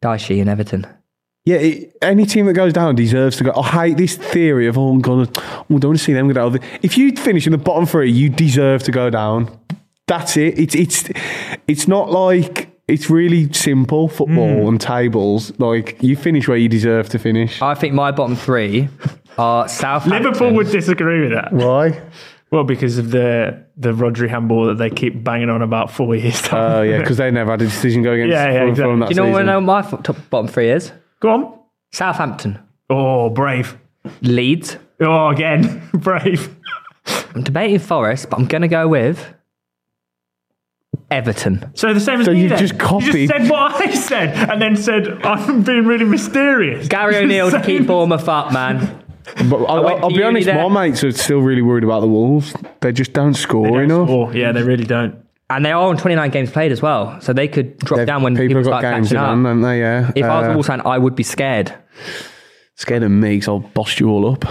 Speaker 2: Daishi and Everton.
Speaker 3: Yeah, it, any team that goes down deserves to go. I hate this theory of oh, I'm gonna, oh, I don't want to see them go down. If you finish in the bottom three, you deserve to go down. That's it. It's it's it's not like it's really simple football
Speaker 2: Hmm.
Speaker 3: and tables. Like you finish where you deserve to finish.
Speaker 2: I think my bottom three are Southampton.
Speaker 4: Liverpool would disagree with that.
Speaker 3: Why?
Speaker 4: Well, because of the the Rodri handball that they keep banging on about for years.
Speaker 3: Oh yeah, because they never had a decision go against.
Speaker 4: Yeah, yeah,
Speaker 3: from-
Speaker 4: exactly.
Speaker 3: from that
Speaker 2: Do you know
Speaker 3: season.
Speaker 2: what I know my f- top bottom three is?
Speaker 4: Go on.
Speaker 2: Southampton,
Speaker 4: Oh, brave.
Speaker 2: Leeds.
Speaker 4: Oh, again, brave.
Speaker 2: I'm debating Forest, but I'm going to go with Everton.
Speaker 4: So the same as
Speaker 3: So
Speaker 4: me
Speaker 3: you
Speaker 4: then.
Speaker 3: just
Speaker 4: You
Speaker 3: copied-
Speaker 4: just said what I said, and then said I'm being really mysterious.
Speaker 2: Gary O'Neill to keep Bournemouth up, man.
Speaker 3: But I,
Speaker 2: went
Speaker 3: will be
Speaker 2: to uni
Speaker 3: honest,
Speaker 2: there.
Speaker 3: my mates are still really worried about the Wolves. They just don't score enough.
Speaker 4: Oh, yeah, they really don't.
Speaker 2: And they are on 29 games played as well, so they could drop
Speaker 3: They've-
Speaker 2: down when people,
Speaker 3: people have
Speaker 2: start
Speaker 3: got games in
Speaker 2: catching up.
Speaker 3: hand, haven't they? Yeah.
Speaker 2: if I was
Speaker 3: Uh,
Speaker 2: a Wolves fan, I would be scared.
Speaker 3: Scared of me, 'cause I'll bust you all up.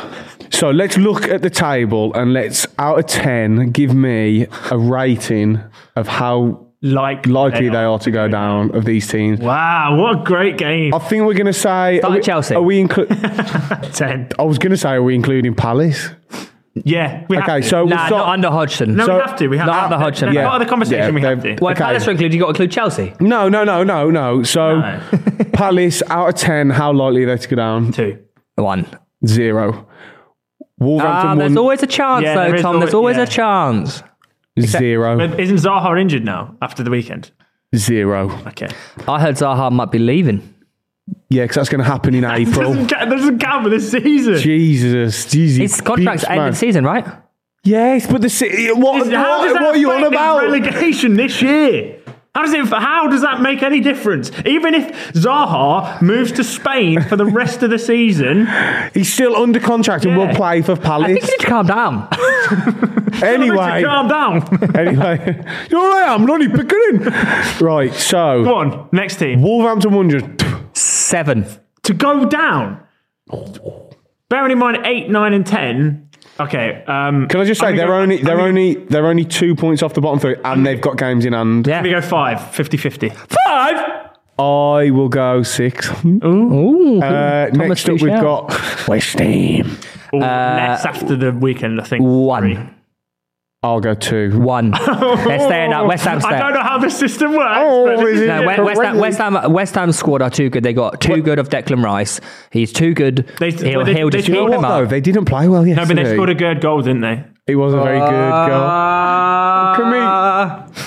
Speaker 3: So let's look at the table and let's, out of 10, give me a rating of how
Speaker 4: Like
Speaker 3: likely they are to go down of these teams.
Speaker 4: Wow, what a great game.
Speaker 3: I think we're going to say.
Speaker 2: Start
Speaker 3: are we,
Speaker 2: with Chelsea.
Speaker 3: Are we inclu-
Speaker 4: Ten.
Speaker 3: I was going to say, are we including Palace?
Speaker 4: Yeah. We have
Speaker 3: Okay,
Speaker 4: to.
Speaker 3: so
Speaker 2: Nah,
Speaker 3: we'll start.
Speaker 2: not under Hodgson.
Speaker 4: no,
Speaker 3: so-
Speaker 4: we have to. We have
Speaker 2: not
Speaker 4: to.
Speaker 2: under Hodgson.
Speaker 4: That's
Speaker 2: Yeah.
Speaker 4: Part of the conversation
Speaker 3: Yeah,
Speaker 4: we have to.
Speaker 3: they've-
Speaker 2: Well, if
Speaker 3: Okay.
Speaker 2: Palace are included, you've got to include Chelsea.
Speaker 3: no, no, no, no, no. So
Speaker 4: No.
Speaker 3: Palace, out of 10, how likely are they to go down?
Speaker 4: Two.
Speaker 2: One.
Speaker 3: Zero. Wolverhampton
Speaker 2: Ah, there's
Speaker 3: won
Speaker 2: always a chance,
Speaker 4: Yeah,
Speaker 2: though,
Speaker 4: there is
Speaker 2: Tom. There's
Speaker 4: always-
Speaker 2: always
Speaker 4: yeah.
Speaker 2: a chance.
Speaker 3: zero.
Speaker 4: But isn't Zaha injured now after the weekend?
Speaker 3: Zero.
Speaker 4: Okay.
Speaker 2: I heard Zaha might be leaving.
Speaker 3: Yeah, because that's going to happen in April.
Speaker 4: Doesn't count, doesn't count for this season.
Speaker 3: Jesus, Jesus.
Speaker 2: His contract's
Speaker 3: beats,
Speaker 2: end
Speaker 3: man.
Speaker 2: of season, right?
Speaker 3: Yes, but the city. What,
Speaker 4: Is-
Speaker 3: what,
Speaker 4: how does that
Speaker 3: what are you on
Speaker 4: affect
Speaker 3: about?
Speaker 4: Relegation this year. How does it? How does that make any difference? Even if Zaha moves to Spain for the rest of the season,
Speaker 3: He's still under contract and
Speaker 4: Yeah.
Speaker 3: will play for
Speaker 2: I think you
Speaker 3: Palace.
Speaker 2: need to calm down.
Speaker 3: Anyway,
Speaker 4: calm down.
Speaker 3: anyway, you're right. I'm Lonnie Pickering. right, so
Speaker 4: Go on, next team
Speaker 3: Wolverhampton Wanderers.
Speaker 2: Seven.
Speaker 4: to go down. Bearing in mind eight, nine, and ten. Okay. Um,
Speaker 3: Can I just say
Speaker 4: I'm gonna
Speaker 3: they're
Speaker 4: go-
Speaker 3: only
Speaker 4: I'm
Speaker 3: they're
Speaker 4: gonna-
Speaker 3: only they're only two points off the bottom three, and they've got games in hand.
Speaker 4: I'm gonna go five, 50 50.
Speaker 3: Five. I will go six.
Speaker 2: Ooh.
Speaker 3: Uh, next up, we've
Speaker 2: Tuchel.
Speaker 3: got West Ham.
Speaker 4: Or less after the weekend, I think. Three.
Speaker 2: One.
Speaker 3: I'll go two.
Speaker 2: One. They're staying up. West Ham's
Speaker 4: I
Speaker 2: staying
Speaker 4: don't know how the system works.
Speaker 3: Oh,
Speaker 4: but
Speaker 3: is it?
Speaker 2: No, West, West, Ham, West, Ham, West Ham squad are too good. They got too good of Declan Rice. He's too good.
Speaker 4: They-
Speaker 2: he'll,
Speaker 4: well, they-
Speaker 2: he'll
Speaker 4: they
Speaker 2: just
Speaker 4: scored
Speaker 2: eat
Speaker 4: what,
Speaker 2: him
Speaker 3: No,
Speaker 2: up.
Speaker 3: they didn't play well
Speaker 4: No, but
Speaker 3: yesterday.
Speaker 4: they scored a good goal, didn't they?
Speaker 3: It was a very good goal.
Speaker 2: Uh,
Speaker 3: Can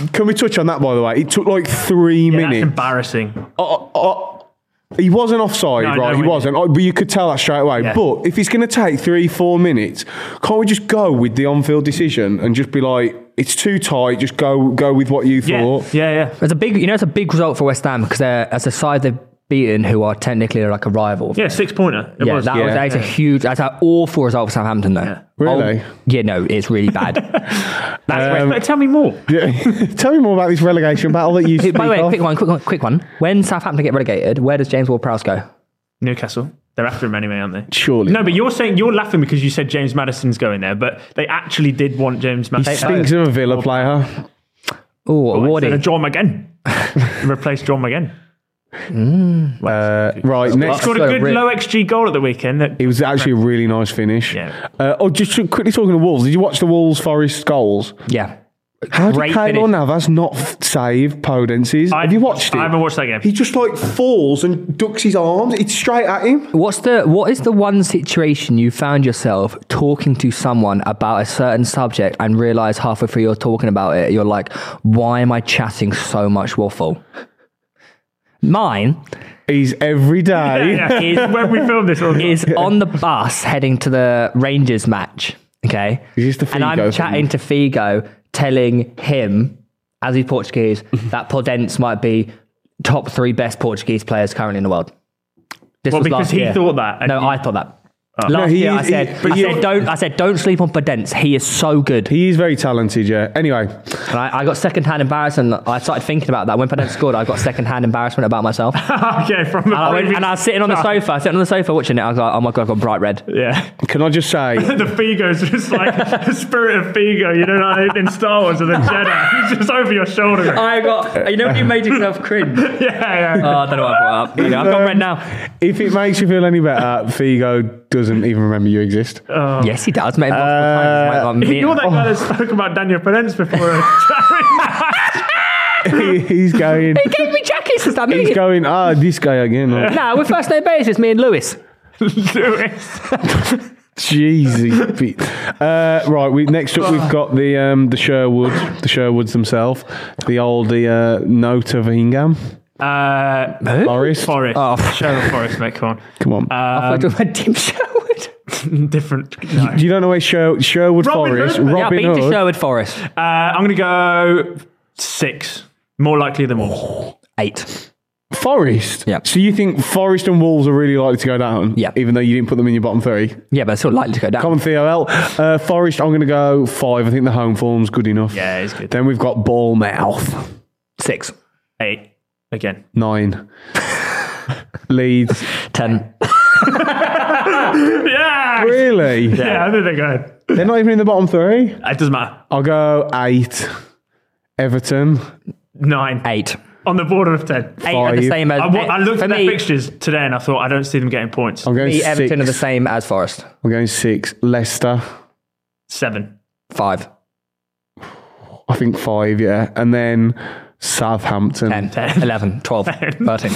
Speaker 3: we can we touch on that by the way? It took like three
Speaker 4: Yeah, that's
Speaker 3: minutes.
Speaker 4: embarrassing.
Speaker 3: Oh, oh, oh. he wasn't offside,
Speaker 4: No,
Speaker 3: right?
Speaker 4: no,
Speaker 3: he
Speaker 4: we-
Speaker 3: wasn't. Oh, but you could tell that straight away.
Speaker 4: Yeah.
Speaker 3: But if it's going to take three, four minutes, can't we just go with the on-field decision and just be like, it's too tight. Just go go with what you
Speaker 4: Yeah,
Speaker 3: thought.
Speaker 4: yeah, yeah.
Speaker 2: It's a big, you know, it's a big result for West Ham because they're as a side they've beaten who are technically like a rival.
Speaker 4: Yeah, six pointer. It
Speaker 2: Yeah,
Speaker 4: was.
Speaker 2: that
Speaker 3: yeah.
Speaker 2: was that is a huge, that's an awful result for Southampton though.
Speaker 3: Really?
Speaker 2: Oh, yeah, no, it's really bad.
Speaker 4: That's
Speaker 3: um,
Speaker 4: right. Tell me more.
Speaker 3: Yeah. Tell me more about this relegation battle that you.
Speaker 2: Hey,
Speaker 3: speak
Speaker 2: By the way,
Speaker 3: of.
Speaker 2: quick one, quick one, quick one. When Southampton get relegated, where does James Ward-Prowse go?
Speaker 4: Newcastle. They're after him anyway, aren't they?
Speaker 3: Surely.
Speaker 4: No, but you're saying you're laughing because you said James Madison's going there, but they actually did want James Madison.
Speaker 3: Stinks of a Villa player.
Speaker 2: Oh,
Speaker 4: Instead
Speaker 2: awarded.
Speaker 4: of John McGinn. Replace John McGinn.
Speaker 3: Uh, right, next.
Speaker 4: Scored a
Speaker 2: so
Speaker 4: good
Speaker 2: rich.
Speaker 4: low XG goal at the weekend. That,
Speaker 3: It was actually a really nice finish.
Speaker 4: Yeah.
Speaker 3: Uh, oh, just quickly talking to Wolves. Did you watch the Wolves Forest goals?
Speaker 2: Yeah.
Speaker 3: How
Speaker 2: Great
Speaker 3: did Keylor
Speaker 2: finish.
Speaker 3: Navas not f- save Podence's?
Speaker 4: I-
Speaker 3: Have you watched it?
Speaker 4: I haven't watched that game.
Speaker 3: He just like falls and ducks his arms. It's straight at him.
Speaker 2: What's the what is the one situation you found yourself talking to someone about a certain subject and realize halfway through you're talking about it, you're like, why am I chatting so much waffle? Mine
Speaker 3: He's every day.
Speaker 4: yeah, is when we filmed this. Wasn't it?
Speaker 2: is on the bus heading to the Rangers match. Okay.
Speaker 3: Is this the
Speaker 2: and
Speaker 3: Figo
Speaker 2: I'm
Speaker 3: thing?
Speaker 2: chatting to Figo, telling him, as he's Portuguese,
Speaker 3: Mm-hmm.
Speaker 2: that Podence might be top three best Portuguese players currently in the world. This
Speaker 4: Well,
Speaker 2: was
Speaker 4: because
Speaker 2: last
Speaker 4: he Oh.
Speaker 2: year.
Speaker 4: thought that. and
Speaker 2: No, I thought that. Last
Speaker 3: No, he
Speaker 2: year I
Speaker 3: is- he-
Speaker 2: said,
Speaker 3: but
Speaker 2: I,
Speaker 3: you-
Speaker 2: said don't, I said, don't sleep on Podence. He is so good.
Speaker 3: He is very talented, yeah. Anyway,
Speaker 2: And I, I got secondhand embarrassment. I started thinking about that. When Podence scored, I got secondhand embarrassment about myself. And
Speaker 4: okay, from
Speaker 2: I, went, and I was sitting on the sofa, sitting on the sofa watching it. I was like, oh my God, I've got bright red.
Speaker 4: Yeah.
Speaker 3: can I just say,
Speaker 4: the Figo's just like the spirit of Figo, you know, like in Star Wars and the Jedi. He's just over your shoulder.
Speaker 2: I got, you know, you made yourself cringe.
Speaker 4: yeah, yeah.
Speaker 2: Oh, I don't know what I brought up. Anyway, I've gone red now.
Speaker 3: if it makes you feel any better, Figo doesn't even remember you exist.
Speaker 2: Yes, he does, mate. Multiple times.
Speaker 3: Uh,
Speaker 2: Mate, like, me-
Speaker 4: You're that guy that spoke about Daniel Penance before. uh, I
Speaker 3: He- he's going,
Speaker 2: He gave me jackets. Does that
Speaker 3: he's
Speaker 2: mean?
Speaker 3: going, ah, this guy again. Oh,
Speaker 2: Nah, we're first name basis. Me and Lewis.
Speaker 4: Lewis.
Speaker 3: Jeezy. Pete. Uh, right, we, next up we've got the um, the Sherwood, the Sherwoods themselves, the old the, uh, note of Hingham,
Speaker 4: Uh,
Speaker 3: Boris.
Speaker 4: Forest.
Speaker 2: Oh.
Speaker 4: Sherwood Forest, mate, come
Speaker 3: Come on.
Speaker 4: Uh,
Speaker 2: I thought you were Tim Sherwood.
Speaker 4: on. Different. no. Uh,
Speaker 3: you don't know where Sher- Sherwood
Speaker 4: Robin
Speaker 3: Forest,
Speaker 4: Hood.
Speaker 2: Yeah,
Speaker 3: Robin
Speaker 2: been to
Speaker 3: Hood.
Speaker 2: Sherwood Forest.
Speaker 4: Uh, I'm going to go six. More likely than Wolves.
Speaker 2: Eight.
Speaker 3: Forest.
Speaker 2: Yeah.
Speaker 3: So you think Forest and Wolves are really likely to go down?
Speaker 2: Yeah.
Speaker 3: Even though you didn't put them in your bottom three.
Speaker 2: Yeah, but it's still likely to go down.
Speaker 3: Come on, Theo L. Uh, Forest, I'm going to go five. I think the home form's good enough.
Speaker 4: Yeah, it's good.
Speaker 3: Then we've got Bournemouth,
Speaker 2: Six.
Speaker 4: Eight. Again.
Speaker 3: nine. Leeds.
Speaker 2: Ten.
Speaker 4: Yeah.
Speaker 3: Really?
Speaker 4: Yeah, I think they're good.
Speaker 3: They're not even in the bottom three.
Speaker 4: It doesn't matter.
Speaker 3: I'll go eight. Everton.
Speaker 4: Nine.
Speaker 2: Eight.
Speaker 4: On the border of ten.
Speaker 2: Eight are the
Speaker 3: Five.
Speaker 2: same as.
Speaker 4: I, wa- I looked
Speaker 2: for
Speaker 4: at their
Speaker 2: me,
Speaker 4: fixtures today and I thought, I don't see them getting points.
Speaker 3: I'm going
Speaker 2: me,
Speaker 3: six.
Speaker 2: Everton are the same as Forest.
Speaker 3: I'm going six. Leicester.
Speaker 4: Seven.
Speaker 2: Five.
Speaker 3: I think five, yeah. And then Southampton.
Speaker 2: Ten.
Speaker 4: Ten.
Speaker 2: Eleven. Twelve. Thirteen.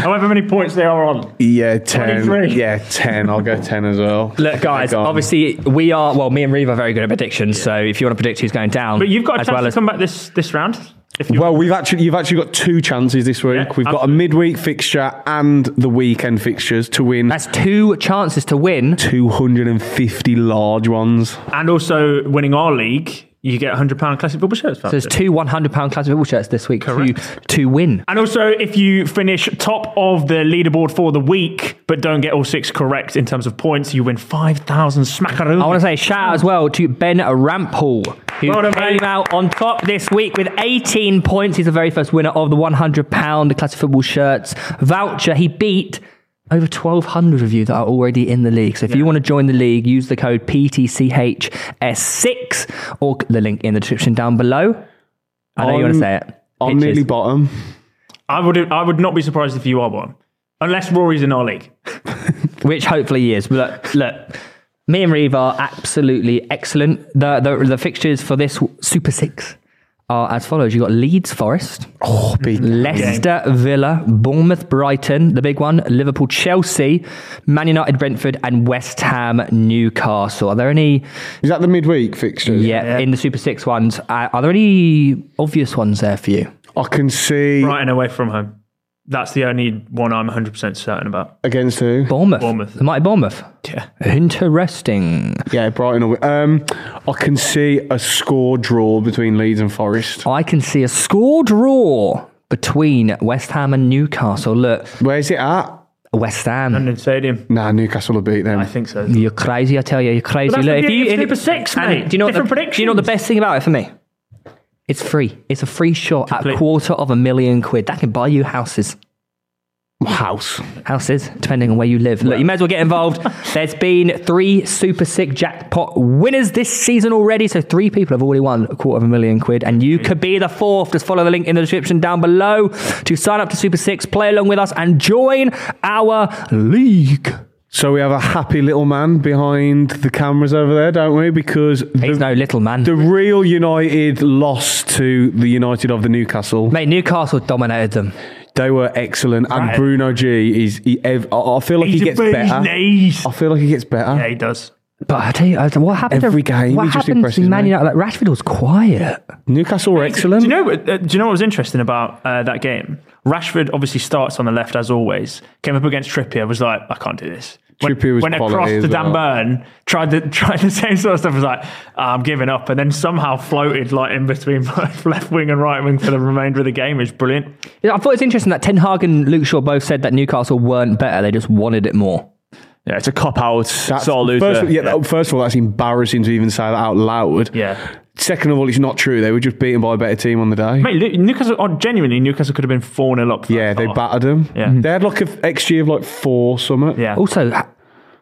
Speaker 4: However many points they are on.
Speaker 3: Yeah, ten.
Speaker 4: 23.
Speaker 3: Yeah, ten. I'll go ten as well.
Speaker 2: Look, guys,
Speaker 3: Go on.
Speaker 2: obviously, we are, well, me and Reeve are very good at predictions. So if you want to predict who's going down,
Speaker 4: But you've got a
Speaker 2: as
Speaker 4: chance
Speaker 2: well
Speaker 4: to
Speaker 2: as
Speaker 4: come back this, this round. If you
Speaker 3: Well, we've actually you've actually got two chances this week.
Speaker 4: Yeah,
Speaker 3: we've got a
Speaker 4: absolutely.
Speaker 3: midweek fixture and the weekend fixtures to win
Speaker 2: That's two chances to win.
Speaker 3: 250 large ones.
Speaker 4: and also winning our league you get £100 classic football shirts.
Speaker 2: So there's
Speaker 4: voucher.
Speaker 2: two £100 class football shirts this week to,
Speaker 4: Correct.
Speaker 2: to win.
Speaker 4: And also, if you finish top of the leaderboard for the week, but don't get all six correct in terms of points, you win 5,000 smackaroos.
Speaker 2: I want to say a shout out as well to Ben Rampall, who
Speaker 4: Well done,
Speaker 2: came
Speaker 4: mate.
Speaker 2: out on top this week with 18 points. He's the very first winner of the £100 Classic Football Shirts voucher. He beat over 1,200 of you that are already in the league. So if you want to join the league, use the code PTCHS6 or the link in the description down below. I know you want to
Speaker 3: I'm-
Speaker 2: say it.
Speaker 3: I'm
Speaker 2: Pitches.
Speaker 3: nearly bottom.
Speaker 4: I would, I would not be surprised if you are one, unless Rory's in our league.
Speaker 2: which hopefully he is. But look, look, me and Reeve are absolutely excellent. The, the the fixtures for this Super Six are as follows: you got Leeds Forest, Leicester Villa, Bournemouth Brighton, the big one, Liverpool Chelsea, Man United Brentford, and West Ham Newcastle. Are there any?
Speaker 3: Is that the midweek fixtures?
Speaker 2: Yeah, in the Super Six ones, uh, are there any obvious ones there for you?
Speaker 3: I can see
Speaker 4: Brighton away from home. That's the only one I'm 100% certain about.
Speaker 3: against who?
Speaker 2: Bournemouth,
Speaker 4: Bournemouth.
Speaker 2: the mighty Bournemouth.
Speaker 4: Yeah.
Speaker 2: Interesting.
Speaker 3: Yeah, Brighton. Away. Um, I can see a score draw between Leeds and Forest.
Speaker 2: I can see a score draw between West Ham and Newcastle. Look,
Speaker 3: Where's it at?
Speaker 2: West Ham.
Speaker 4: London Stadium.
Speaker 3: Nah, Newcastle will beat them.
Speaker 4: I think so.
Speaker 2: You're crazy, I tell you. You're crazy.
Speaker 4: But that's
Speaker 2: Look,
Speaker 4: the
Speaker 2: if you
Speaker 4: beauty of
Speaker 2: if-
Speaker 4: Super Six,
Speaker 2: and
Speaker 4: mate.
Speaker 2: Do you know what
Speaker 4: Different
Speaker 2: the, Do you know what the
Speaker 4: predictions.
Speaker 2: best thing about it for me? It's free. It's a free shot at
Speaker 4: Complete-
Speaker 2: quarter of a million quid. That can buy you houses.
Speaker 3: House.
Speaker 2: Houses, depending on where you live. Look, you may as well get involved. There's been three Super Sick jackpot winners this season already. So three people have already won a quarter of a million quid, and you could be the fourth. Just follow the link in the description down below to sign up to Super Six, play along with us, and join our league.
Speaker 3: So we have a happy little man behind the cameras over there, don't we? Because
Speaker 2: He's
Speaker 3: the,
Speaker 2: no little man.
Speaker 3: the real United lost to the United of the Newcastle.
Speaker 2: Mate, Newcastle dominated them.
Speaker 3: They were excellent, and
Speaker 4: Right.
Speaker 3: Bruno G is. He, ev- I I feel like he
Speaker 4: He's a
Speaker 3: gets
Speaker 4: beast,
Speaker 3: better.
Speaker 4: nice.
Speaker 2: Oh.
Speaker 3: I feel like he gets better.
Speaker 4: Yeah, he does.
Speaker 2: But I tell you, I- what happened
Speaker 3: Every
Speaker 2: to,
Speaker 3: game, he
Speaker 2: What
Speaker 3: just
Speaker 2: happened to
Speaker 3: impresses
Speaker 2: Man
Speaker 3: me.
Speaker 2: United? Like Rashford was quiet.
Speaker 3: Newcastle were excellent.
Speaker 4: Do you know? what- Uh, do you know what was interesting about uh, that game? Rashford obviously starts on the left as always. Came up against Trippier, was like, I can't do this. When,
Speaker 3: Trippier was
Speaker 4: when it
Speaker 3: quality
Speaker 4: crossed
Speaker 3: as
Speaker 4: to Dan
Speaker 3: well.
Speaker 4: Burn, tried the tried the same sort of stuff. Was like, "Ah, I'm giving up, and then somehow floated like in between both left wing and right wing for the remainder of the game. Is brilliant.
Speaker 2: Yeah, I thought it's interesting that Ten Hag and Luke Shaw both said that Newcastle weren't better; they just wanted it more.
Speaker 1: Yeah, it's a cop out.
Speaker 3: That's-
Speaker 1: It's all loser.
Speaker 3: First, of- yeah,
Speaker 1: Yeah.
Speaker 3: that- first of all, that's embarrassing to even say that out loud.
Speaker 4: Yeah.
Speaker 3: Second of all, it's not true. They were just beaten by a better team on the day.
Speaker 4: Mate, Lu- Newcastle. Oh, genuinely, Newcastle could have been four 0 up. for
Speaker 3: yeah,
Speaker 4: that
Speaker 3: they
Speaker 4: half.
Speaker 3: battered them.
Speaker 4: Yeah. Mhm.
Speaker 3: They had like a f- XG of like four something.
Speaker 4: Yeah.
Speaker 2: Also, h-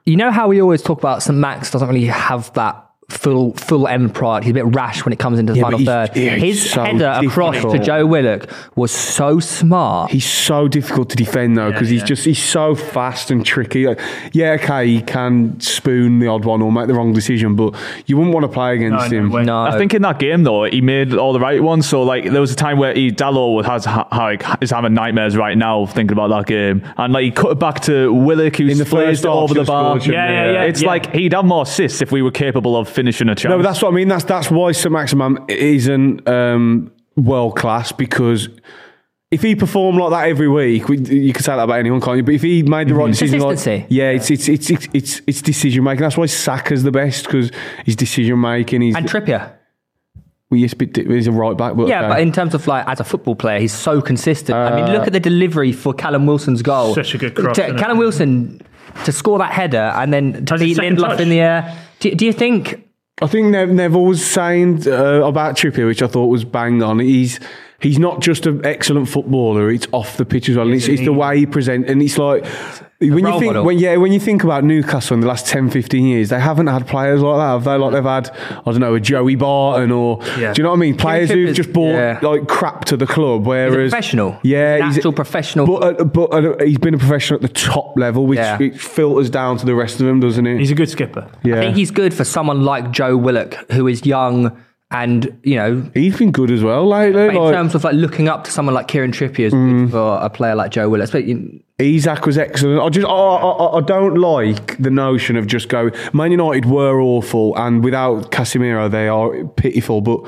Speaker 2: you know how we always talk about St Max doesn't really have that full full end product. He's a bit rash when it comes into the
Speaker 3: Yeah,
Speaker 2: final
Speaker 3: but he's-
Speaker 2: third.
Speaker 3: yeah, he's
Speaker 2: His
Speaker 3: so
Speaker 2: header across to
Speaker 3: difficult.
Speaker 2: Joe Willock was so smart.
Speaker 3: He's so difficult to defend though because he's just he's so fast and tricky. Like, yeah, okay, he can spoon the odd one or make the wrong decision, but you wouldn't want to play against
Speaker 4: no
Speaker 3: him.
Speaker 4: way.
Speaker 2: no,
Speaker 1: I think in that game though, he made all the right ones. So like, there was a time where he Dallo has ha- like is having nightmares right now thinking about that game, and like he cut it back to Willock who
Speaker 3: In the
Speaker 1: plays
Speaker 3: first
Speaker 1: it
Speaker 3: half,
Speaker 1: over the
Speaker 3: just
Speaker 1: bar.
Speaker 3: scored,
Speaker 4: Yeah, yeah, yeah, yeah.
Speaker 1: It's
Speaker 4: yeah.
Speaker 1: like he'd have more assists if we were capable of finishing a chance.
Speaker 3: No, but that's what I mean. That's that's why Sir Maximum isn't um, world class because if he performed like that every week, we, you could say that about anyone, can't you? But if he made the right decision, like-
Speaker 2: Mm-hmm. Consistency.
Speaker 3: yeah, it's it's it's it's it's, it's decision making. That's why Saka's the best because his decision making. He's
Speaker 2: and Trippier.
Speaker 3: well, yes, but he's a right back. But
Speaker 2: Yeah,
Speaker 3: okay.
Speaker 2: but in terms of like as a football player, he's so consistent. I mean,
Speaker 3: Uh,
Speaker 2: look at the delivery for Callum Wilson's goal.
Speaker 4: Such a good cross,
Speaker 2: To-
Speaker 4: isn't it?
Speaker 2: Callum Wilson to score that header and then to
Speaker 4: Has his
Speaker 2: beat
Speaker 4: second
Speaker 2: Lindelof
Speaker 4: touch.
Speaker 2: in the air. Do, do you think?
Speaker 3: I think Nev- Neville was saying uh, about Trippier, which I thought was bang on. He's he's not just an excellent footballer; it's off the pitch as well. And it's, it's the way he presents, and it's like when you
Speaker 2: role
Speaker 3: think,
Speaker 2: model.
Speaker 3: when, yeah, when you think about Newcastle in the last 10, 15 years, they haven't had players like that. Have they? Like they've had, I don't know, a Joey Barton, or
Speaker 4: Yeah.
Speaker 3: do you know what I mean? Players
Speaker 2: Trippier
Speaker 3: who've
Speaker 2: is-
Speaker 3: just bought
Speaker 2: yeah.
Speaker 3: like crap to the club. Whereas
Speaker 2: professional.
Speaker 3: yeah,
Speaker 2: He's an actual professional.
Speaker 3: But uh, but uh, he's been a professional at the top level, which
Speaker 2: Yeah.
Speaker 3: it filters down to the rest of them, doesn't it?
Speaker 4: he's a good skipper.
Speaker 3: yeah.
Speaker 2: I think he's good for someone like Joe Willock, who is young and you know.
Speaker 3: He's been good as well lately.
Speaker 2: But in
Speaker 3: like-
Speaker 2: terms of like looking up to someone like Kieran Trippier is
Speaker 4: Mm.
Speaker 2: good for a player like Joe Willock. But you-
Speaker 3: Isaac was excellent. I just, I, I, I- I don't like the notion of just going. Man United were awful, and without Casemiro, they are pitiful. But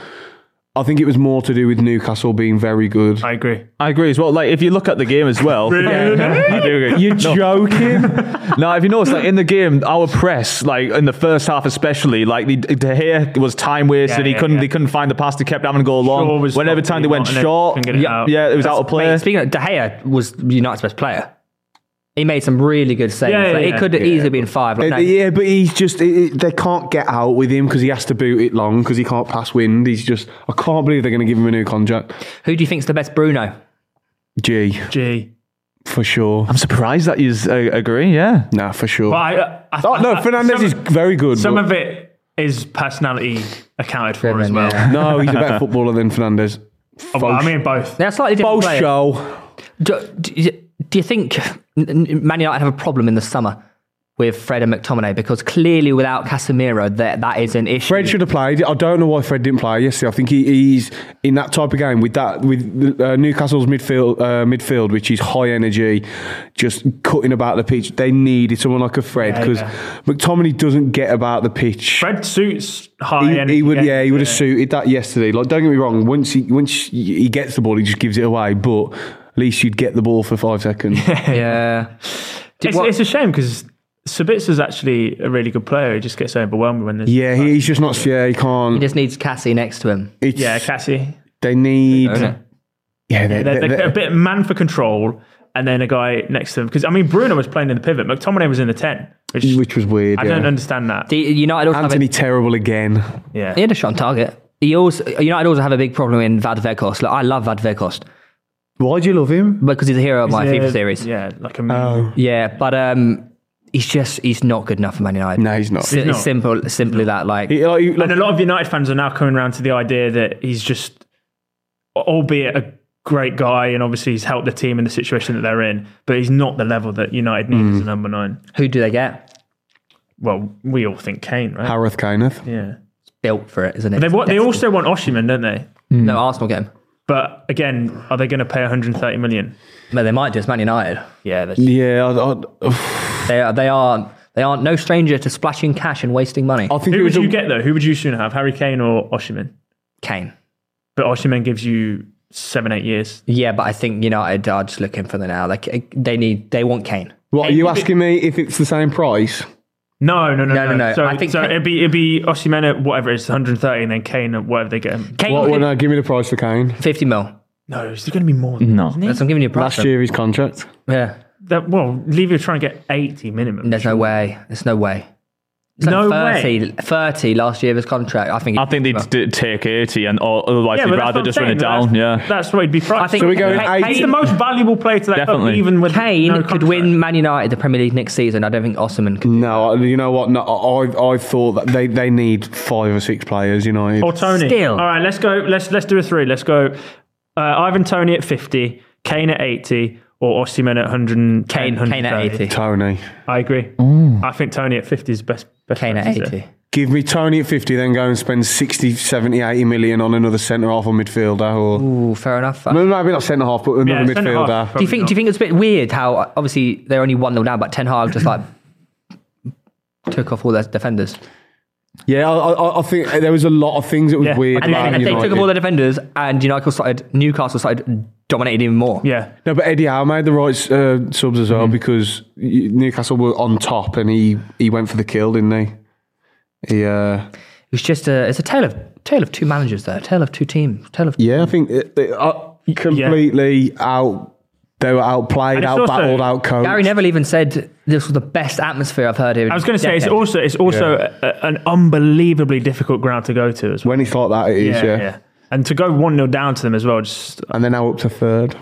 Speaker 3: I think it was more to do with Newcastle being very good. Uh,
Speaker 4: I agree.
Speaker 1: I agree as well. Like if you look at the game as well, I do agree.
Speaker 7: You're
Speaker 1: No.
Speaker 7: joking.
Speaker 1: Now, if you notice, like in the game, our press, like in the first half especially, like the De Gea was time wasted.
Speaker 4: Yeah,
Speaker 1: he
Speaker 4: yeah,
Speaker 1: couldn't,
Speaker 4: yeah.
Speaker 1: he couldn't find the pass to kept having to go long.
Speaker 4: Shaw was
Speaker 1: Whenever
Speaker 4: not
Speaker 1: time they
Speaker 4: really
Speaker 1: went
Speaker 4: wanting it,
Speaker 1: short,
Speaker 4: couldn't get it
Speaker 1: yeah,
Speaker 4: out.
Speaker 1: yeah, it was out of
Speaker 2: Wait,
Speaker 1: play.
Speaker 2: speaking of De Gea, was United's best player. He made some really good saves.
Speaker 4: Yeah, yeah,
Speaker 2: Like,
Speaker 4: yeah.
Speaker 2: it could have easily been five. Like,
Speaker 3: Uh,
Speaker 2: no,
Speaker 3: Yeah, but he's just it, it- they can't get out with him because he has to boot it long because he can't pass wind. He's just I can't believe they're going to give him a new contract.
Speaker 2: Who do you think's the best Bruno?
Speaker 3: Gee,
Speaker 4: Gee.
Speaker 3: for sure.
Speaker 1: I'm surprised that you uh, agree. Yeah,
Speaker 3: Nah, for sure.
Speaker 4: But I, uh, I,
Speaker 3: oh no,
Speaker 4: I-
Speaker 3: Fernandez
Speaker 4: some,
Speaker 3: is very good.
Speaker 4: Some
Speaker 3: but-
Speaker 4: of it is personality accounted for as
Speaker 2: Driven,
Speaker 4: well.
Speaker 2: yeah.
Speaker 3: no, he's a better footballer than Oh, Fernandez.
Speaker 4: Oh, well, I mean both.
Speaker 2: They're slightly different
Speaker 3: Both
Speaker 2: players.
Speaker 3: show.
Speaker 2: Do, do, you- do you think N- N- Man United have a problem in the summer with Fred and McTominay? Because clearly, without Casemiro, that that is an issue.
Speaker 3: Fred should have played. I don't know why Fred didn't play yesterday. I think he, he's in that type of game with that with uh, Newcastle's midfield, uh, midfield, which is high energy, just cutting about the pitch. They needed someone like a Fred
Speaker 4: Yeah,
Speaker 3: because
Speaker 4: yeah.
Speaker 3: McTominay doesn't get about the pitch.
Speaker 4: Fred suits high
Speaker 3: he,
Speaker 4: energy.
Speaker 3: he would, yeah, he would have suited that yesterday. Like, don't get me wrong. Once he once he gets the ball, he just gives it away. But at least you'd get the ball for five seconds.
Speaker 2: Yeah. Did
Speaker 4: It's,
Speaker 2: what-
Speaker 4: it's a shame because Sabitz is actually a really good player. He just gets overwhelmed when there's
Speaker 3: yeah, he, he's just not. Yeah, he
Speaker 2: he
Speaker 3: can't.
Speaker 2: just needs Cassie next to him.
Speaker 3: It's,
Speaker 4: yeah Cassie.
Speaker 3: they need.
Speaker 2: Don't it?
Speaker 3: Yeah, they,
Speaker 4: They're,
Speaker 3: they,
Speaker 4: they're
Speaker 3: they-
Speaker 4: a bit man for control, and then a guy next to him because I mean Bruno was playing in the pivot. McTominay was in the ten, which,
Speaker 3: which was weird.
Speaker 4: I
Speaker 3: yeah.
Speaker 4: don't understand that.
Speaker 2: The United also
Speaker 3: Anthony
Speaker 2: have
Speaker 3: terrible again.
Speaker 4: yeah,
Speaker 2: a, he had a shot on target. He also United also have a big problem in Vadvekost. Like, I love Vadvekost
Speaker 3: Why do you love him?
Speaker 2: because he's a hero of my
Speaker 4: Yeah,
Speaker 2: FIFA series. Yeah,
Speaker 4: Yeah, like a
Speaker 3: Oh,
Speaker 4: meme.
Speaker 2: but um, he's just he's not good enough for Man United.
Speaker 3: No, he's not.
Speaker 2: Si-
Speaker 4: not.
Speaker 2: simple, simply that. Like
Speaker 3: He- like, he- like,
Speaker 4: and a lot of United fans are now coming around to the idea that he's just, albeit a great guy, and obviously he's helped the team in the situation that they're in, but he's not the level that United need as a number nine.
Speaker 2: who do they get?
Speaker 4: Well, we all think Kane, right?
Speaker 3: Harith Kaineth.
Speaker 4: yeah.
Speaker 2: Built for it, isn't it?
Speaker 4: They want, they also want Oshiman, don't they?
Speaker 2: no Arsenal game.
Speaker 4: But again, are they going to pay 130 million?
Speaker 2: No, they might do. It's Man United.
Speaker 4: Yeah, that's
Speaker 3: Yeah, I, I,
Speaker 2: They are. They are. They are no stranger to splashing cash and wasting money.
Speaker 3: I think it
Speaker 4: Who would
Speaker 3: was
Speaker 4: you
Speaker 3: a,
Speaker 4: get though? Who would you sooner have, Harry Kane or Oshiman?
Speaker 2: Kane.
Speaker 4: But Oshiman gives you seven, eight years.
Speaker 2: Yeah, but I think United are just looking for the now. Like they need. They want Kane.
Speaker 3: What are you asking me if it's the same price?
Speaker 4: No, no,
Speaker 2: No,
Speaker 4: no, no.
Speaker 2: no, no.
Speaker 4: So,
Speaker 2: I think
Speaker 4: so
Speaker 2: Kane-
Speaker 4: it'd be it'd be Oshiman at whatever it's 130, and then Kane at whatever they get him.
Speaker 2: Kane
Speaker 3: What? Well,
Speaker 2: could-
Speaker 3: no, give me the price for Kane.
Speaker 2: fifty mil.
Speaker 4: No, is there going to be more? Than
Speaker 1: no.
Speaker 2: That's, I'm giving you a price.
Speaker 3: Last year of his contract.
Speaker 2: Yeah.
Speaker 4: That, well, Levy are trying to get 80 minimum.
Speaker 2: There's no way. There's no way. It's
Speaker 4: No way.
Speaker 2: 30, 30 last year of his contract. I think.
Speaker 1: I think they'd d- take 80 and or, otherwise they'd
Speaker 4: but that's
Speaker 1: rather
Speaker 4: what
Speaker 1: just
Speaker 4: I'm
Speaker 1: run it
Speaker 4: saying,
Speaker 1: down.
Speaker 4: that's-
Speaker 1: Yeah.
Speaker 4: that's why he'd be priced.
Speaker 2: I think
Speaker 3: So we're going
Speaker 2: Kane,
Speaker 4: he's the most valuable player to that club,
Speaker 1: Definitely.
Speaker 4: even with
Speaker 2: Kane
Speaker 4: no
Speaker 2: could
Speaker 4: contract.
Speaker 2: win Man United the Premier League next season. I don't think Osman could.
Speaker 3: No, I- you know what? No, I I thought that they, they need five or six players. You know,
Speaker 4: or Tony.
Speaker 2: Still.
Speaker 4: All right, let's go. Let's let's do a three. Let's go. Uh, Ivan Tony at 50, Kane at 80, or Osimhen at 100.
Speaker 2: Kane, Kane at eighty.
Speaker 3: Tony.
Speaker 4: I agree. I think Tony at 50 is best. best
Speaker 2: Kane at
Speaker 4: price, is it?
Speaker 2: eighty.
Speaker 3: Give me Tony at 50, then go and spend 60, 70, 80 million on another centre half or midfielder. Or,
Speaker 2: Ooh, fair enough.
Speaker 3: Well, maybe not centre half, but
Speaker 4: Yeah,
Speaker 3: another
Speaker 4: centre
Speaker 3: midfielder.
Speaker 4: half,
Speaker 2: do
Speaker 4: probably
Speaker 2: you think?
Speaker 4: not.
Speaker 2: Do you think it's a bit weird how uh, obviously they're only one 0 down, but Ten Hag just like took off all their defenders.
Speaker 3: Yeah, I, I, I think there was a lot of things that was
Speaker 4: Yeah.
Speaker 3: weird.
Speaker 4: And
Speaker 2: And
Speaker 3: about
Speaker 2: then they took
Speaker 3: United.
Speaker 2: off all their defenders, and United started. Newcastle started dominating even more.
Speaker 4: Yeah.
Speaker 3: No, but Eddie Howe made the right uh, subs as well because Newcastle were on top and he, he went for the kill, didn't he? He, uh,
Speaker 2: It's just a. It's a tale of tale of two managers there. Tale of two teams. Tale of
Speaker 3: yeah, I think it, they uh, completely out. They were outplayed,
Speaker 4: And it's also-
Speaker 3: outbattled, outcoached.
Speaker 2: Gary Neville even said this was the best atmosphere I've heard here.
Speaker 4: I was going to say it's
Speaker 2: Decade.
Speaker 4: also it's also a, an unbelievably difficult ground to go to as well.
Speaker 3: When it's like that, it is, yeah.
Speaker 4: And to go one 0 down to them as well, just
Speaker 3: And they're now up to third.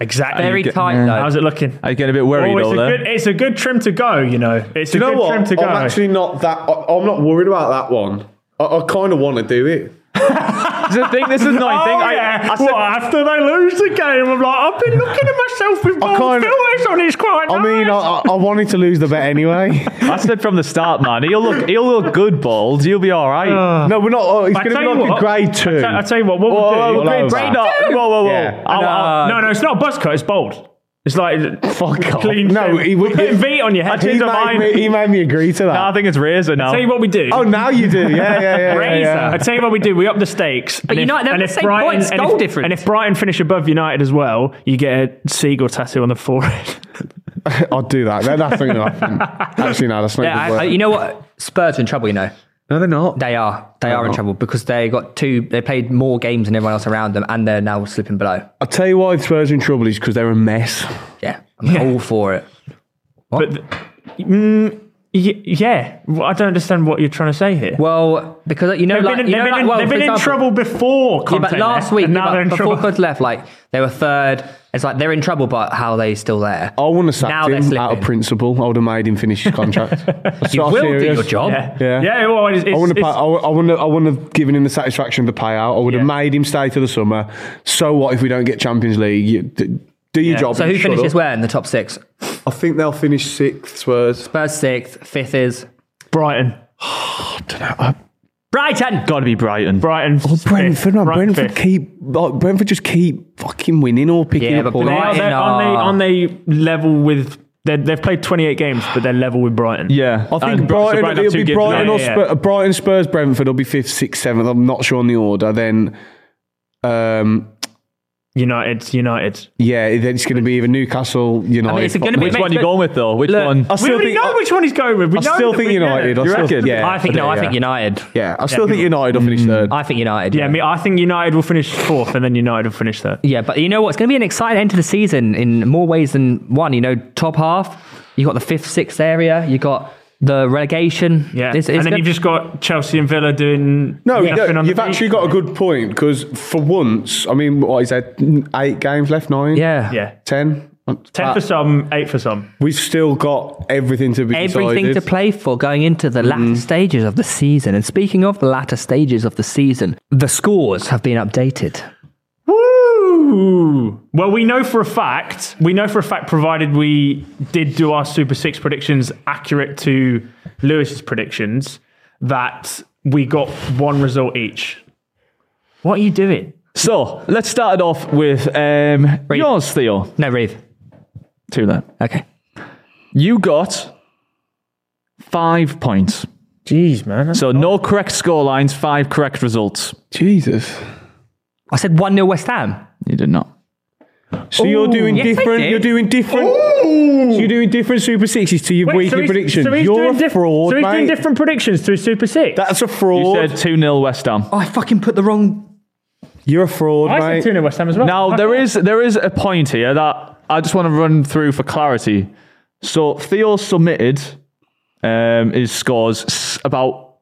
Speaker 4: exactly.
Speaker 2: very tight though.
Speaker 4: How's it looking?
Speaker 1: I get a bit worried
Speaker 4: Oh, it's,
Speaker 1: though.
Speaker 4: a
Speaker 1: there.
Speaker 4: good, it's a good trim to go, you know. It's a good trim to go.
Speaker 3: not that. I, I'm not worried about that one. I, I kind of want to do it.
Speaker 1: This is the thing. This is not.
Speaker 4: oh,
Speaker 1: I think
Speaker 4: yeah.
Speaker 1: I, I said,
Speaker 4: well, after they lose the game, I'm like, I've been looking at myself with
Speaker 3: I
Speaker 4: gold
Speaker 3: kinda-
Speaker 4: filters on. It's quite
Speaker 3: I mean, I,
Speaker 4: nice.
Speaker 3: I, I wanted to lose the bet anyway.
Speaker 1: I said from the start, man. He'll look. He'll look good, balds. He'll be all right.
Speaker 3: no, we're not. Oh, it's
Speaker 4: Uh. I
Speaker 3: going to
Speaker 4: tell
Speaker 3: be
Speaker 4: you
Speaker 3: like
Speaker 4: what,
Speaker 3: a grade
Speaker 4: I
Speaker 3: two.
Speaker 4: tell- I tell you what, what
Speaker 1: Whoa,
Speaker 4: we'll Oh,
Speaker 1: whoa,
Speaker 4: do.
Speaker 3: Well
Speaker 1: whoa, great
Speaker 3: over.
Speaker 1: break, no. Whoa, whoa, whoa.
Speaker 3: Yeah.
Speaker 1: I'll- I'll-
Speaker 4: no, no, it's not a buzz cut. It's bold. It's like
Speaker 1: Fuck off.
Speaker 4: clean.
Speaker 3: No, he
Speaker 4: we
Speaker 3: would-
Speaker 4: put V on your head.
Speaker 3: He
Speaker 4: Change our
Speaker 3: made,
Speaker 4: mind.
Speaker 3: me, he made me agree to
Speaker 1: I
Speaker 3: that.
Speaker 1: think it's Razor now.
Speaker 4: Tell you what we do.
Speaker 3: Oh, now you do. Yeah, yeah, yeah. yeah,
Speaker 4: Razor.
Speaker 3: yeah.
Speaker 4: I tell you what we do. We up the stakes. But
Speaker 7: you know what, they're the same points,
Speaker 4: and
Speaker 7: goal
Speaker 4: if,
Speaker 7: difference.
Speaker 4: And if Brighton finish above United as well, you get a seagull tattoo on the forehead.
Speaker 3: I'll do that. That- That's not going to happen. Actually, no, that's not
Speaker 2: Yeah,
Speaker 3: yeah,
Speaker 2: I, I- you know what? Spurs are in trouble. You know
Speaker 3: No, they're not.
Speaker 2: they are. They are in trouble because they got two. They played more games than everyone else around them, and they're now slipping below.
Speaker 3: I'll tell you why Spurs are in trouble is because they're a mess.
Speaker 2: Yeah, I'm all for it.
Speaker 4: but th- mm, y- yeah, Well, I don't understand what you're trying to say here.
Speaker 2: Well, because you know,
Speaker 4: they've
Speaker 2: like
Speaker 4: been, in,
Speaker 2: you know,
Speaker 4: they've been
Speaker 2: like,
Speaker 4: in-
Speaker 2: well,
Speaker 4: they've
Speaker 2: for
Speaker 4: been in
Speaker 2: example-
Speaker 4: trouble before.
Speaker 2: Yeah,
Speaker 4: Conte
Speaker 2: but last
Speaker 4: left,
Speaker 2: week,
Speaker 4: and now
Speaker 2: yeah,
Speaker 4: they're
Speaker 2: but
Speaker 4: in
Speaker 2: before
Speaker 4: trouble.
Speaker 2: Hood left, like they were third. It's like they're in trouble, but how are they still there?
Speaker 3: I wouldn't have
Speaker 2: Now
Speaker 3: sacked
Speaker 2: they're
Speaker 3: him
Speaker 2: slipping.
Speaker 3: out of principle. I would have made him finish his contract.
Speaker 2: You will do your job.
Speaker 4: Yeah,
Speaker 3: Yeah.
Speaker 4: yeah. Well, it's,
Speaker 3: I
Speaker 4: it's-
Speaker 3: wouldn't, have,
Speaker 4: it's-
Speaker 3: pa- I, wou- I, wouldn't have, I wouldn't have given him the satisfaction of the payout. I would have
Speaker 4: Yeah.
Speaker 3: made him stay to the summer. So what if we don't get Champions League? You, d- do your job.
Speaker 2: So
Speaker 3: and
Speaker 2: who
Speaker 3: shut
Speaker 2: finishes
Speaker 3: up.
Speaker 2: where in the top six?
Speaker 3: I think they'll finish sixth, Spurs.
Speaker 2: Spurs sixth, fifth is
Speaker 4: Brighton.
Speaker 2: Brighton.
Speaker 1: Got to be Brighton.
Speaker 4: Brighton.
Speaker 3: Oh, Brentford, no,
Speaker 4: Brighton
Speaker 3: Brentford keep like, Brentford just keep fucking winning or picking
Speaker 2: Yeah,
Speaker 3: up
Speaker 2: but
Speaker 3: all
Speaker 4: They
Speaker 2: Brighton-
Speaker 3: that.
Speaker 4: are, they're, on,
Speaker 2: are-
Speaker 4: they, on they level with. they're- They've played 28 games, but they're level with Brighton.
Speaker 1: Yeah.
Speaker 3: I think
Speaker 1: And Bri- so
Speaker 3: Brighton,
Speaker 1: have
Speaker 3: it'll
Speaker 1: two
Speaker 3: be
Speaker 1: games
Speaker 3: Brighton,
Speaker 1: now.
Speaker 3: or
Speaker 4: yeah,
Speaker 3: Spur-
Speaker 4: yeah.
Speaker 3: Brighton, Spurs, Brentford. It'll be fifth, sixth, seventh. I'm not sure on the order. Then, um,
Speaker 4: United, United.
Speaker 3: yeah, then it's going to be either Newcastle, United.
Speaker 2: I mean, it's going to be.
Speaker 1: Which one you going with though? Which
Speaker 2: Look,
Speaker 1: one?
Speaker 3: I
Speaker 4: We
Speaker 3: still
Speaker 4: already
Speaker 3: think.
Speaker 4: know
Speaker 3: I,
Speaker 4: which one he's going with. We
Speaker 3: I
Speaker 4: know
Speaker 3: still
Speaker 4: that
Speaker 3: think
Speaker 4: we know.
Speaker 3: United. I
Speaker 1: You
Speaker 3: still,
Speaker 1: reckon?
Speaker 3: Yeah,
Speaker 2: I think no. I
Speaker 3: yeah.
Speaker 2: think United.
Speaker 3: Yeah, I still think United will finish third.
Speaker 4: Mm.
Speaker 2: I think United.
Speaker 4: Yeah, I mean, I think United will finish fourth, and then United will finish third.
Speaker 2: Yeah, but you know what? It's going to be an exciting end to the season in more ways than one. You know, top half, you got the fifth, sixth area, you got the relegation.
Speaker 4: Yeah,
Speaker 2: It's- it's
Speaker 4: and then
Speaker 2: gonna-
Speaker 4: you've just got Chelsea and Villa doing
Speaker 3: No, you
Speaker 4: nothing
Speaker 3: don't.
Speaker 4: on the
Speaker 3: you've
Speaker 4: beach.
Speaker 3: actually got a good point because for once, I mean, what is that? Eight games left, nine,
Speaker 2: yeah,
Speaker 4: yeah.
Speaker 3: ten.
Speaker 4: Ten for some, eight for some.
Speaker 3: We've still got everything to be
Speaker 2: everything to
Speaker 3: decided.
Speaker 2: play for going into the latter stages of the season. And speaking of the latter stages of the season, the scores have been updated.
Speaker 4: Woo! Well, we know for a fact. We know for a fact, provided we did do our Super Six predictions accurate to Lewis's predictions, that we got one result each. What are you doing?
Speaker 1: So let's start it off with um, yours, Theo.
Speaker 2: No, Reeve.
Speaker 1: Two then.
Speaker 2: Okay.
Speaker 1: You got five points.
Speaker 4: Jeez, man.
Speaker 1: So no correct score lines, five correct results.
Speaker 3: Jesus.
Speaker 2: I said 1 0 West Ham.
Speaker 1: You did not.
Speaker 3: So you're doing
Speaker 2: Yes, I
Speaker 3: different.
Speaker 2: did.
Speaker 3: You're doing different. So you're doing different Super Sixes to your weekly predictions. you're a
Speaker 4: doing diff-
Speaker 3: fraud,
Speaker 4: so he's doing
Speaker 3: mate.
Speaker 4: different predictions through Super Six.
Speaker 3: That's a
Speaker 1: You
Speaker 3: fraud.
Speaker 1: said 2 0 West Ham.
Speaker 2: Oh, I fucking put the wrong.
Speaker 3: you're a fraud,
Speaker 4: I
Speaker 3: mate.
Speaker 4: said two 0 West Ham as well.
Speaker 1: Now there is there is a point here that I just want to run through for clarity. So Theo submitted um, his scores s- about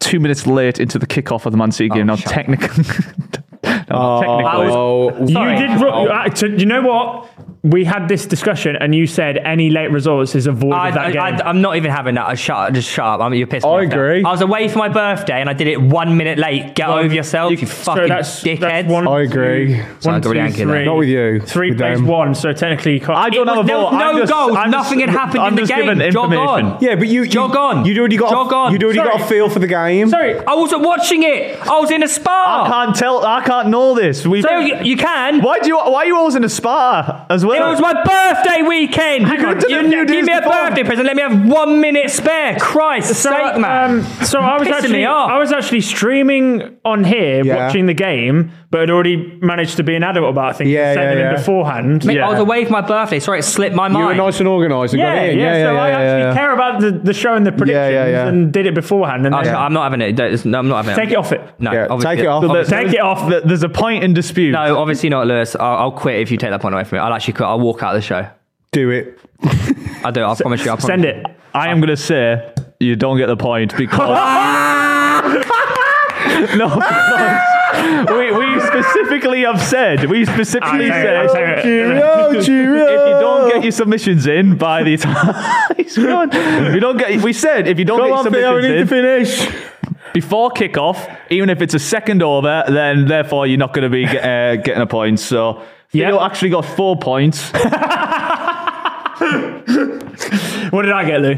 Speaker 1: two minutes late into the kickoff of the Man City
Speaker 2: Oh,
Speaker 1: game. now technically, technically,
Speaker 3: Oh,
Speaker 4: You did. ru- you- uh, to- you know what? We had this discussion, and you said any late results is a void
Speaker 2: I,
Speaker 4: of that game.
Speaker 2: am not even having that. I shut up, just shut up. I'm, you're pissing me
Speaker 3: I
Speaker 2: off now.
Speaker 3: agree.
Speaker 2: I was away for my birthday and I did it one minute late. Get over yourself, you, fucking
Speaker 4: that's,
Speaker 2: dickhead.
Speaker 4: That's one,
Speaker 3: I agree.
Speaker 4: Two, one,
Speaker 2: Sounds really
Speaker 4: two,
Speaker 2: angry there.
Speaker 4: three.
Speaker 3: Not with you.
Speaker 4: Three
Speaker 3: With
Speaker 4: plays
Speaker 3: them.
Speaker 4: one, so technically you can't.
Speaker 1: I
Speaker 2: It
Speaker 1: don't have a
Speaker 2: was- there
Speaker 1: vote.
Speaker 2: was no
Speaker 1: I'm just-
Speaker 2: goals.
Speaker 1: I'm
Speaker 2: Nothing
Speaker 1: just-
Speaker 2: had happened
Speaker 1: I'm
Speaker 2: in the
Speaker 1: just
Speaker 2: game.
Speaker 1: given
Speaker 2: Jog on.
Speaker 1: information.
Speaker 3: Yeah, but you you-
Speaker 2: Jog on.
Speaker 3: You'd already got.
Speaker 2: Jog
Speaker 3: a,
Speaker 2: on.
Speaker 3: You'd already got a
Speaker 4: Sorry.
Speaker 3: feel for the game.
Speaker 4: Sorry.
Speaker 2: I wasn't watching it. I was in a
Speaker 1: I
Speaker 2: spa.
Speaker 1: can't tell. I can't know this. We.
Speaker 2: So you, you can.
Speaker 1: why do you? Why are you always in a spa as
Speaker 2: It
Speaker 1: well?
Speaker 2: was my birthday weekend.
Speaker 4: Hang on,
Speaker 2: You-
Speaker 4: didn't you do
Speaker 2: give me
Speaker 4: this
Speaker 2: a
Speaker 4: before?
Speaker 2: birthday present. Let me have one minute spare. Christ sake, man.
Speaker 4: um, so I was
Speaker 2: Pissing
Speaker 4: actually
Speaker 2: me off.
Speaker 4: I was actually streaming on here
Speaker 3: Yeah.
Speaker 4: watching the game, but I'd already managed to be an adult about things.
Speaker 3: Yeah,
Speaker 4: and send
Speaker 3: yeah,
Speaker 4: them in
Speaker 3: yeah.
Speaker 4: beforehand.
Speaker 2: Mate, I was away for my birthday. Sorry, it slipped my
Speaker 3: You
Speaker 2: mind.
Speaker 3: were nice and organised. and got
Speaker 4: Yeah, yeah,
Speaker 3: in.
Speaker 4: so I actually
Speaker 3: yeah.
Speaker 4: care about the, the show and the predictions
Speaker 3: yeah.
Speaker 4: and did it beforehand. And
Speaker 2: I was-
Speaker 4: then
Speaker 2: I'm not having it. That is- No, I'm not having
Speaker 4: take
Speaker 2: it.
Speaker 4: it off it.
Speaker 2: No,
Speaker 3: Yeah,
Speaker 2: obviously-
Speaker 3: take it off.
Speaker 1: So
Speaker 2: obviously-
Speaker 1: there-
Speaker 4: Take it off.
Speaker 1: there- There's a point in dispute.
Speaker 2: No, obviously not, Lewis. I'll, I'll quit if you take that point away from me. I'll actually quit. I'll walk out of the show.
Speaker 3: Do it.
Speaker 2: I do. I promise you. I promise
Speaker 4: Send
Speaker 2: you.
Speaker 4: it.
Speaker 1: I am going to say you don't get the point because. no, because we, we specifically have said, we
Speaker 2: Ah,
Speaker 1: specifically
Speaker 4: I'll take
Speaker 1: said,
Speaker 4: it.
Speaker 3: Cheerio, cheerio.
Speaker 1: if you don't get your submissions in by the time. He's gone. If you don't get, we said if you don't
Speaker 3: Come on,
Speaker 1: get
Speaker 3: Theo,
Speaker 1: your
Speaker 3: we need to
Speaker 1: submissions in
Speaker 3: finish.
Speaker 1: before kickoff, even if it's a second over, then therefore you're not going to be uh, getting a point. So Theo
Speaker 4: Yeah.
Speaker 1: actually got four points.
Speaker 4: What did I get, Lou?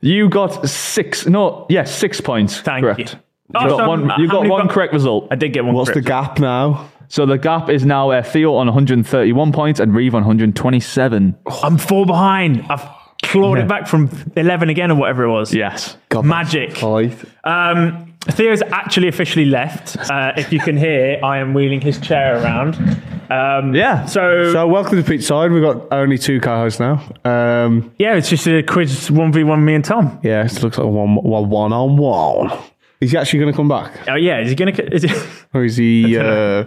Speaker 1: You got six. No, yes, six points.
Speaker 4: Thank
Speaker 1: correct.
Speaker 4: you.
Speaker 1: You
Speaker 4: Oh,
Speaker 1: got
Speaker 4: so,
Speaker 1: one.
Speaker 4: uh,
Speaker 1: You
Speaker 4: how
Speaker 1: got
Speaker 4: many
Speaker 1: one
Speaker 4: got-
Speaker 1: correct result.
Speaker 4: I did get one.
Speaker 3: What's the
Speaker 4: correct.
Speaker 3: gap now?
Speaker 1: So the gap is now uh, Theo on 131 points and Reeve on 127.
Speaker 4: I'm four behind. I've clawed it back from 11 again or whatever it was.
Speaker 1: Yes.
Speaker 4: Magic. Um, Theo's actually officially left. Uh, if you can hear, I am wheeling his chair around. Um,
Speaker 1: Yeah.
Speaker 4: So,
Speaker 3: So welcome to Pitch Side. We've got only two co-hosts now. Um,
Speaker 4: yeah, it's just a quiz 1v1 me and Tom.
Speaker 3: yeah, it looks like a one, one, one on one. Is he actually going to come back,
Speaker 4: Oh, yeah. Is he going to. Is it?
Speaker 3: or is he? Uh,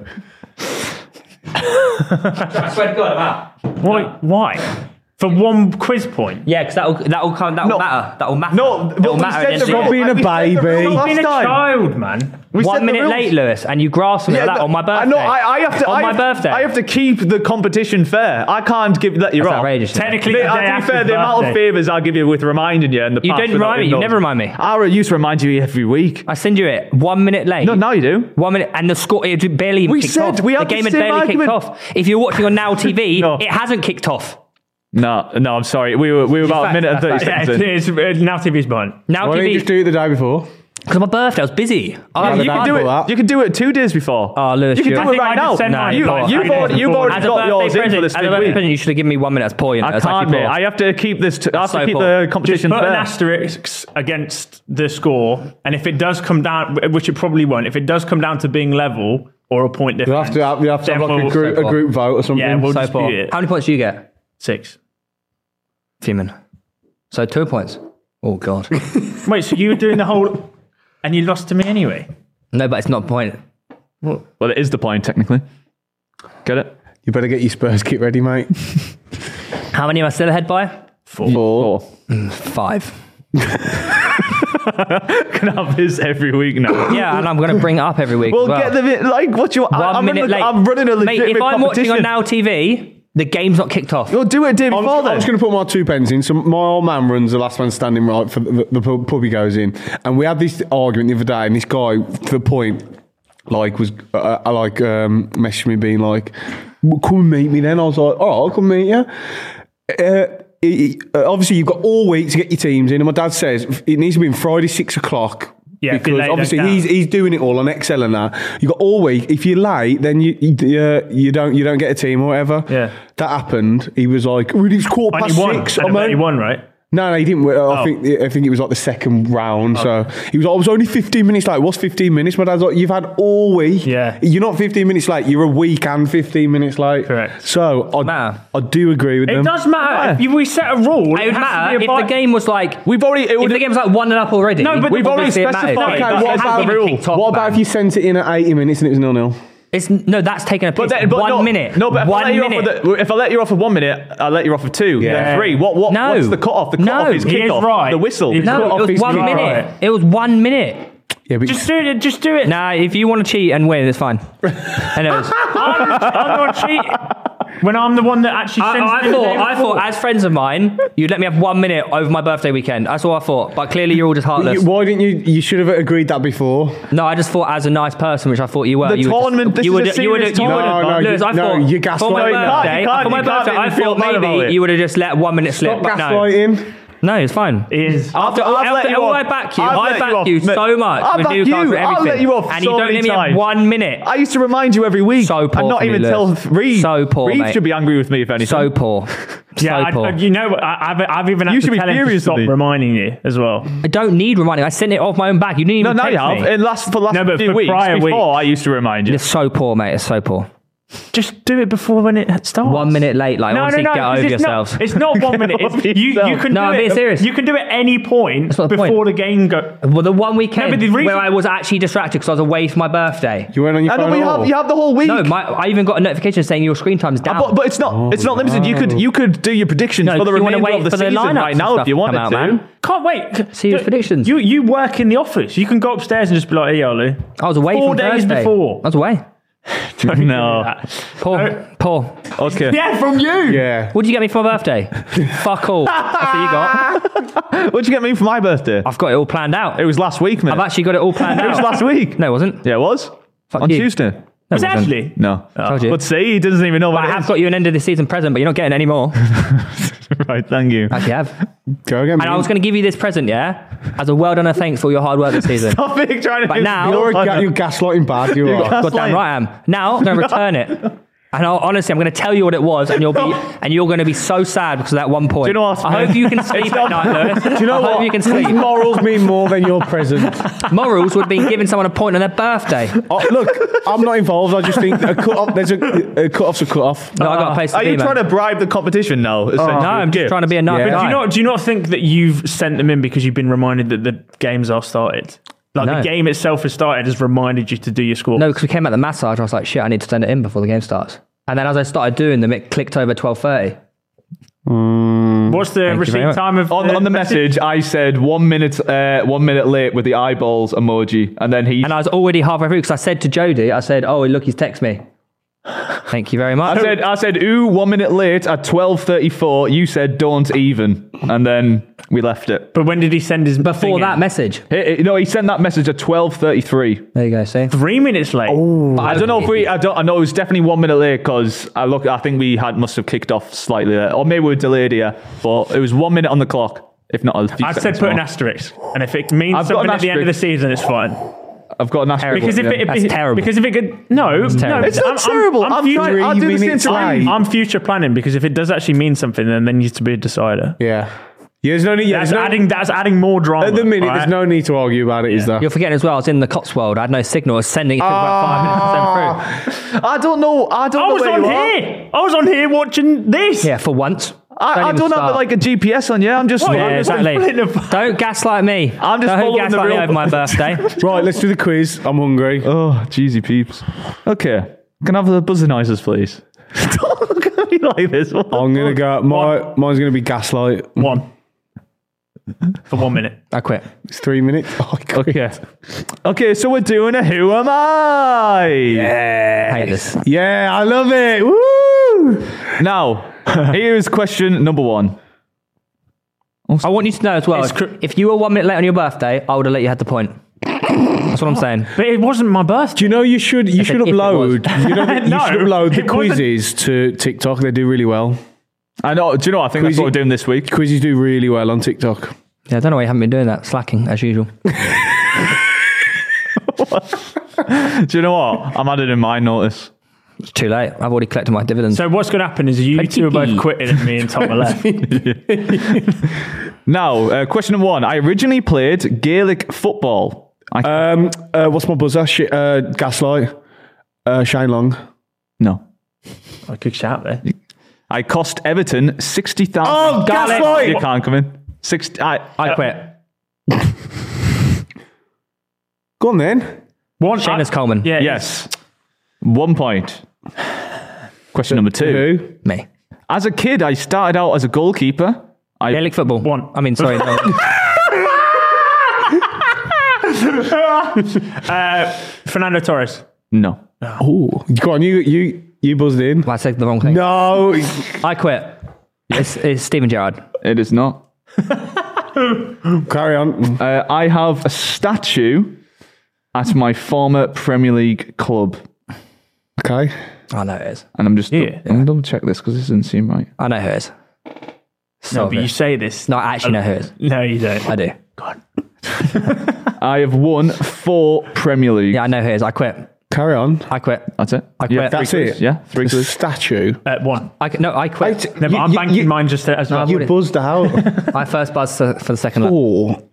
Speaker 4: Why? Why? For one quiz point.
Speaker 2: Yeah, because that'll that'll come, that'll
Speaker 1: No.
Speaker 2: matter. That'll matter.
Speaker 1: No,
Speaker 2: that'll
Speaker 1: but we
Speaker 2: matter.
Speaker 1: said
Speaker 2: at
Speaker 1: the
Speaker 2: the end of
Speaker 3: Rob
Speaker 2: the
Speaker 3: being
Speaker 2: year.
Speaker 3: a baby.
Speaker 4: You've been a
Speaker 1: time.
Speaker 4: child, man.
Speaker 1: We said
Speaker 2: One
Speaker 1: the
Speaker 2: minute
Speaker 1: rules.
Speaker 2: late, Lewis, and you grasp me
Speaker 1: Yeah,
Speaker 2: like that
Speaker 1: no,
Speaker 2: on my birthday.
Speaker 1: I know. I, I have to.
Speaker 2: On
Speaker 1: I
Speaker 2: my
Speaker 1: have,
Speaker 2: birthday.
Speaker 1: I have to keep the competition fair. I can't give that. You're
Speaker 2: That's
Speaker 1: wrong.
Speaker 2: outrageous.
Speaker 4: Technically,
Speaker 1: The,
Speaker 4: the day
Speaker 1: to be
Speaker 4: after
Speaker 1: fair,
Speaker 4: his
Speaker 1: the amount of
Speaker 4: birthday.
Speaker 1: favours I give you with reminding you and the
Speaker 2: You
Speaker 1: past
Speaker 2: don't
Speaker 1: without
Speaker 2: remind me. You
Speaker 1: acknowledging-
Speaker 2: never remind me.
Speaker 1: I used to remind you every week.
Speaker 2: I send you it one minute late.
Speaker 1: No, now you do.
Speaker 2: One minute, and the score it had barely even
Speaker 1: We
Speaker 2: kicked
Speaker 1: said
Speaker 2: off.
Speaker 1: we had
Speaker 2: the game had
Speaker 1: the same
Speaker 2: barely
Speaker 1: argument.
Speaker 2: kicked off. If you're watching on Now TV,
Speaker 1: No.
Speaker 2: it hasn't kicked off.
Speaker 1: No, no, I'm sorry. We were we were about a
Speaker 2: fact,
Speaker 1: minute and
Speaker 2: that's
Speaker 1: thirty
Speaker 4: Yeah,
Speaker 1: seconds in.
Speaker 4: it's, it's, now TV's behind.
Speaker 2: Now
Speaker 3: why don't you just
Speaker 2: TV,
Speaker 3: do it the day before?
Speaker 2: because my birthday, I was busy. I
Speaker 3: the
Speaker 2: was
Speaker 1: You
Speaker 3: night
Speaker 1: can do
Speaker 3: before
Speaker 1: it.
Speaker 3: that.
Speaker 1: You can do it two days before.
Speaker 2: Oh, Lewis,
Speaker 1: you can
Speaker 2: you're-
Speaker 1: do
Speaker 2: I
Speaker 1: it
Speaker 2: think
Speaker 1: right
Speaker 4: I just
Speaker 1: now.
Speaker 4: sent mine
Speaker 1: you,
Speaker 4: last
Speaker 1: you've
Speaker 4: night.
Speaker 1: already, you've already
Speaker 2: As a
Speaker 1: got
Speaker 2: birthday
Speaker 1: yours in
Speaker 2: present,
Speaker 1: for
Speaker 2: as
Speaker 1: this
Speaker 2: a birthday
Speaker 1: big
Speaker 2: present,
Speaker 1: week.
Speaker 2: you should have given me one minute. That's poor, you know.
Speaker 1: I
Speaker 2: That's
Speaker 1: can't,
Speaker 2: actually
Speaker 1: mate.
Speaker 2: poor.
Speaker 1: I have to keep this. I have
Speaker 2: so
Speaker 1: to keep
Speaker 2: poor.
Speaker 1: the
Speaker 4: Just
Speaker 1: competition
Speaker 4: put an
Speaker 1: fair.
Speaker 4: asterisk against the score, and if it does come down, which it probably won't, if it does come down to being level or a point
Speaker 3: You
Speaker 4: difference,
Speaker 3: have to. have- You have to have
Speaker 4: then
Speaker 3: like a
Speaker 4: we'll-
Speaker 3: group, a group vote or something.
Speaker 4: Yeah, we'll
Speaker 2: so
Speaker 4: dispute
Speaker 2: poor.
Speaker 4: it.
Speaker 2: How many points do you get?
Speaker 4: Six.
Speaker 2: Fuming. So two points. Oh god.
Speaker 4: Wait, so you were doing the whole, and you lost to me anyway.
Speaker 2: no, but it's not a point.
Speaker 1: Well, it is the point technically. Get it?
Speaker 3: you better get your Spurs kit ready, mate.
Speaker 2: How many am I still ahead by?
Speaker 3: Four.
Speaker 2: Five.
Speaker 1: Can have this every week now.
Speaker 2: Yeah, and I'm going to bring it up every week.
Speaker 1: Well,
Speaker 2: as well.
Speaker 1: get the vi- like. What you? I,
Speaker 2: one
Speaker 1: I'm,
Speaker 2: minute
Speaker 1: running,
Speaker 2: late.
Speaker 1: I'm running a
Speaker 2: Mate,
Speaker 1: legitimate
Speaker 2: if I'm watching
Speaker 1: competition.
Speaker 2: on Now TV, the game's not kicked off.
Speaker 1: You'll do it a day
Speaker 3: I'm,
Speaker 1: before
Speaker 3: I'm
Speaker 1: then.
Speaker 3: just going to put my two pence in. So my old man runs the last man standing right for the, the pub, pub he goes in, and we had this argument the other day, and this guy to the point like was uh, uh, like um, messaged me being like, "Well, "Come and meet me then." I was like, "All right, I'll come meet you." Uh, he- uh, obviously, you've got all week to get your teams in, and my dad says it needs to be in Friday six o'clock.
Speaker 4: Yeah, if you're
Speaker 3: because
Speaker 4: late, don't
Speaker 3: obviously
Speaker 4: count.
Speaker 3: he's, he's doing it all on Excel and that. You got all week. If you're late, then you you, uh, you don't you don't get a team or whatever.
Speaker 4: Yeah.
Speaker 3: that happened. He was like, "Well, it's quarter
Speaker 4: And
Speaker 3: past
Speaker 4: you won.
Speaker 3: six.
Speaker 4: And
Speaker 3: I'm
Speaker 4: I bet
Speaker 3: out."
Speaker 4: you won, right?
Speaker 3: No, no, he didn't. Uh, I
Speaker 4: Oh.
Speaker 3: think I think it was like the second round. So he was. Like, I was only fifteen minutes late. What's fifteen minutes? My dad's like, "You've had all week.
Speaker 4: Yeah.
Speaker 3: you're not fifteen minutes late. You're a week and fifteen minutes late.
Speaker 4: Correct.
Speaker 3: So I
Speaker 2: Matter.
Speaker 3: I do agree with
Speaker 4: It
Speaker 3: them.
Speaker 4: does matter. If you, we set a rule.
Speaker 2: it would
Speaker 4: has to
Speaker 2: matter
Speaker 4: be
Speaker 2: if
Speaker 4: abide-
Speaker 2: the game was like.
Speaker 1: We've already. It
Speaker 2: If
Speaker 1: would,
Speaker 2: the game's like one and up already.
Speaker 4: No, but
Speaker 2: we've already
Speaker 4: specified-
Speaker 2: specified.
Speaker 4: Okay,
Speaker 3: what about the
Speaker 4: rule?
Speaker 3: what about if you sent it in at eighty minutes and it was nil nil?
Speaker 2: It's, no, that's taking a piss.
Speaker 1: but then, but
Speaker 2: one
Speaker 1: no,
Speaker 2: minute.
Speaker 1: No, but if I,
Speaker 2: one
Speaker 1: let you
Speaker 2: minute.
Speaker 1: Off with the, if I let you off with one minute, I let you off with two, yeah. then three. What? What?
Speaker 2: No.
Speaker 1: What's the cutoff? The
Speaker 2: No.
Speaker 1: cutoff is
Speaker 2: He
Speaker 4: is
Speaker 1: kickoff.
Speaker 4: right.
Speaker 1: The whistle.
Speaker 4: He's
Speaker 2: no,
Speaker 4: Cut off
Speaker 2: it was
Speaker 4: his
Speaker 2: one
Speaker 4: right.
Speaker 2: minute. It was one minute.
Speaker 3: Yeah, but
Speaker 4: Just do it. Just do it.
Speaker 2: Nah, if you want to cheat and win, it's fine. Anyways, I,
Speaker 4: I'm, I'm not cheating. When I'm the one that actually sends
Speaker 2: I
Speaker 4: it in the
Speaker 2: thought,
Speaker 4: day
Speaker 2: I
Speaker 4: before.
Speaker 2: thought, as friends of mine, you'd let me have one minute over my birthday weekend. That's all I thought. But clearly, you're all just
Speaker 3: you,
Speaker 2: heartless.
Speaker 3: why didn't you? You should have agreed that before.
Speaker 2: No, I just thought as a nice person, which I thought you were.
Speaker 1: The
Speaker 2: you
Speaker 1: tournament-
Speaker 2: Would
Speaker 1: this
Speaker 2: you
Speaker 1: is a
Speaker 2: would. You would.
Speaker 1: serious
Speaker 2: You would.
Speaker 3: tournament. No, no,
Speaker 2: Lewis, I
Speaker 3: you- no,
Speaker 2: thought
Speaker 3: you
Speaker 2: for
Speaker 3: gaslight.
Speaker 2: my
Speaker 3: You can't,
Speaker 1: you
Speaker 2: birthday,
Speaker 1: can't,
Speaker 2: for my
Speaker 1: you can't
Speaker 2: birthday, I
Speaker 1: even feel bad
Speaker 2: thought
Speaker 1: about
Speaker 2: maybe
Speaker 1: it.
Speaker 2: you would have just let one minute slip.
Speaker 3: Stop
Speaker 2: But no,
Speaker 3: gaslighting.
Speaker 2: no, it's fine.
Speaker 4: It is.
Speaker 2: After,
Speaker 1: I've
Speaker 2: after,
Speaker 1: let you
Speaker 2: all
Speaker 1: off.
Speaker 2: I back you,
Speaker 1: I've
Speaker 2: I
Speaker 1: let
Speaker 2: back
Speaker 1: you off,
Speaker 2: you
Speaker 1: mate.
Speaker 2: so much
Speaker 1: I
Speaker 2: with
Speaker 1: back
Speaker 2: Newcastle
Speaker 1: you.
Speaker 2: and
Speaker 1: I've
Speaker 2: everything.
Speaker 1: let you off
Speaker 2: and
Speaker 1: so
Speaker 2: you don't
Speaker 1: many
Speaker 2: let me have
Speaker 1: times.
Speaker 2: one minute.
Speaker 1: I used to remind you every week.
Speaker 2: So poor
Speaker 1: And not
Speaker 2: from you,
Speaker 1: even tell
Speaker 2: Lewis.
Speaker 1: Reeve.
Speaker 2: So poor,
Speaker 1: Reeve
Speaker 2: mate.
Speaker 1: should be angry with me if anything.
Speaker 2: so poor.
Speaker 4: Yeah,
Speaker 2: so
Speaker 4: I,
Speaker 2: poor.
Speaker 4: I- you know, I, I've, I've even had
Speaker 1: You
Speaker 4: to
Speaker 1: should be
Speaker 4: tell him to
Speaker 1: furious
Speaker 4: stop
Speaker 1: with me.
Speaker 4: reminding you as well.
Speaker 2: I don't need reminding. I sent it off my own back. You didn't
Speaker 1: No,
Speaker 2: even
Speaker 1: now you
Speaker 2: text
Speaker 1: have.
Speaker 2: me.
Speaker 1: In last for the last
Speaker 4: No, but
Speaker 1: few
Speaker 4: for
Speaker 1: weeks
Speaker 4: prior
Speaker 1: before,
Speaker 4: weeks.
Speaker 1: I used to remind you.
Speaker 2: It's so poor, mate. It's so poor.
Speaker 4: Just do it before when it starts.
Speaker 2: One minute late. Like, honestly, get
Speaker 4: 'cause
Speaker 2: over
Speaker 4: it's
Speaker 2: yourselves.
Speaker 4: Not, it's not one minute. It's,
Speaker 1: over
Speaker 4: you, you
Speaker 1: yourself.
Speaker 4: can
Speaker 2: No,
Speaker 4: do
Speaker 2: I'm
Speaker 4: it.
Speaker 2: being serious.
Speaker 4: You can do it any point
Speaker 2: not the
Speaker 4: before
Speaker 2: point.
Speaker 4: the game go.
Speaker 2: well, the one weekend
Speaker 4: the reason-
Speaker 2: where I was actually distracted because I was away for my birthday.
Speaker 3: You weren't on your
Speaker 1: and
Speaker 3: phone
Speaker 1: then we
Speaker 3: at
Speaker 1: have
Speaker 3: all?
Speaker 1: you have the whole week.
Speaker 2: No,
Speaker 1: Uh,
Speaker 2: my, I even got a notification saying your screen time's down.
Speaker 1: but, but it's not it's not limited. You could you could do your predictions
Speaker 2: No,
Speaker 1: for the
Speaker 2: if you wanna
Speaker 1: remainder
Speaker 2: wait
Speaker 1: of the
Speaker 2: for the
Speaker 1: season
Speaker 2: lineups
Speaker 1: right
Speaker 2: and
Speaker 1: now
Speaker 2: stuff
Speaker 1: if you
Speaker 2: to come
Speaker 1: wanted
Speaker 2: out,
Speaker 1: to.
Speaker 2: man.
Speaker 4: Can't wait.
Speaker 2: See his
Speaker 4: Do-
Speaker 2: predictions.
Speaker 4: You you work in the office. You can go upstairs and just be like, "Hey, Olu."
Speaker 2: I was away
Speaker 4: Four
Speaker 2: from
Speaker 4: days
Speaker 2: Thursday.
Speaker 4: before.
Speaker 2: I was away.
Speaker 1: No,
Speaker 2: Paul, Paul,
Speaker 1: okay.
Speaker 4: Yeah, from you.
Speaker 3: Yeah.
Speaker 2: what did you get me for my birthday? Fuck all. That's what you got.
Speaker 1: What'd you get me for my birthday?
Speaker 2: I've got it all planned out.
Speaker 1: It was last week, man.
Speaker 2: I've actually got it all planned
Speaker 1: it
Speaker 2: out.
Speaker 1: was last week.
Speaker 2: No, it wasn't.
Speaker 1: Yeah, it was.
Speaker 2: Fuck
Speaker 1: On
Speaker 2: you.
Speaker 1: Tuesday.
Speaker 2: No,
Speaker 4: Was it
Speaker 2: wasn't.
Speaker 4: actually?
Speaker 1: No.
Speaker 2: Told you.
Speaker 1: But see, he doesn't even know what
Speaker 2: I
Speaker 1: it
Speaker 2: have
Speaker 1: is.
Speaker 2: got you an end of the season present, but you're not getting any more.
Speaker 1: right, thank you.
Speaker 8: Actually, I have.
Speaker 3: Go again.
Speaker 2: And I was going to give you this present, yeah, as a well done and thanks for all your hard work this season.
Speaker 1: Topic trying to
Speaker 2: But
Speaker 1: do-
Speaker 2: now-
Speaker 3: You're, a ga- you're gaslighting bad. You
Speaker 1: You're
Speaker 3: are.
Speaker 1: gas-
Speaker 2: God damn
Speaker 1: Gaslighting.
Speaker 2: right I am. Now I'm going to return it. And I'll, honestly, I'm going to tell you what it was, and you'll be and you're going to be so sad because of that one point.
Speaker 1: you know what,
Speaker 2: I
Speaker 1: man?
Speaker 2: hope you can
Speaker 1: It's
Speaker 2: sleep
Speaker 1: not-
Speaker 2: at night, Lewis.
Speaker 3: Do you know
Speaker 2: I
Speaker 3: what?
Speaker 2: Hope you can sleep.
Speaker 3: These morals mean more than your present.
Speaker 2: Morals would be giving someone a point on their birthday. No,
Speaker 3: Oh, look, I'm not involved. I just think a cut off. There's a, a cut off's a cut off.
Speaker 2: I got paid.
Speaker 1: Uh, Are you trying to bribe the competition now? essentially?
Speaker 2: Oh, No, I'm just
Speaker 1: Give.
Speaker 2: trying to be a nice
Speaker 3: Yeah.
Speaker 4: Do
Speaker 2: guy.
Speaker 4: you not do you not think that you've sent them in because you've been reminded that the games are started? Like
Speaker 2: No.
Speaker 4: the game itself has started has reminded you to do your score.
Speaker 2: No, because we came at the massage. I was like, shit, I need to send it in before the game starts. And then as I started doing them, it clicked over twelve thirty.
Speaker 4: What's the receipt
Speaker 2: much.
Speaker 4: time of
Speaker 1: On, on the message, I said one minute, uh, one minute late with the eyeballs emoji, and then he.
Speaker 2: And I was already halfway through because I said to Jody, I said, "Oh, look, he's text me. Thank you very much."
Speaker 1: I said, I said, ooh, one minute late at twelve thirty-four. You said, don't even, and then we left it.
Speaker 4: But when did he send his thing
Speaker 2: before
Speaker 4: in?
Speaker 2: that message.
Speaker 1: Hey, hey, no, he sent that message at twelve thirty-three.
Speaker 2: There you go. See,
Speaker 4: Three minutes late.
Speaker 2: Oh.
Speaker 1: I don't know if we. I don't. I know it was definitely one minute late because I look. I think we had must have kicked off slightly, there, or maybe we were delayed here. But it was one minute on the clock, if not. A few
Speaker 4: I've said
Speaker 1: seconds
Speaker 4: put an
Speaker 1: more.
Speaker 4: asterisk, and if it means
Speaker 1: I've got
Speaker 4: something
Speaker 1: an
Speaker 4: at the end of the
Speaker 1: asterisk.
Speaker 4: season, it's fine.
Speaker 1: I've got an asterisk.
Speaker 4: Because if it, if
Speaker 1: Yeah.
Speaker 4: it-
Speaker 2: That's terrible.
Speaker 4: Because if it could, no, no,
Speaker 2: terrible. It's
Speaker 1: not terrible. I'm trying- I'll
Speaker 4: I'm-
Speaker 1: do this
Speaker 3: minutes
Speaker 1: interview.
Speaker 3: late.
Speaker 4: I'm future planning because if it does actually mean something, then there needs to be a decider.
Speaker 3: Yeah. Yeah, there's no need. Yeah,
Speaker 4: That's
Speaker 3: there's no,
Speaker 4: adding. That's adding more drama.
Speaker 3: at the minute,
Speaker 4: right?
Speaker 3: there's no need to argue about it, is there?
Speaker 2: You're forgetting as well. I was in the Cotswold. I had no signal. I was sending it took about five minutes to
Speaker 3: Ah.
Speaker 2: send through.
Speaker 1: I don't know. I don't.
Speaker 4: I
Speaker 1: know
Speaker 4: was
Speaker 1: where
Speaker 4: on
Speaker 1: you are.
Speaker 4: here. I was on here watching this.
Speaker 2: Yeah, for once.
Speaker 1: I, I
Speaker 2: even
Speaker 1: don't have
Speaker 2: start.
Speaker 1: like a GPS on. Yeah, I'm just.
Speaker 4: What?
Speaker 1: I'm
Speaker 2: Yeah,
Speaker 1: just-
Speaker 2: exactly.
Speaker 4: splitting the-
Speaker 2: Don't gaslight me.
Speaker 1: I'm just
Speaker 2: Don't
Speaker 1: following the
Speaker 2: gaslight me
Speaker 1: real-
Speaker 2: over my birthday.
Speaker 3: Right, let's do the quiz. I'm hungry.
Speaker 1: Oh, jeezy peeps. Okay, can I have the buzzer noises, please? don't look at me like this. What the
Speaker 3: I'm gonna go. My mine's gonna be gaslight.
Speaker 4: One for one minute.
Speaker 2: I quit.
Speaker 3: It's three minutes. Oh, God.
Speaker 1: Okay. Okay, so we're doing a Who Am I?
Speaker 2: I hate this.
Speaker 3: Yeah, I love it. Woo!
Speaker 1: Now, here is question number one.
Speaker 2: I want you to know as well.
Speaker 4: It's
Speaker 2: If,
Speaker 4: cr-
Speaker 2: if you were one minute late on your birthday, I would have let you have the point. That's what I'm saying.
Speaker 4: But it wasn't my birthday.
Speaker 3: Do you know you should you
Speaker 2: said
Speaker 3: should
Speaker 2: if it
Speaker 3: upload you, know, that you
Speaker 4: No,
Speaker 3: should upload the
Speaker 4: it wasn't.
Speaker 3: quizzes to TikTok. They do really well.
Speaker 1: I know. Do you know? what? I think that's
Speaker 3: Quizy.
Speaker 1: what we're doing this week.
Speaker 3: Quizzes do really well on TikTok.
Speaker 2: Yeah, I don't know why you haven't been doing that. Slacking as usual.
Speaker 1: Do you know what? I'm adding in my notice.
Speaker 2: It's too late. I've already collected my dividends.
Speaker 4: So what's going to happen is you two are both
Speaker 2: TP.
Speaker 4: quitting, and me and Tom are left.
Speaker 1: Now, uh, question number one. I originally played Gaelic football. I
Speaker 3: Um, uh, what's my buzzer? Sh- uh, gaslight. Uh, Shane Long.
Speaker 1: no.
Speaker 4: I could shout there.
Speaker 1: I cost Everton sixty thousand.
Speaker 3: Oh, gaslight!
Speaker 1: You can't come in. Six. I,
Speaker 2: I quit.
Speaker 3: Go on then.
Speaker 4: One.
Speaker 2: Seamus
Speaker 4: I-
Speaker 2: Coleman.
Speaker 4: Yeah.
Speaker 1: yes. One point. Question number two.
Speaker 3: Who?
Speaker 2: Me.
Speaker 1: As a kid, I started out as a goalkeeper. I
Speaker 2: Gaelic football.
Speaker 4: One.
Speaker 2: I mean, sorry. no.
Speaker 4: Uh, Fernando Torres.
Speaker 1: no.
Speaker 3: Oh, go on. You you you buzzed in.
Speaker 2: I said the wrong thing.
Speaker 3: No,
Speaker 2: I quit. It's, it's Stephen Gerrard.
Speaker 1: It is not.
Speaker 3: carry on.
Speaker 1: Uh, I have a statue at my former Premier League club,
Speaker 3: Okay.
Speaker 2: I know who it is.
Speaker 1: and I'm just
Speaker 4: Yeah.
Speaker 1: I'm gonna double check this because this doesn't seem right.
Speaker 2: I know who it is.
Speaker 4: No,
Speaker 2: So
Speaker 4: but you
Speaker 2: good.
Speaker 4: say this.
Speaker 2: No, I actually know who it is.
Speaker 4: No, you don't.
Speaker 2: I do.
Speaker 1: I have won four Premier League.
Speaker 2: Yeah, I know who it is. I quit.
Speaker 3: Carry on.
Speaker 2: I quit.
Speaker 1: That's it.
Speaker 2: I quit.
Speaker 3: That's
Speaker 1: three
Speaker 3: it.
Speaker 1: clues. Yeah, three
Speaker 3: It's a
Speaker 1: clues.
Speaker 3: statue.
Speaker 4: Uh, one.
Speaker 2: I, qu- no, I quit.
Speaker 4: No, but I'm banking mine just as well.
Speaker 3: You buzzed out.
Speaker 2: I first buzzed for for the second lap.
Speaker 3: Four.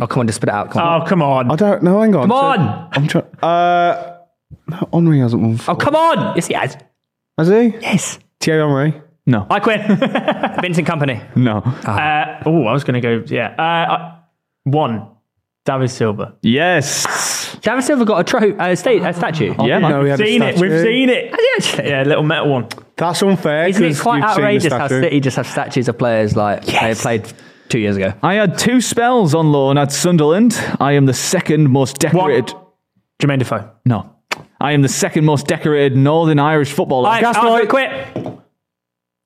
Speaker 2: Oh, come on, just spit it out. Come on.
Speaker 4: oh, come on.
Speaker 3: I don't know. Hang on.
Speaker 2: Come on.
Speaker 3: I'm trying. Uh, no, Henri hasn't won.
Speaker 2: Oh,
Speaker 3: Four.
Speaker 2: come on. Yes, he has.
Speaker 3: Has he?
Speaker 2: Yes.
Speaker 3: Thierry Henry.
Speaker 1: No,
Speaker 2: I quit. Vincent Company.
Speaker 1: no.
Speaker 4: Uh, oh, I was going to go. Yeah. Uh, I, one. David Silva.
Speaker 1: yes.
Speaker 2: David Silva got a tro- uh, sta- a Oh, statue.
Speaker 1: Yeah, man.
Speaker 3: No, he had a
Speaker 4: Seen it. We've
Speaker 3: statue.
Speaker 4: seen it. Yeah, little metal one.
Speaker 3: That's unfair.
Speaker 2: Isn't it
Speaker 3: 'cause
Speaker 2: quite
Speaker 3: you've seen the
Speaker 2: outrageous how
Speaker 3: statue.
Speaker 2: City just have statues of players like they played two years ago?
Speaker 1: I had two spells on loan at Sunderland. I am the second most decorated.
Speaker 4: Jermaine Defoe.
Speaker 1: No, I am the second most decorated Northern Irish footballer.
Speaker 4: I,
Speaker 1: Gaslight.
Speaker 4: I quit.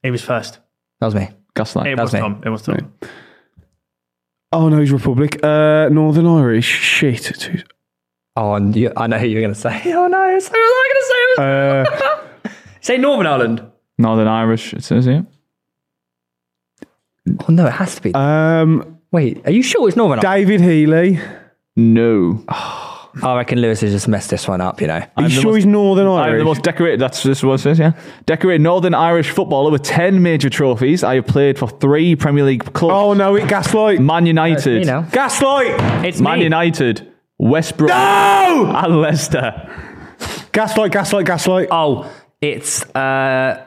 Speaker 4: He was first.
Speaker 2: That was me.
Speaker 1: Gaslight.
Speaker 4: It was
Speaker 2: me.
Speaker 4: Tom. It was Tom.
Speaker 3: Oh no, he's Republic. Uh, Northern Irish. Shit. Two-
Speaker 2: Oh, and you, I know who you're going to say. Oh, no. So I going to say?
Speaker 3: Uh,
Speaker 2: Say Northern Ireland.
Speaker 1: Northern Irish. It says here.
Speaker 2: Oh, no, it has to be.
Speaker 3: Um,
Speaker 2: Wait, are you sure it's Northern? Ireland?
Speaker 3: David Healy.
Speaker 1: No.
Speaker 2: I reckon Lewis has just messed this one up, you know.
Speaker 3: Are you sure he's Northern
Speaker 2: Oh,
Speaker 1: I'm
Speaker 3: Irish?
Speaker 1: the most decorated. That's just what it says. Yeah, decorated Northern Irish footballer with ten major trophies. I have played for three Premier League clubs:
Speaker 3: oh no, it gaslight.
Speaker 1: Man United,
Speaker 2: You know.
Speaker 3: gaslight.
Speaker 7: It's
Speaker 1: Man
Speaker 7: me.
Speaker 1: United, West Brom,
Speaker 3: No!
Speaker 1: and Leicester. Uh,
Speaker 3: Gaslight, gaslight, gaslight.
Speaker 2: Oh, it's. uh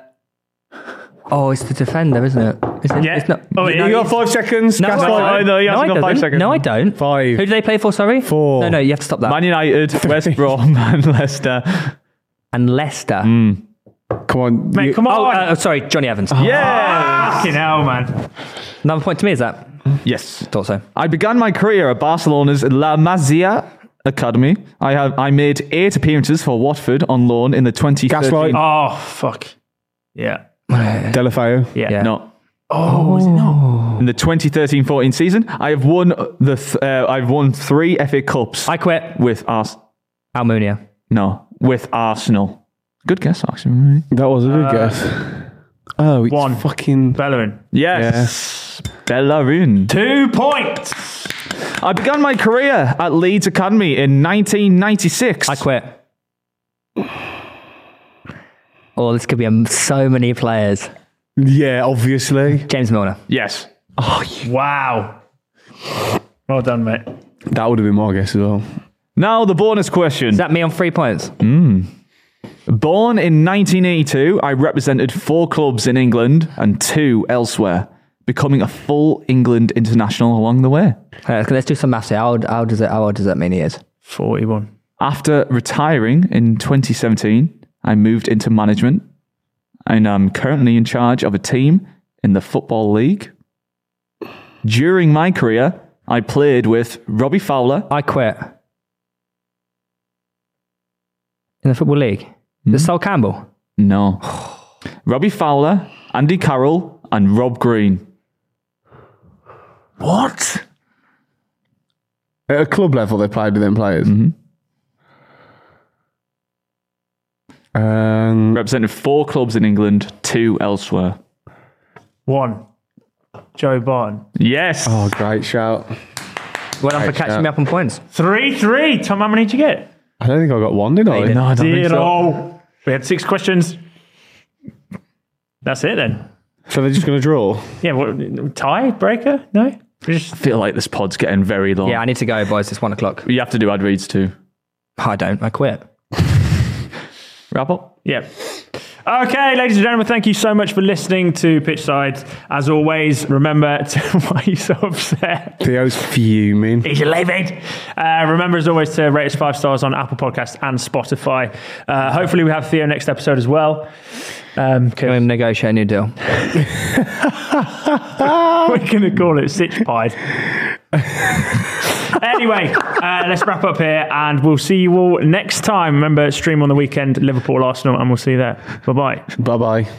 Speaker 2: Oh, it's the defender, isn't it? Isn't it?
Speaker 4: Yeah.
Speaker 2: It's not.
Speaker 4: Oh,
Speaker 3: you
Speaker 4: no,
Speaker 3: got five seconds.
Speaker 2: No,
Speaker 3: gaslight.
Speaker 2: I
Speaker 1: Oh, no, you have
Speaker 2: no,
Speaker 1: to
Speaker 2: I
Speaker 1: go five
Speaker 2: don't.
Speaker 1: seconds.
Speaker 2: No, I don't.
Speaker 3: Five.
Speaker 2: Who do they play for? Sorry,
Speaker 3: Four.
Speaker 2: No, no, you have to stop that.
Speaker 1: Man United, West Brom, and Leicester.
Speaker 2: and Leicester.
Speaker 3: Come on.
Speaker 4: Mate,
Speaker 3: you-
Speaker 4: come
Speaker 2: Oh,
Speaker 4: on.
Speaker 2: uh, sorry, Johnny Evans.
Speaker 3: Ah!
Speaker 1: Yeah.
Speaker 4: Fucking hell, man.
Speaker 2: Another point to me is that.
Speaker 1: Yes.
Speaker 2: Thought so.
Speaker 1: I began my career at Barcelona's La Masia Academy. I have I made eight appearances for Watford on loan in the 2013.
Speaker 3: Gaslight.
Speaker 4: Oh, fuck. Yeah.
Speaker 3: Delafeo.
Speaker 4: Yeah.
Speaker 2: Yeah.
Speaker 1: No. Oh, In the 2013-14 season, I have won the th- uh, I've won three FA Cups
Speaker 2: I quit.
Speaker 1: with Ars.
Speaker 2: Almunia.
Speaker 1: No, with Arsenal. Good guess, actually.
Speaker 3: That was a good guess. Oh, it's
Speaker 4: one.
Speaker 3: fucking.
Speaker 4: Bellerin.
Speaker 1: Yes, Bellarune.
Speaker 4: Two points.
Speaker 1: I began my career at Leeds Academy in 1996.
Speaker 2: I quit. Oh, this could be um, so many players.
Speaker 3: Yeah, obviously.
Speaker 2: James Milner.
Speaker 1: Yes.
Speaker 4: Wow. Well done, mate.
Speaker 3: That would have been my guess as well.
Speaker 1: Now the bonus question.
Speaker 2: Is that me on three points?
Speaker 1: Born in 1982, I represented four clubs in England and two elsewhere, becoming a full England international along the way.
Speaker 2: Uh, let's do some maths here. How old, how, does it, how old does that mean he is?
Speaker 4: 41.
Speaker 1: After retiring in 2017, I moved into management and I'm currently in charge of a team in the Football League. During my career, I played with Robbie Fowler.
Speaker 2: I quit. In the Football League? The Sol Campbell?
Speaker 1: No. Robbie Fowler, Andy Carroll, and Rob Green. What?
Speaker 3: At a club level, they played with them players. Um,
Speaker 1: represented four clubs in England, two elsewhere.
Speaker 4: One. Joe Barton.
Speaker 1: Yes.
Speaker 3: oh, great shout.
Speaker 2: Well done for
Speaker 3: Right,
Speaker 2: catching
Speaker 3: yeah.
Speaker 2: me up on points.
Speaker 4: Three, three. Tom, how many did you get?
Speaker 3: I don't think I got one, did I?
Speaker 2: did.
Speaker 1: I
Speaker 4: Zero. We had six questions. That's it then.
Speaker 3: So they're just going to draw.
Speaker 4: Yeah, what, tie breaker? No? We just-
Speaker 1: feel like this pod's getting very long.
Speaker 2: Yeah, I need to go, boys. It's one o'clock.
Speaker 1: you have to do ad reads too.
Speaker 2: I don't. I quit.
Speaker 1: Wrap up.
Speaker 4: Yeah. Okay, ladies and gentlemen, thank you so much for listening to Pitch Sides. As always, remember to why are you so upset?
Speaker 3: Theo's fuming.
Speaker 4: He's livid. Uh, remember, as always, to rate us five stars on Apple Podcasts and Spotify. Uh, hopefully, we have Theo next episode as well. Um, 'cause
Speaker 2: I'm going to negotiate a new deal.
Speaker 4: we're going to call it Sitch Pied. anyway, uh, let's wrap up here and we'll see you all next time. Remember, stream on the weekend, Liverpool, Arsenal, and we'll see you there. Bye bye.
Speaker 3: Bye bye.